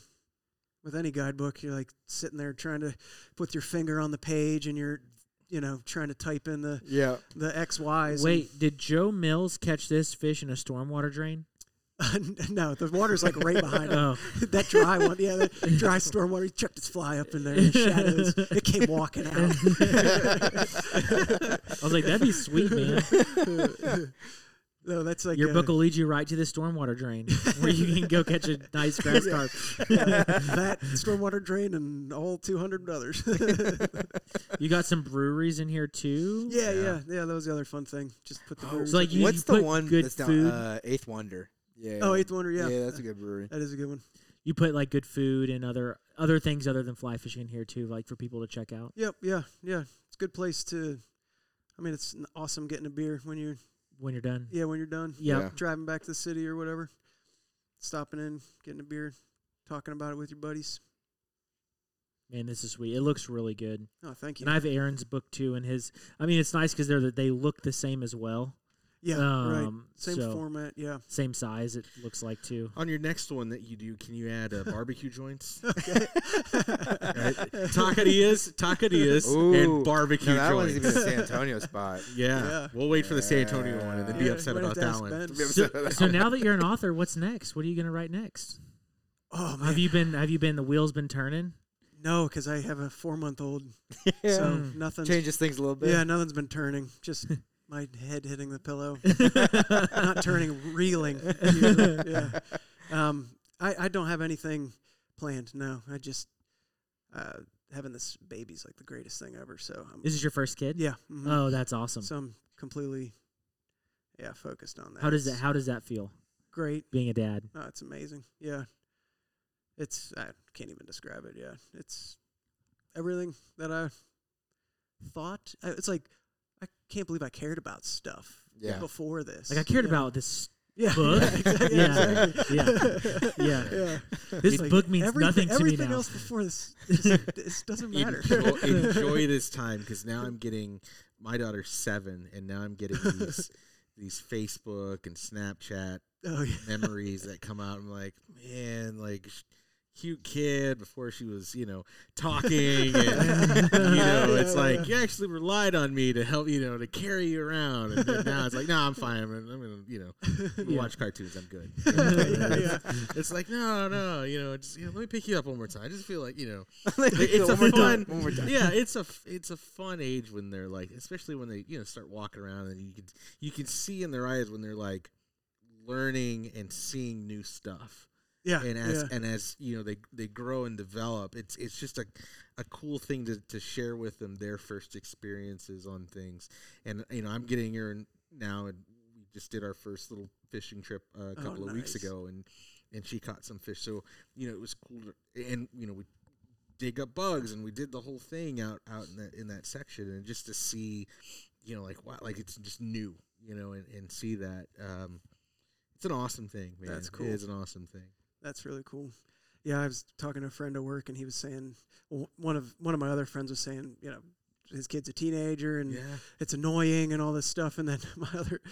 With any guidebook, you're like sitting there trying to put your finger on the page, and you're, you know, trying to type in the
Yeah.
the X Y's. and-
wait did joe mills catch this fish in a stormwater drain
no, the water's like right behind him.
Oh,
that dry one, yeah, that dry storm water. He chucked his fly up in there in the shadows. It came walking out.
I was like, that'd be sweet, man.
no, that's like
Your
uh,
book will lead you right to the stormwater drain where you can go catch a nice grass carp.
that stormwater drain and all 200 others.
You got some breweries in here too.
yeah, yeah, yeah. That was the other fun thing. Just put the
Oh,
breweries
So, like,
up
you-
there.
What's the
put
one
good
that's down?
food-
Uh, Eighth Wonder. Yeah.
oh, Eighth Wonder, yeah.
Yeah, that's a good brewery.
That is a good one.
You put like good food and other other things other than fly fishing in here too, like for people to check out.
Yep, yeah, yeah. It's a good place to. I mean, it's n- awesome getting a beer when you're
when you're done.
yeah when you're done
Yeah.
Yeah.
driving back to the city or whatever, stopping in, getting a beer, talking about it with your buddies.
Man, this is sweet. It looks really good.
Oh, thank you.
And I have Aaron's book too, and his. I mean, it's nice because they're the- they look the same as well.
yeah, right.
Um,
Same
so-
format. Yeah.
Same size. It looks like too.
On your next one that you do, can you add uh, barbecue joints?
Okay.
right? Tacadillas, tacadillas,
Ooh.
and barbecue
No, that one's
joints.
even a San Antonio spot.
yeah.
Yeah.
we'll wait for the San Antonio one and then be
Yeah,
upset
might have
about
to
that
ask
one.
Ben.
So, so now that you're an author, what's next? What are you gonna write next?
Oh man,
Have you been? Have you been? The wheels been turning.
no, because I have a four month old, so
Mm.
nothing.
changes things a little bit.
Yeah, nothing's been turning. Just my head hitting the pillow, not turning, reeling. yeah. Um, I, I don't have anything planned. No, I just uh, having this baby's like the greatest thing ever. So I'm,
This is your first kid.
yeah, mhm.
Oh, that's awesome.
so I'm completely yeah focused on that.
how does that?
It's
How does that feel?
Great.
Being a dad.
Oh, it's amazing. Yeah, it's I can't even describe it. Yeah, it's everything that I thought. I- It's like I can't believe I cared about stuff
Yeah.
before this.
Like I cared
Yeah.
about this
yeah,
book.
Yeah, exactly,
Yeah.
exactly.
Yeah. Yeah.
yeah.
This
Like,
book means
everything-
nothing to me
everything
now.
else before this just, this doesn't matter.
enjoy, enjoy this time because now I'm getting my daughter's seven, and now I'm getting these these Facebook and Snapchat
oh yeah.
memories that come out. I'm like, man, like sh- cute kid before she was, you know, talking, and you know, it's
Yeah, yeah.
like you actually relied on me to help, you know, to carry you around. And then now it's like, no, I'm fine. I'm, I'm gonna, you know,
Yeah.
watch cartoons. I'm good.
yeah, yeah.
It's like, no, no, you know, just you know, let me pick you up one more time. I just feel like, you know.
Like,
It's
one
a
more time,
fun-
One more time.
yeah, it's a f- it's a fun age when they're like, especially when they you know start walking around and you can you can see in their eyes when they're like learning and seeing new stuff.
Yeah,
And as
yeah.
and as you know they they grow and develop, it's it's just a a cool thing to to share with them their first experiences on things. And you know I'm getting here and now and we just did our first little fishing trip uh, a
Oh,
couple of weeks
nice.
ago and and she caught some fish. So you know it was cool to, and you know we dig up bugs and we did the whole thing out out in that in that section and just to see you know like wow like it's just new you know and, and see that um it's an awesome thing man
That's
it
cool.
is an awesome thing
That's really cool. Yeah, I was talking to a friend at work, and he was saying well, one of one of my other friends was saying, you know, his kid's a teenager, and
yeah
it's annoying and all this stuff. And then my other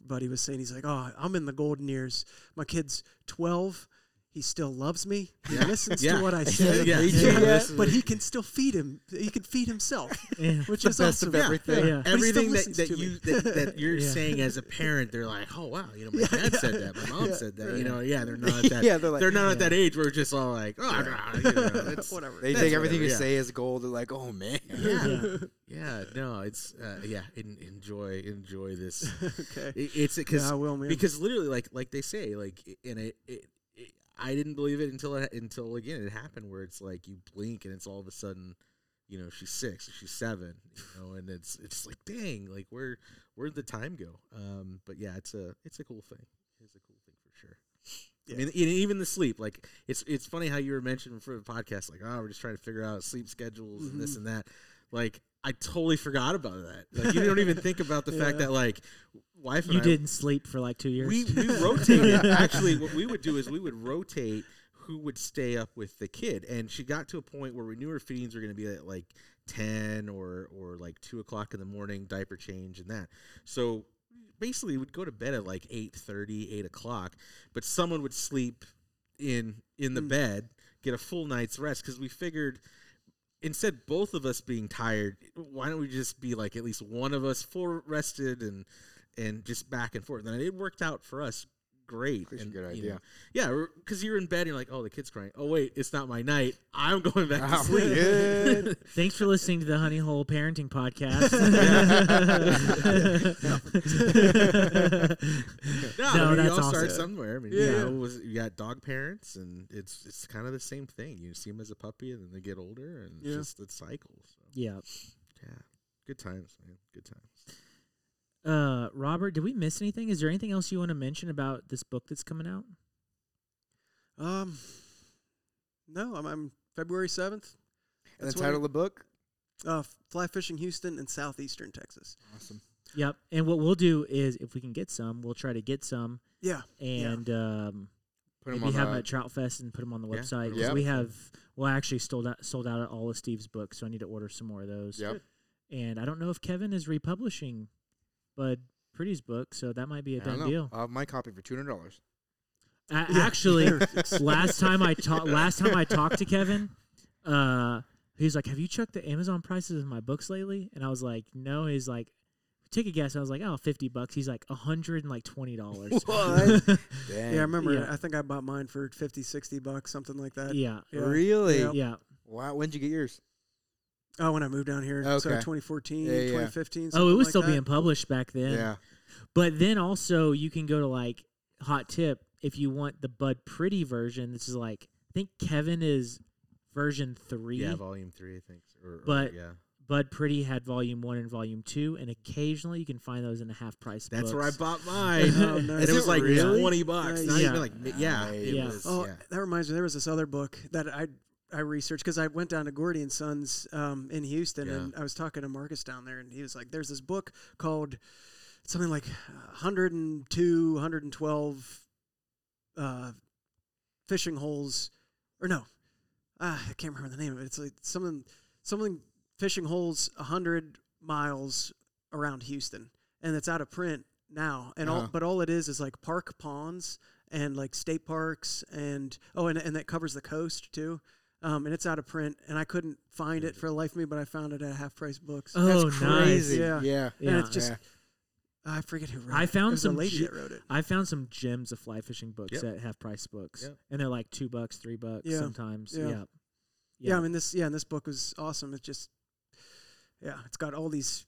buddy was saying, he's like, oh, I'm in the golden years. My kid's 12. He still loves me. He listens
Yeah.
to what I say.
Yeah.
He's
Yeah.
like,
Yeah.
But he can still feed him. He can feed himself,
Yeah.
which
The
is
best
awesome.
of everything.
Yeah.
But he still
everything that,
listens
that
to me.
you that, that you're
Yeah.
saying as a parent they're like oh wow you know my dad said that my mom
Yeah.
said that you know yeah they're not at that
Yeah, they're like-
they're not at that age where it's just all like oh you know, it's-
Whatever.
They
That's
take everything
whatever,
you
yeah.
say as gold. They're like, oh man.
yeah yeah no it's uh, yeah en- enjoy enjoy this
okay.
It- it's because
Yeah, I will, man.
because literally like like they say like i- and it, it, it I didn't believe it until it, until again it happened where it's like you blink and it's all of a sudden you know she's six she's seven you know and it's it's like dang like where where'd the time go um but yeah it's a it's a cool thing it's a cool thing for sure.
Yeah.
I mean, e- even the sleep, like it's it's funny how you were mentioning for the podcast, like, oh, we're just trying to figure out sleep schedules and
Mm-hmm.
this and that. Like, I totally forgot about that. Like, you don't even think about the fact
Yeah.
that like, wife, and
You
I-
didn't sleep for like two years.
we we rotated. Actually, what we would do is we would rotate who would stay up with the kid. And she got to a point where we knew her feedings were going to be at like ten or or like two o'clock in the morning, diaper change and that. So basically, we'd go to bed at like 8.30, 8 o'clock, but someone would sleep in in the bed, get a full night's rest because we figured instead both of us being tired why don't we just be like at least one of us full rested and and just back and forth and it worked out for us
great.
It's a
and,
good
you know,
idea.
yeah, because you're in bed and you're like, oh, the kid's crying. Oh, wait, it's not my night. I'm going back
Oh,
to sleep.
good.
Thanks for listening to the Honey Hole Parenting Podcast.
no,
No,
I mean,
that's
you all
awesome.
start somewhere. I mean,
Yeah,
you, know,
yeah.
was, you got dog parents, and it's it's kind of the same thing. You see them as a puppy, and then they get older, and
Yeah.
it's just it cycles. So,
yeah.
yeah, good times, man. Good times.
Uh, Robert, did we miss anything? Is there anything else you want to mention about this book that's coming out?
Um, no, I'm, I'm February seventh.
And the
That's
title
what
of the book?
Uh, fly fishing Houston and southeastern Texas.
Awesome.
Yep. And what we'll do is, if we can get some, we'll try to get some
Yeah,
and um,
Put
maybe
on
have
the-
them at Trout Fest and put them on the
Yeah,
website.
put
'cause
them on
we have, well, I actually sold out sold out all of Steve's books, so I need to order some more of those.
Yep.
And I don't know if Kevin is republishing Bud Pretty's book, so that might be a
I don't
done
know.
deal.
I'll have my copy for two hundred dollars.
I,
Yeah.
Actually,
They're
last time I talked, last time I talked to Kevin, uh, he's like, "Have you checked the Amazon prices of my books lately?" And I was like, "No." He's like, "Take a guess." I was like, "Oh, 50 bucks." He's like, "A hundred and like twenty dollars."
What?
Dang.
yeah. I remember.
Yeah.
I think I bought mine for 50, 60 bucks, something like that.
yeah,
Yeah.
Really?
Yeah.
yeah.
Wow. When'd you get yours?
Oh, when I moved down here, so
Okay.
2014,
Yeah, yeah, yeah.
2015.
Oh, it was
something like
still
that.
being published back then. But then also, you can go to like Hot Tip if you want the Bud Pretty version. This is like I think Kevin is version three.
Yeah, volume three, I think. Or, or-
But
yeah,
Bud Pretty had volume one and volume two, and occasionally you can find those in the half price.
that's
books.
where I bought mine.
Oh,
And
nice.
it
Is
was
it
like
really?
twenty bucks. Not
Nice.
even like mi- yeah, it
Yeah.
was.
Oh,
yeah.
that reminds me. There was this other book that I I researched because I went down to Gordy and Sons um, in Houston,
Yeah.
and I was talking to Marcus down there, and he was like, "There's this book called something like 102, 112 uh, fishing holes, or no, ah, I can't remember the name of it. It's like something something fishing holes 100 miles around Houston, and it's out of print now. And all
Uh-huh.
but all it is is like park ponds and like state parks and oh, and and that covers the coast too. Um, and it's out of print, and I couldn't find it for the life of me, but I found it at Half Price Books.
Oh,
That's
nice.
crazy.
Yeah.
Yeah.
Yeah.
and it's just
Yeah.
I forget who wrote
I
it.
found
it was
some
a lady
ju-
that wrote it.
I found some gems of fly fishing books
Yep.
at half price books,
Yep.
and they're like two bucks, three bucks
Yeah.
sometimes.
Yeah.
Yeah.
Yeah. I mean this yeah, and this book was awesome. It's just yeah, it's got all these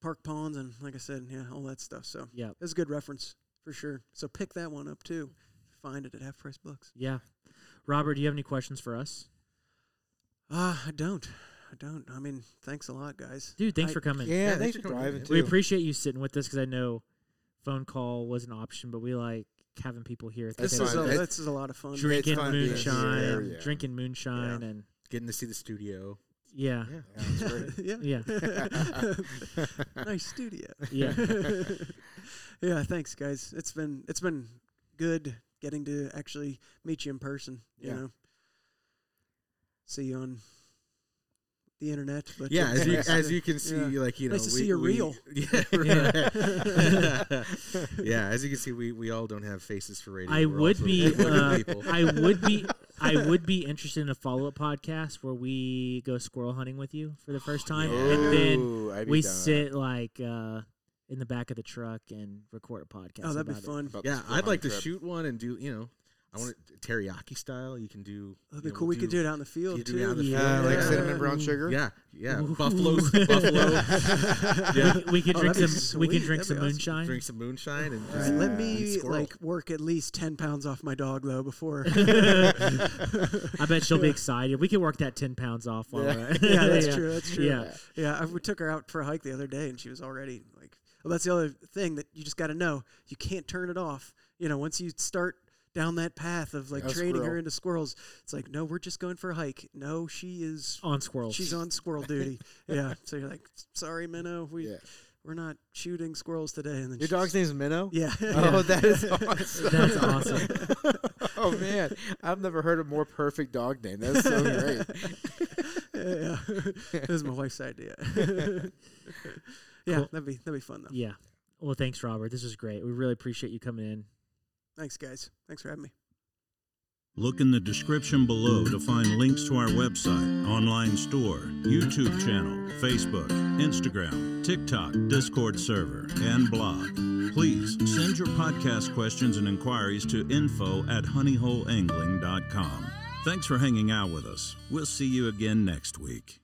park ponds and like I said, yeah, all that stuff. So
yeah,
it's a good reference for sure. So pick that one up too.
Mm-hmm.
Find it at half price books.
yeah. Robert, do you have any questions for us,
Ah, I don't. I don't. I mean, thanks a lot, guys.
dude? Thanks
I-
for coming.
Yeah,
Yeah,
thanks
they
for
took-
driving too.
We appreciate you sitting with us because I know phone call was an option, but we like having people here. at the
This
It's
is
table
a,
fun. It's-
this is a lot of fun.
Drink-
drinking
fun being here.
moonshine,
Yeah.
drinking moonshine, and
Getting to see the studio.
yeah,
Yeah.
Yeah, that's great.
yeah.
yeah,
nice studio.
yeah.
yeah, thanks guys. It's been it's been good getting to actually meet you in person, you
Yeah.
know. See you on the internet, but
yeah, as you, as you can see,
Yeah.
like you know,
Nice to
we-
see you're
we-
real.
Yeah,
Yeah.
right. yeah. As you can see, we, we all don't have faces for radio.
I
We're all
would
from
be,
different
uh,
people.
I would be I would be interested in a follow up podcast where we go squirrel hunting with you for the first time and then
Ooh, I'd be
we
down with
sit like uh, in the back of the truck and record a podcast.
Oh, that'd be
about it.
fun.
that. About
yeah,
this
I'd like to
trip.
shoot one and do you know, I want it teriyaki style. You can do.
That'd
you
be
know,
cool. We could do it out in the
you
field
do it out in
too.
the
Uh,
field.
Like
Yeah.
cinnamon brown sugar.
Yeah, yeah,
Ooh.
buffaloes, buffalo. Yeah,
We, we could
Oh,
drink some
that'd be
we could
sweet.
drink
That'd
some
be awesome.
moonshine.
drink some moonshine and
Just
just
Let
Yeah.
me
Squirrel.
like work at least ten pounds off my dog though before.
I bet she'll be excited. We could work that ten pounds off while
Yeah.
we're
yeah, that's true. That's true.
Yeah.
yeah. I, we took her out for a hike the other day, and she was already like, "Well, that's the other thing that you just got to know. You can't turn it off. You know, once you start down that path of like
A
training her
squirrel.
into squirrels, it's like, no, we're just going for a hike. No, she is.
on squirrels.
She's on squirrel duty. yeah. So you're like, sorry, Minnow, we
Yeah.
we're not shooting squirrels today. And then
Your
she's-
dog's name's Minnow.
Yeah.
Oh, that is awesome.
That's awesome.
oh man, I've never heard a more perfect dog name. That's so great.
yeah. This is my wife's idea. yeah,
Cool.
that'd be that'd be fun though.
Yeah. Well, thanks, Robert. This was great. We really appreciate you coming in.
Thanks, guys. Thanks for having me.
Look in the description below to find links to our website, online store, YouTube channel, Facebook, Instagram, TikTok, Discord server, and blog. Please send your podcast questions and inquiries to info at honeyholeangling.com. Thanks for hanging out with us. We'll see you again next week.